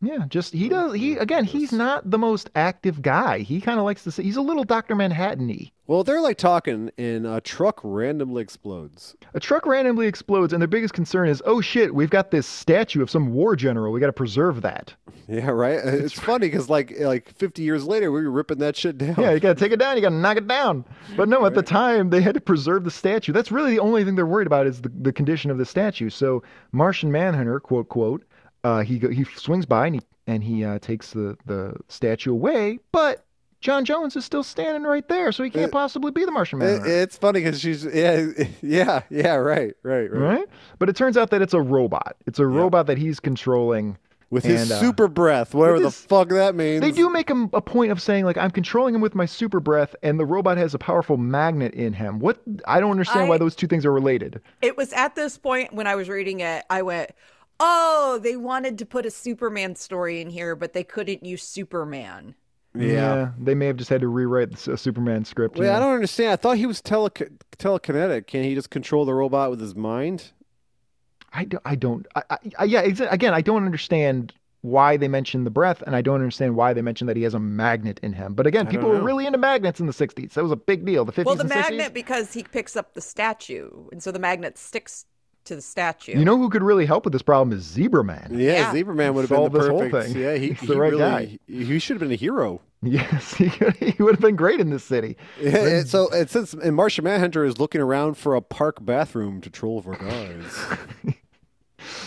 Speaker 3: Yeah, just he does. He
Speaker 5: Mm-hmm.
Speaker 3: again, he's not the most active guy. He kind of likes to. Say, he's a little Doctor Manhattan-y.
Speaker 4: Well, they're like talking, and a truck randomly explodes. (laughs)
Speaker 3: A truck randomly explodes, and their biggest concern is, oh shit, we've got this statue of some war general. We got to preserve that.
Speaker 4: Yeah, right. It's funny because like like 50 years later, we were ripping that shit down.
Speaker 3: (laughs) Yeah, you got to take it down. You got to knock it down. But no, at the time, they had to preserve the statue. That's really the only thing they're worried about is the, the condition of the statue. So Martian Manhunter, quote, quote, uh, he, go, he swings by and he, and he uh, takes the, the statue away, but John Jones is still standing right there, so he can't possibly be the Martian
Speaker 4: (laughs) It-
Speaker 3: Manhunter.
Speaker 4: it's funny because she's yeah (laughs) yeah yeah right right right,
Speaker 3: right? But it turns out that it's a robot. It's a robot that he's controlling.
Speaker 4: with his
Speaker 3: And, uh,
Speaker 4: super breath, whatever the
Speaker 3: his-
Speaker 4: fuck that means.
Speaker 3: They do make him a point of saying, like, I'm controlling him with my super breath, and the robot has a powerful magnet in him. What? I don't understand why
Speaker 5: I-
Speaker 3: those two things are related.
Speaker 5: It was at this point when I was reading it, I went, "Oh, they wanted to put a Superman story in here, but they couldn't use Superman."
Speaker 4: yeah.
Speaker 3: they may have just had to rewrite the s- a Superman script.
Speaker 4: Wait,
Speaker 3: yeah.
Speaker 4: I don't understand. I thought he was tele- telekinetic. Can he just control the robot with his mind?
Speaker 3: I don't. I don't. I, I, I- yeah, it's, again, I don't understand why they mentioned the breath, and I don't understand why they mentioned that he has a magnet in him. But again,
Speaker 4: I
Speaker 3: people
Speaker 4: don't
Speaker 3: were
Speaker 4: know.
Speaker 3: really into magnets in the '60s. That was a big deal. The '50s
Speaker 5: Well, the
Speaker 3: and
Speaker 5: magnet
Speaker 3: 60s.
Speaker 5: because he picks up the statue, and so the magnet sticks to the statue.
Speaker 3: You know who could really help with this problem is Zebra Man.
Speaker 4: Yeah,
Speaker 5: Yeah.
Speaker 4: Zebra Man would have been
Speaker 3: Solve
Speaker 4: the
Speaker 3: this whole
Speaker 4: perfect.
Speaker 3: thing.
Speaker 4: Yeah, he,
Speaker 3: He's the
Speaker 4: he
Speaker 3: right
Speaker 4: really,
Speaker 3: guy.
Speaker 4: He, should have been a hero.
Speaker 3: (laughs) Yes, he, could- he would have been great in this city.
Speaker 4: (laughs) Yeah, and so and since and Martian Manhunter is looking around for a park bathroom to troll for guys.
Speaker 3: (laughs)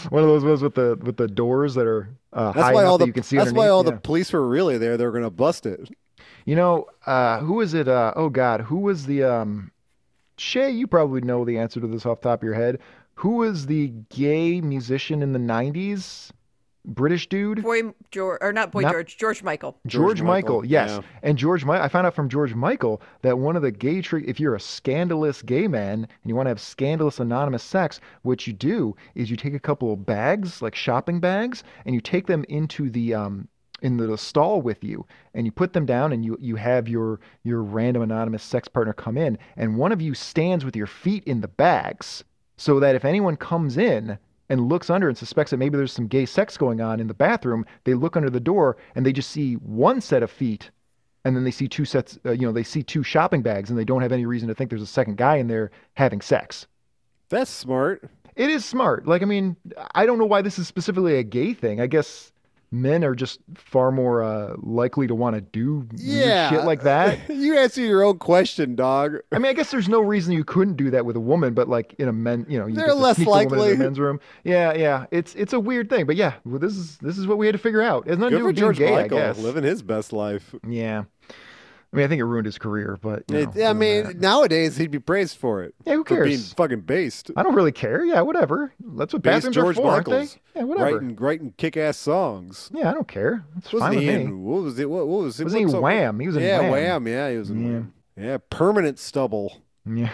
Speaker 3: One of those ones with the with the doors that are uh,
Speaker 4: That's
Speaker 3: high
Speaker 4: why
Speaker 3: enough
Speaker 4: all
Speaker 3: that
Speaker 4: the
Speaker 3: you can see
Speaker 4: that's why
Speaker 3: underneath.
Speaker 4: all
Speaker 3: Yeah.
Speaker 4: the police were really there. They were gonna bust it.
Speaker 3: You know, uh, who was it? Uh, oh God, who was the um, Shay? You probably know the answer to this off the top of your head. Who was the gay musician in the '90s? British dude,
Speaker 5: Boy George, or not Boy
Speaker 3: Not-
Speaker 5: George, George Michael.
Speaker 3: George,
Speaker 4: George
Speaker 3: Michael.
Speaker 4: Michael,
Speaker 3: Yes,
Speaker 4: yeah.
Speaker 3: and George. Mi- I found out from George Michael that one of the gay trick, if you're a scandalous gay man and you want to have scandalous anonymous sex, what you do is you take a couple of bags, like shopping bags, and you take them into the um, in the stall with you and you put them down and you you have your your random anonymous sex partner come in and one of you stands with your feet in the bags so that if anyone comes in and looks under and suspects that maybe there's some gay sex going on in the bathroom they look under the door and they just see one set of feet and then they see two sets uh, you know they see two shopping bags and they don't have any reason to think there's a second guy in there having sex
Speaker 4: That's smart.
Speaker 3: it is smart. Like, I mean, I don't know why this is specifically a gay thing. I guess men are just far more uh, likely to want to do weird
Speaker 4: Yeah,
Speaker 3: shit like
Speaker 4: (laughs)
Speaker 3: that.
Speaker 4: you answer your own question, dog.
Speaker 3: I mean, I guess there's no reason you couldn't do that with a woman, but like in a men, you know, you
Speaker 4: They're
Speaker 3: get to
Speaker 4: less
Speaker 3: sneak the woman into
Speaker 4: likely.
Speaker 3: the men's room. Yeah, yeah. It's it's a weird thing, but yeah, well, this is this is what we had to figure out. It's nothing to
Speaker 4: Good
Speaker 3: do
Speaker 4: for
Speaker 3: with being
Speaker 4: George
Speaker 3: gay,
Speaker 4: Michael
Speaker 3: I guess.
Speaker 4: living his best life.
Speaker 3: Yeah. I mean, I think it ruined his career, but you know,
Speaker 4: It- I
Speaker 3: other than
Speaker 4: mean,
Speaker 3: that-
Speaker 4: nowadays he'd be praised for it.
Speaker 3: Yeah, who
Speaker 4: For being
Speaker 3: cares?
Speaker 4: fucking based.
Speaker 3: I don't really care. Yeah, whatever. That's what
Speaker 4: Based
Speaker 3: bathrooms
Speaker 4: George
Speaker 3: are for, aren't
Speaker 4: Michaels.
Speaker 3: they? Yeah, whatever.
Speaker 4: Writing, writing kick-ass songs.
Speaker 3: Yeah, I don't care. It's
Speaker 4: Wasn't
Speaker 3: fine with
Speaker 4: he
Speaker 3: me.
Speaker 4: in, what was it? What, what was it?
Speaker 3: Wasn't he
Speaker 4: what's up-
Speaker 3: Wham? He was in
Speaker 4: yeah,
Speaker 3: Wham.
Speaker 4: Yeah, he was in
Speaker 3: Yeah.
Speaker 4: Wham. Yeah, permanent stubble.
Speaker 3: (laughs) Yeah.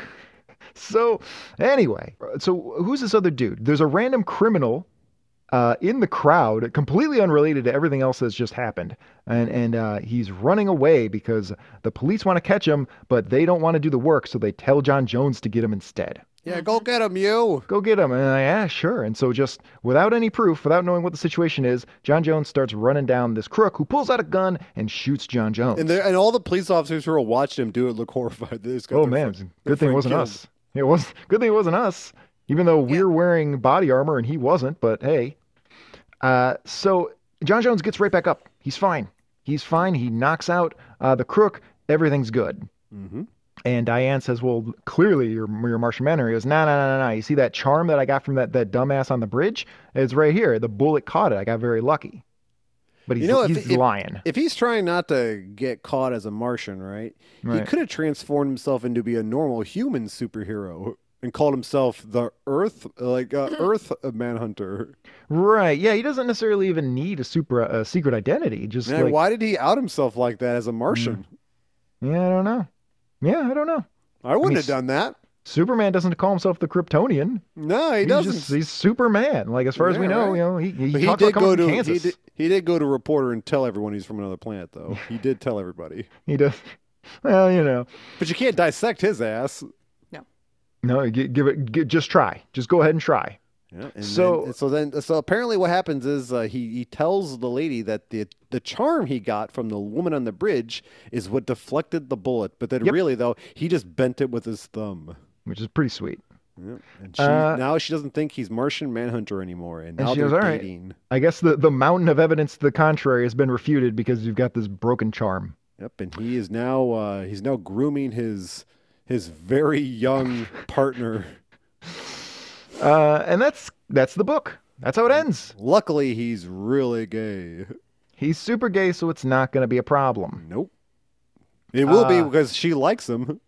Speaker 3: So anyway, so who's this other dude? There's a random criminal uh, in the crowd, completely unrelated to everything else that's just happened, and and uh, he's running away because the police want to catch him, but they don't want to do the work, so they tell John Jones to get him instead.
Speaker 4: Yeah, go get him, you.
Speaker 3: Go get him. And I, yeah, sure. And so just without any proof, without knowing what the situation is, John Jones starts running down this crook who pulls out a gun and shoots John Jones.
Speaker 4: And, there, and all the police officers who were watching him do it look horrified. (laughs) They just got
Speaker 3: oh
Speaker 4: their
Speaker 3: man,
Speaker 4: friend- their
Speaker 3: good thing it
Speaker 4: friend
Speaker 3: wasn't
Speaker 4: killed.
Speaker 3: us. It was good thing it wasn't us, even though we're wearing body armor and he wasn't. But hey, uh, so John Jones gets right back up. He's fine. He's fine. He knocks out uh, the crook. Everything's good.
Speaker 4: Mm-hmm.
Speaker 3: And Diane says, "Well, clearly your your Martian manner." He goes, "No, no, no, no, no. You see that charm that I got from that that dumbass on the bridge? It's right here. The bullet caught it. I got very lucky." But he's,
Speaker 4: You know, if-
Speaker 3: he's
Speaker 4: if-
Speaker 3: lying.
Speaker 4: If he's trying not to get caught as a Martian, right? He
Speaker 3: Right.
Speaker 4: could have transformed himself into be a normal human superhero and called himself the Earth, like uh, Earth Manhunter.
Speaker 3: Right? Yeah, he doesn't necessarily even need a super a secret identity. Just
Speaker 4: Man,
Speaker 3: like, Mm.
Speaker 4: why did he out himself like that as a Martian?
Speaker 3: yeah, I don't know. Yeah, I don't know.
Speaker 4: I wouldn't
Speaker 3: mean,
Speaker 4: have done that.
Speaker 3: Superman doesn't call himself the Kryptonian.
Speaker 4: No, he
Speaker 3: he's
Speaker 4: doesn't.
Speaker 3: just he's Superman. Like as far as
Speaker 4: Yeah,
Speaker 3: we know,
Speaker 4: right.
Speaker 3: you know, he he,
Speaker 4: but he
Speaker 3: talks about
Speaker 4: did
Speaker 3: coming
Speaker 4: go
Speaker 3: from
Speaker 4: to
Speaker 3: Kansas.
Speaker 4: he did, he did go to a reporter and tell everyone he's from another
Speaker 3: (laughs)
Speaker 4: planet, though. he did tell everybody.
Speaker 3: He does. (laughs) Well, you know,
Speaker 4: But you can't dissect his ass.
Speaker 3: no, gi- give it. gi- just try. Just go ahead and try.
Speaker 4: Yeah, and
Speaker 3: So-
Speaker 4: then, so then so apparently what happens is uh, he he tells the lady that the the charm he got from the woman on the bridge is what deflected the bullet, but then
Speaker 3: Yep.
Speaker 4: really though he just bent it with his thumb.
Speaker 3: Which is pretty sweet.
Speaker 4: Yep. And she,
Speaker 3: Uh,
Speaker 4: now she doesn't think he's Martian Manhunter anymore, and
Speaker 3: And
Speaker 4: now
Speaker 3: she
Speaker 4: they're
Speaker 3: goes, "All right."
Speaker 4: dating.
Speaker 3: I guess the the mountain of evidence to the contrary has been refuted because you've got this broken charm.
Speaker 4: Yep, and he is now uh, he's now grooming his his very young (laughs) partner.
Speaker 3: Uh, and that's that's the book. That's how it ends.
Speaker 4: Luckily, he's really gay.
Speaker 3: He's super gay, so it's not going to be a problem.
Speaker 4: Nope. It will be
Speaker 3: Uh,
Speaker 4: because she likes him.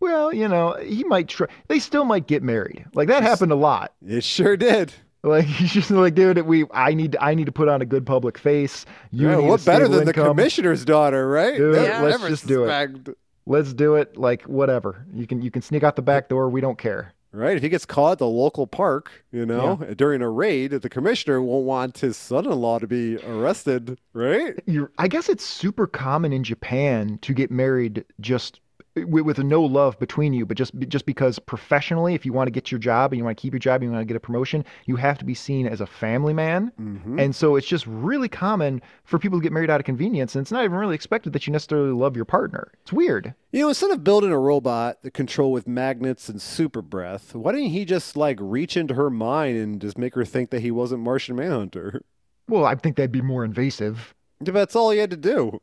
Speaker 3: Well, you know, he might try. They still might get married. Like that happened a lot. (laughs)
Speaker 4: It sure did.
Speaker 3: Like he's just like, dude, we I need I need to put on a good public face. You
Speaker 4: Yeah,
Speaker 3: need a
Speaker 4: Uh, what better
Speaker 3: stable
Speaker 4: than the
Speaker 3: income.
Speaker 4: commissioner's daughter, right?
Speaker 3: Dude,
Speaker 4: That's
Speaker 3: let's
Speaker 4: never
Speaker 3: just do it.
Speaker 4: suspect.
Speaker 3: Let's do it. Like whatever. You can you can sneak out the back door. We don't care.
Speaker 4: Right? If he gets caught at the local park, you know, during a raid, the commissioner won't want his son-in-law to be arrested, right?
Speaker 3: (laughs) You're, I guess it's super common in Japan to get married just with, with no love between you, but just just because professionally, if you want to get your job and you want to keep your job, and you want to get a promotion, you have to be seen as a family man.
Speaker 4: Mm-hmm.
Speaker 3: And so it's just really common for people to get married out of convenience, and it's not even really expected that you necessarily love your partner. It's weird.
Speaker 4: You know, instead of building a robot that control with magnets and super breath, why didn't he just like reach into her mind and just make her think that he wasn't Martian Manhunter? (laughs)
Speaker 3: Well, I think that'd be more invasive.
Speaker 4: That's all he had to do.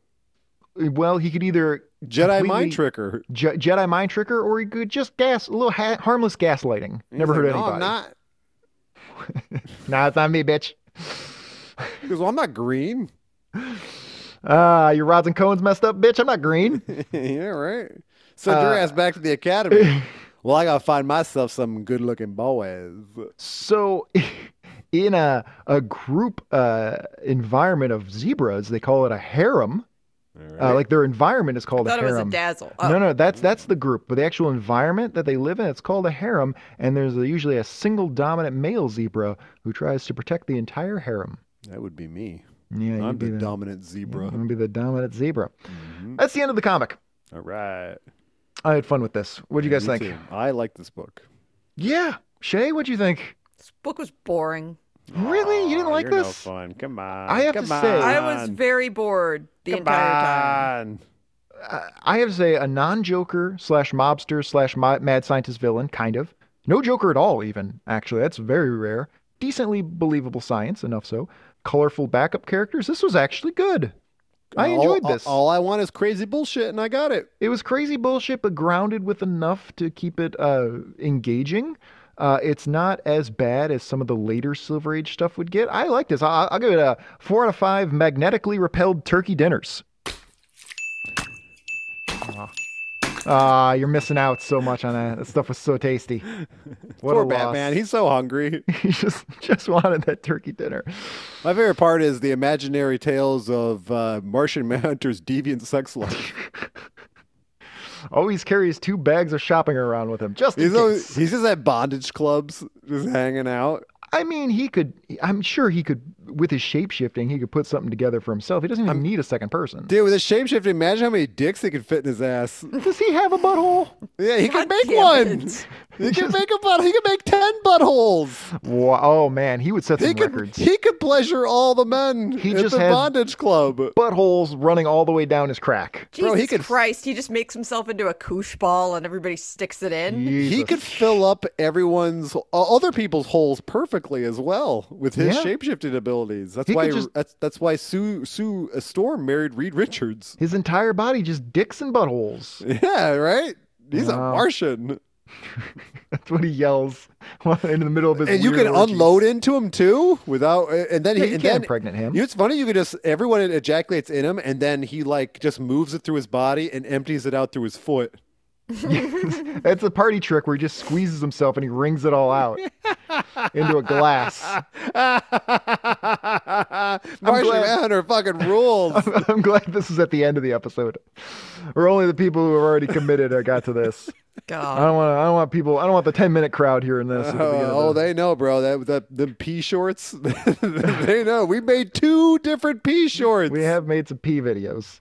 Speaker 3: Well, he could either
Speaker 4: Jedi
Speaker 3: completely-
Speaker 4: mind trick her.
Speaker 3: Je- Jedi mind tricker, or he could just gas a little ha- harmless gaslighting.
Speaker 4: He's
Speaker 3: Never
Speaker 4: like,
Speaker 3: heard
Speaker 4: no,
Speaker 3: anybody.
Speaker 4: I'm not.
Speaker 3: Nah, it's not me, bitch.
Speaker 4: He goes, well, I'm not green. (laughs)
Speaker 3: Ah, your rods and cones messed up, bitch. I'm not
Speaker 4: (laughs)
Speaker 3: green.
Speaker 4: yeah, right. Send your
Speaker 3: Uh,
Speaker 4: ass back to
Speaker 3: (laughs)
Speaker 4: the academy. well, I gotta find myself some good-looking boys.
Speaker 3: Uh, so, (laughs) in a a group uh, environment of zebras, they call it a harem. Uh, like their environment is called
Speaker 5: Thought
Speaker 3: a
Speaker 5: it was a
Speaker 3: harem.
Speaker 5: dazzle.
Speaker 3: No,
Speaker 5: Oh,
Speaker 3: no, that's that's the group, but the actual environment that they live in, it's called a harem, and there's usually a single dominant male zebra who tries to protect the entire harem.
Speaker 4: That would be me.
Speaker 3: Yeah, you'd
Speaker 4: I'm
Speaker 3: be
Speaker 4: the
Speaker 3: the-
Speaker 4: dominant zebra. Mm-hmm.
Speaker 3: I'm gonna be the dominant zebra. That's the end of the comic.
Speaker 4: All right.
Speaker 3: I had fun with this. What do Mm-hmm. you guys
Speaker 4: Me
Speaker 3: think?
Speaker 4: too. I like this book.
Speaker 3: Yeah, Shay, what do you think?
Speaker 5: This book was boring.
Speaker 3: Really, you didn't like
Speaker 4: You're no
Speaker 3: this?
Speaker 4: fun. Come on.
Speaker 3: I have to
Speaker 4: Come
Speaker 3: say-
Speaker 4: on.
Speaker 5: I was very bored the entire time.
Speaker 4: time.
Speaker 3: I- I have to say a non-Joker slash mobster slash mi- mad scientist villain, kind of. No Joker at all, even actually. That's very rare. Decently believable science, enough so. Colorful backup characters. This was actually good. I enjoyed this.
Speaker 4: All, I want is crazy bullshit, and I got it.
Speaker 3: It was crazy bullshit, but grounded with enough to keep it uh, engaging. Uh, it's not as bad as some of the later Silver Age stuff would get. I like this. I- I'll give it a four out of five magnetically repelled turkey dinners. Aw. Ah, you're missing out so much on that. That stuff was so tasty.
Speaker 4: (laughs)
Speaker 3: What
Speaker 4: Poor
Speaker 3: a loss.
Speaker 4: Batman. He's so
Speaker 3: (laughs)
Speaker 4: hungry.
Speaker 3: he just just wanted that turkey dinner.
Speaker 4: My favorite part is the imaginary tales of uh, Martian Manhunter's deviant
Speaker 3: (laughs)
Speaker 4: sex life.
Speaker 3: Always carries two bags of shopping around with him, just in
Speaker 4: He's, always,
Speaker 3: case.
Speaker 4: he's just at bondage clubs, just hanging out.
Speaker 3: I mean, he could. I'm sure he could, with his shape shifting, he could put something together for himself. He doesn't even need a second person.
Speaker 4: Dude, with a
Speaker 3: (laughs)
Speaker 4: shapeshifter, imagine how many dicks he could fit in his ass.
Speaker 3: Does he have a butthole?
Speaker 4: Yeah, he
Speaker 5: God
Speaker 4: can make
Speaker 5: damn
Speaker 4: one.
Speaker 5: it.
Speaker 4: (laughs) He can make a butthole. He can make ten buttholes.
Speaker 3: (laughs) Wow, oh man, he would set
Speaker 4: He
Speaker 3: some
Speaker 4: could.
Speaker 3: records.
Speaker 4: He could pleasure all the men
Speaker 3: He
Speaker 4: at
Speaker 3: just
Speaker 4: the
Speaker 3: had-
Speaker 4: bondage club.
Speaker 3: Buttholes running all the way down his crack.
Speaker 5: Jesus
Speaker 4: Bro, he could-
Speaker 5: Christ, he just makes himself into a koosh ball and everybody sticks it in.
Speaker 4: He
Speaker 3: Jesus.
Speaker 4: could fill up everyone's uh, other people's holes perfectly as well with his
Speaker 3: Yeah.
Speaker 4: shapeshifting abilities. That's
Speaker 3: He could
Speaker 4: why
Speaker 3: just-
Speaker 4: that's, that's why Sue Sue uh, Storm married Reed Richards. (laughs)
Speaker 3: His entire body just dicks and buttholes. (laughs)
Speaker 4: Yeah, right. He's a
Speaker 3: Wow.
Speaker 4: Martian,
Speaker 3: That's what he yells (laughs) in the middle of his.
Speaker 4: and you
Speaker 3: weird
Speaker 4: can
Speaker 3: orgies.
Speaker 4: unload into him too without. uh, And then
Speaker 3: Yeah,
Speaker 4: he
Speaker 3: you
Speaker 4: and
Speaker 3: can't
Speaker 4: then
Speaker 3: impregnate him.
Speaker 4: You know, it's funny. You can just everyone ejaculates in him, and then he like just moves it through his body and empties it out through his foot.
Speaker 3: That's a party trick where he just squeezes himself and he wrings it all
Speaker 4: (laughs)
Speaker 3: out into a glass.
Speaker 4: Martian
Speaker 3: Uh, glad-
Speaker 4: Manhunter fucking rules.
Speaker 3: (laughs) I'm glad this is at the end of the episode, or only the people who have already committed uh, got to this. I
Speaker 5: God.
Speaker 3: don't want. I don't want people. I don't want the 10 minute crowd here in this. at the
Speaker 4: Oh, (laughs)
Speaker 3: beginning of
Speaker 4: oh,
Speaker 3: the-
Speaker 4: they know, bro. That that the pea shorts. (laughs) they know. We made two different pea shorts.
Speaker 3: we have made some pee videos.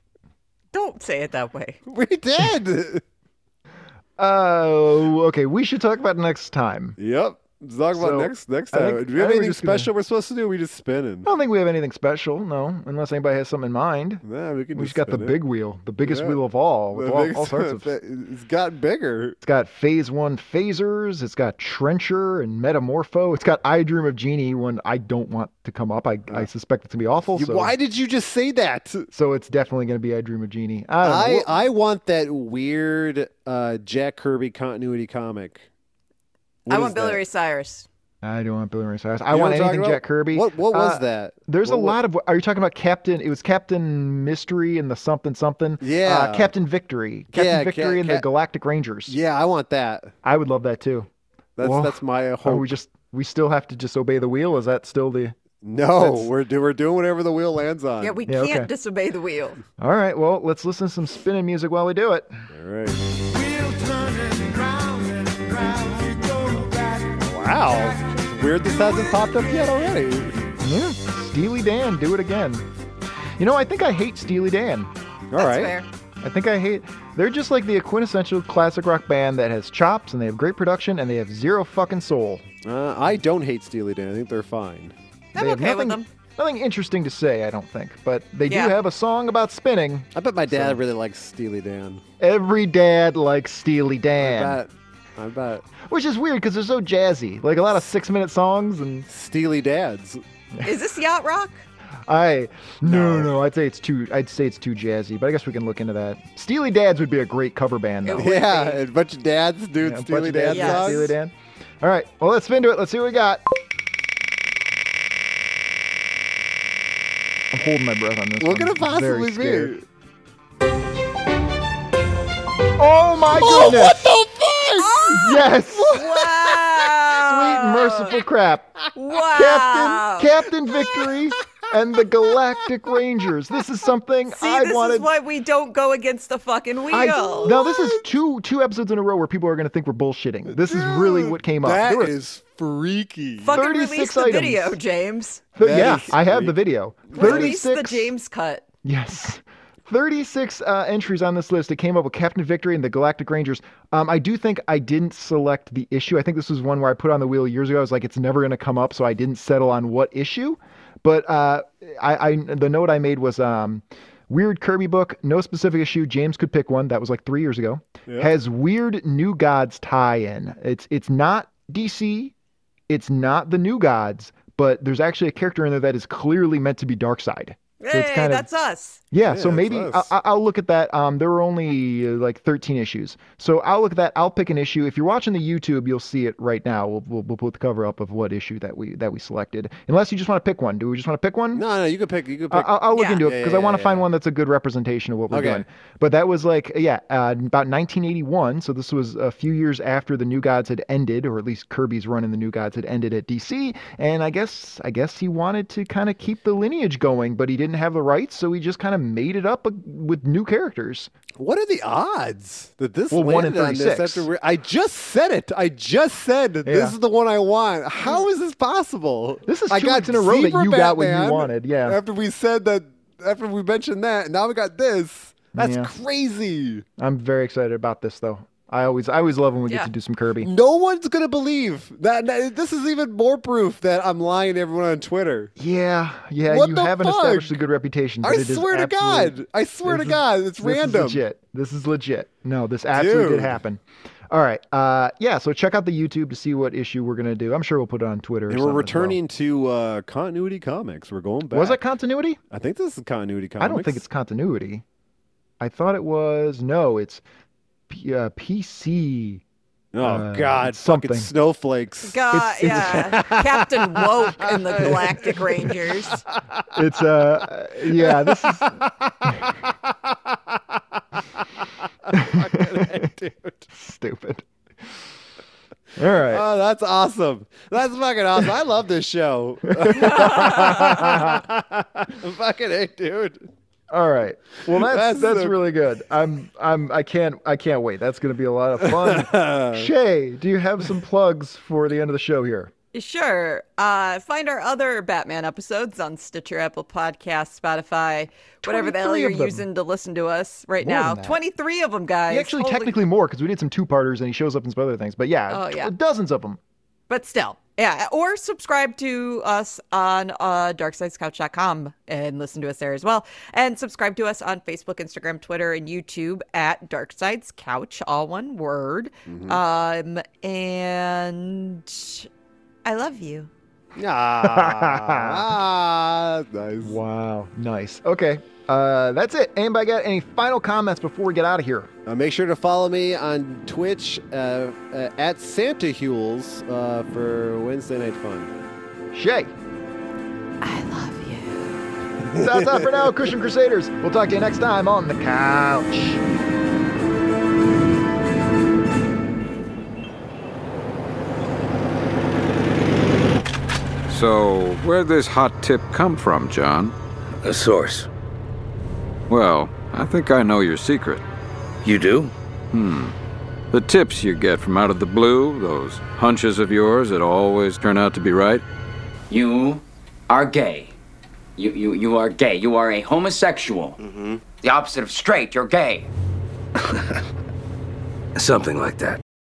Speaker 5: Don't say it that way.
Speaker 4: We did. (laughs)
Speaker 3: Oh, okay. We should talk about next time.
Speaker 4: yep. Let's talk about
Speaker 3: So,
Speaker 4: next next
Speaker 3: I
Speaker 4: time.
Speaker 3: think-
Speaker 4: do we have
Speaker 3: I think we're
Speaker 4: anything
Speaker 3: just gonna-
Speaker 4: special we're supposed to do? We just spinning.
Speaker 3: I don't think we have anything special, no, unless anybody has something in mind.
Speaker 4: Nah, we can.
Speaker 3: We just got the
Speaker 4: spin it.
Speaker 3: big wheel, the biggest
Speaker 4: Yeah.
Speaker 3: wheel of all,
Speaker 4: The
Speaker 3: with all,
Speaker 4: big-
Speaker 3: all sorts of.
Speaker 4: (laughs)
Speaker 3: It's
Speaker 4: It's gotten bigger.
Speaker 3: got phase one phasers. It's got trencher and metamorpho. It's got I Dream of Genie, one I don't want to come up. I, I suspect it's gonna be awful.
Speaker 4: You-
Speaker 3: So,
Speaker 4: Why did you just say that?
Speaker 3: so it's definitely gonna be I Dream of Genie. Uh, I don't know.
Speaker 4: I uh,
Speaker 3: What-
Speaker 4: I want that weird uh, Jack Kirby continuity comic.
Speaker 5: I
Speaker 4: What
Speaker 5: want
Speaker 4: is
Speaker 5: Billy
Speaker 4: that?
Speaker 5: Ray Cyrus.
Speaker 3: I don't want Billy Ray Cyrus. I
Speaker 4: You know
Speaker 3: want
Speaker 4: what I'm
Speaker 3: anything
Speaker 4: talking about?
Speaker 3: Jack Kirby.
Speaker 4: What what was
Speaker 3: Uh,
Speaker 4: that?
Speaker 3: There's
Speaker 4: What
Speaker 3: a
Speaker 4: wa-
Speaker 3: lot of. Are you talking about Captain? It was Captain Mystery and the something something.
Speaker 4: Yeah.
Speaker 3: Uh, Captain Victory. Captain
Speaker 4: Yeah, ca-
Speaker 3: Victory and
Speaker 4: ca-
Speaker 3: the Galactic Rangers.
Speaker 4: Yeah, I want that.
Speaker 3: I would love that too.
Speaker 4: That's
Speaker 3: Well,
Speaker 4: that's my
Speaker 3: Are
Speaker 4: whole
Speaker 3: we just we still have to just obey the wheel? Is that still the
Speaker 4: No,
Speaker 3: That's-
Speaker 4: we're do, we're doing whatever the wheel lands on.
Speaker 5: Yeah, we
Speaker 3: Uh, Yeah,
Speaker 5: can't
Speaker 3: okay.
Speaker 5: disobey the wheel.
Speaker 3: All right, well, let's listen to some spinning music while we do it.
Speaker 4: All right.
Speaker 2: We'll turn and round and round we go back.
Speaker 4: Wow. Weird this hasn't popped up yet already.
Speaker 3: Yeah. Steely Dan, do it again. You know, I think I hate Steely Dan.
Speaker 4: All
Speaker 5: That's
Speaker 4: right.
Speaker 5: fair.
Speaker 3: (laughs) I think I hate they're just like the quintessential classic rock band that has chops and they have great production and they have zero fucking soul.
Speaker 4: Uh, I don't hate Steely Dan. I think they're fine.
Speaker 5: I'm
Speaker 3: they have
Speaker 5: okay with
Speaker 3: nothing
Speaker 5: them.
Speaker 3: nothing interesting to say, I don't think, but they
Speaker 5: Yeah.
Speaker 3: do have a song about spinning.
Speaker 4: I bet my dad really likes Steely Dan.
Speaker 3: Every dad likes Steely Dan,
Speaker 4: I bet. I bet
Speaker 3: which is weird because they're so jazzy. Like a lot of 6-minute songs and
Speaker 4: Steely Dads.
Speaker 3: Oh,
Speaker 5: Is this yacht rock?
Speaker 3: I no, no I'd say it's too I'd say it's too jazzy, but I guess we can look into that. Steely Dads would be a great cover band though.
Speaker 5: It would
Speaker 4: Yeah,
Speaker 5: be.
Speaker 4: a bunch of dads
Speaker 3: Yeah, a
Speaker 4: doing
Speaker 3: bunch
Speaker 4: Steely
Speaker 3: of
Speaker 4: Dan
Speaker 3: dads
Speaker 5: Yes.
Speaker 3: doing
Speaker 4: songs.
Speaker 3: Steely Dan. All right, well let's spin to it. Let's see what we got. I'm holding my breath on this.
Speaker 4: What
Speaker 3: one.
Speaker 4: could it
Speaker 3: I'm very
Speaker 4: possibly
Speaker 3: scared.
Speaker 4: be?
Speaker 3: Oh my goodness!
Speaker 4: the fuck?
Speaker 3: yes, sweet
Speaker 5: Wow.
Speaker 3: merciful crap.
Speaker 5: Wow.
Speaker 3: Captain, Captain Victory, and the Galactic Rangers. This is something
Speaker 5: See,
Speaker 3: I
Speaker 5: this
Speaker 3: wanted.
Speaker 5: is why we don't go against the fucking wheel.
Speaker 3: I, now this is two two episodes in a row where people are going to think we're bullshitting. This is really what came up. There
Speaker 4: That
Speaker 3: were
Speaker 4: is freaky.
Speaker 5: fucking
Speaker 3: 36
Speaker 5: release the
Speaker 3: items.
Speaker 5: video, James.
Speaker 3: Th-
Speaker 4: That
Speaker 3: yeah,
Speaker 4: is
Speaker 3: I have
Speaker 4: sweet.
Speaker 3: the video.
Speaker 5: Release the
Speaker 3: 36
Speaker 5: James cut.
Speaker 3: Yes. 36 uh, entries on this list. It came up with Captain Victory and the Galactic Rangers. Um, I do think I didn't select the issue. I think this was one where I put on the wheel years ago. I was like, it's never going to come up, so I didn't settle on what issue. But uh, I, I, the note I made was um, Weird Kirby book, no specific issue. James could pick one. That was like three years ago. Has Weird New Gods tie in. It's, it's not DC, it's not the New Gods, but there's actually a character in there that is clearly meant to be Darkseid. So
Speaker 5: Hey,
Speaker 3: it's kind of-
Speaker 5: that's us.
Speaker 3: Yeah,
Speaker 4: Yeah,
Speaker 3: so
Speaker 4: that's
Speaker 3: maybe I,
Speaker 4: us.
Speaker 3: I- I'll look at that. Um, there were only uh, like 13 issues, so I'll look at that. I'll pick an issue. If you're watching the YouTube, you'll see it right now. We'll, we'll, we'll put the cover up of what issue that we that we selected. Unless you just want to pick one. Do we just want to pick one?
Speaker 4: No, no, you could pick. You could
Speaker 3: I-
Speaker 4: pick.
Speaker 3: I'll, I'll look
Speaker 5: Yeah.
Speaker 3: into it
Speaker 4: Yeah,
Speaker 3: because
Speaker 4: yeah,
Speaker 3: I want to
Speaker 4: yeah,
Speaker 3: find
Speaker 4: yeah.
Speaker 3: one that's a good representation of what we're
Speaker 4: Okay.
Speaker 3: doing. But that was like, yeah, uh, about 1981. So this was a few years after the New Gods had ended, or at least Kirby's run in the New Gods had ended at DC. And I guess, I guess he wanted to kind of keep the lineage going, but he didn't have the rights, so he just kind of made it up uh, with new characters.
Speaker 4: What are the odds that this
Speaker 3: Well, one
Speaker 4: landed
Speaker 3: in
Speaker 4: on this
Speaker 3: 36.
Speaker 4: after we I just said it. I just said that
Speaker 3: Yeah.
Speaker 4: this is the one I want. How is this possible?
Speaker 3: This is
Speaker 4: I
Speaker 3: two
Speaker 4: got
Speaker 3: weeks in a row that
Speaker 4: Zebra
Speaker 3: you got what you
Speaker 4: Batman
Speaker 3: wanted, yeah.
Speaker 4: After we said that, after we mentioned that, and now we got this. That's
Speaker 3: Yeah.
Speaker 4: crazy.
Speaker 3: I'm very excited about this, though. I always I always love when we get
Speaker 5: Yeah.
Speaker 3: to do some Kirby.
Speaker 4: No one's gonna believe that, that- This is even more proof that I'm lying to everyone on Twitter.
Speaker 3: Yeah, yeah.
Speaker 4: What
Speaker 3: you
Speaker 4: the
Speaker 3: haven't
Speaker 4: fuck?
Speaker 3: established a good reputation. but
Speaker 4: I
Speaker 3: it is
Speaker 4: swear to
Speaker 3: absolute-
Speaker 4: God. I swear to
Speaker 3: This is-
Speaker 4: God, it's
Speaker 3: this
Speaker 4: random.
Speaker 3: Is legit. This is legit. No, this absolutely
Speaker 4: Dude.
Speaker 3: did happen. All right. Uh, yeah. So check out the YouTube to see what issue we're gonna do. I'm sure we'll put it on Twitter. or
Speaker 4: And we're
Speaker 3: something as well.
Speaker 4: returning to uh, continuity comics. We're going back.
Speaker 3: Was it continuity?
Speaker 4: I think this is continuity comics.
Speaker 3: I don't think it's continuity. I thought it was no. It's P- uh, PC.
Speaker 4: Oh
Speaker 3: uh,
Speaker 4: God!
Speaker 3: something.
Speaker 4: Fucking snowflakes.
Speaker 5: God,
Speaker 3: It's- (laughs)
Speaker 5: yeah. Captain Woke and the Galactic Rangers.
Speaker 3: It's uh (laughs) yeah. This is (laughs)
Speaker 4: Dude.
Speaker 3: stupid. All right.
Speaker 4: (laughs) Oh, that's awesome. That's fucking awesome. I love this
Speaker 3: (laughs)
Speaker 4: show. (laughs) fucking hey, dude.
Speaker 3: All right. Well, that's that's,
Speaker 4: That's the-
Speaker 3: really good. I'm I'm I can't I can't wait. That's going to be a lot of (laughs) fun. Shay, do you have some plugs for the end of the show here?
Speaker 5: Sure. Uh, find our other Batman episodes on Stitcher, Apple Podcasts, Spotify, whatever the hell
Speaker 3: 23
Speaker 5: you're
Speaker 3: of them.
Speaker 5: using to listen to us right
Speaker 3: More
Speaker 5: now.
Speaker 3: than that.
Speaker 5: 23 of them, guys.
Speaker 3: Actually,
Speaker 5: Holy-
Speaker 3: technically more because we did some two parters and he shows up in some other things. But yeah,
Speaker 5: Oh, yeah.
Speaker 3: dozens of them.
Speaker 5: But still. Yeah. Or subscribe to us on uh, darksidescouch.com and listen to us there as well. And subscribe to us on Facebook, Instagram, Twitter, and YouTube at Darksides Couch, all one word. Um, and I love you.
Speaker 4: Ah, ah, nice.
Speaker 3: Wow. Nice. Okay. Uh, that's it. Anybody got any final comments before we get out of here?
Speaker 4: Uh, make sure to follow me on Twitch uh, uh, at Santa Hules uh, for Wednesday Night Fun.
Speaker 3: Shay,
Speaker 5: I love you.
Speaker 3: that's all for now. Christian Crusaders. We'll talk to you next time on the couch.
Speaker 7: So, where'd this hot tip come from, John?
Speaker 8: A source.
Speaker 7: Well, I think I know your secret.
Speaker 8: You do?
Speaker 7: The tips you get from out of the blue, those hunches of yours that always turn out to be right.
Speaker 9: You are gay. You, you, you are gay. You are a homosexual. Mm-hmm. The opposite of straight. You're gay.
Speaker 8: (laughs) Something like that.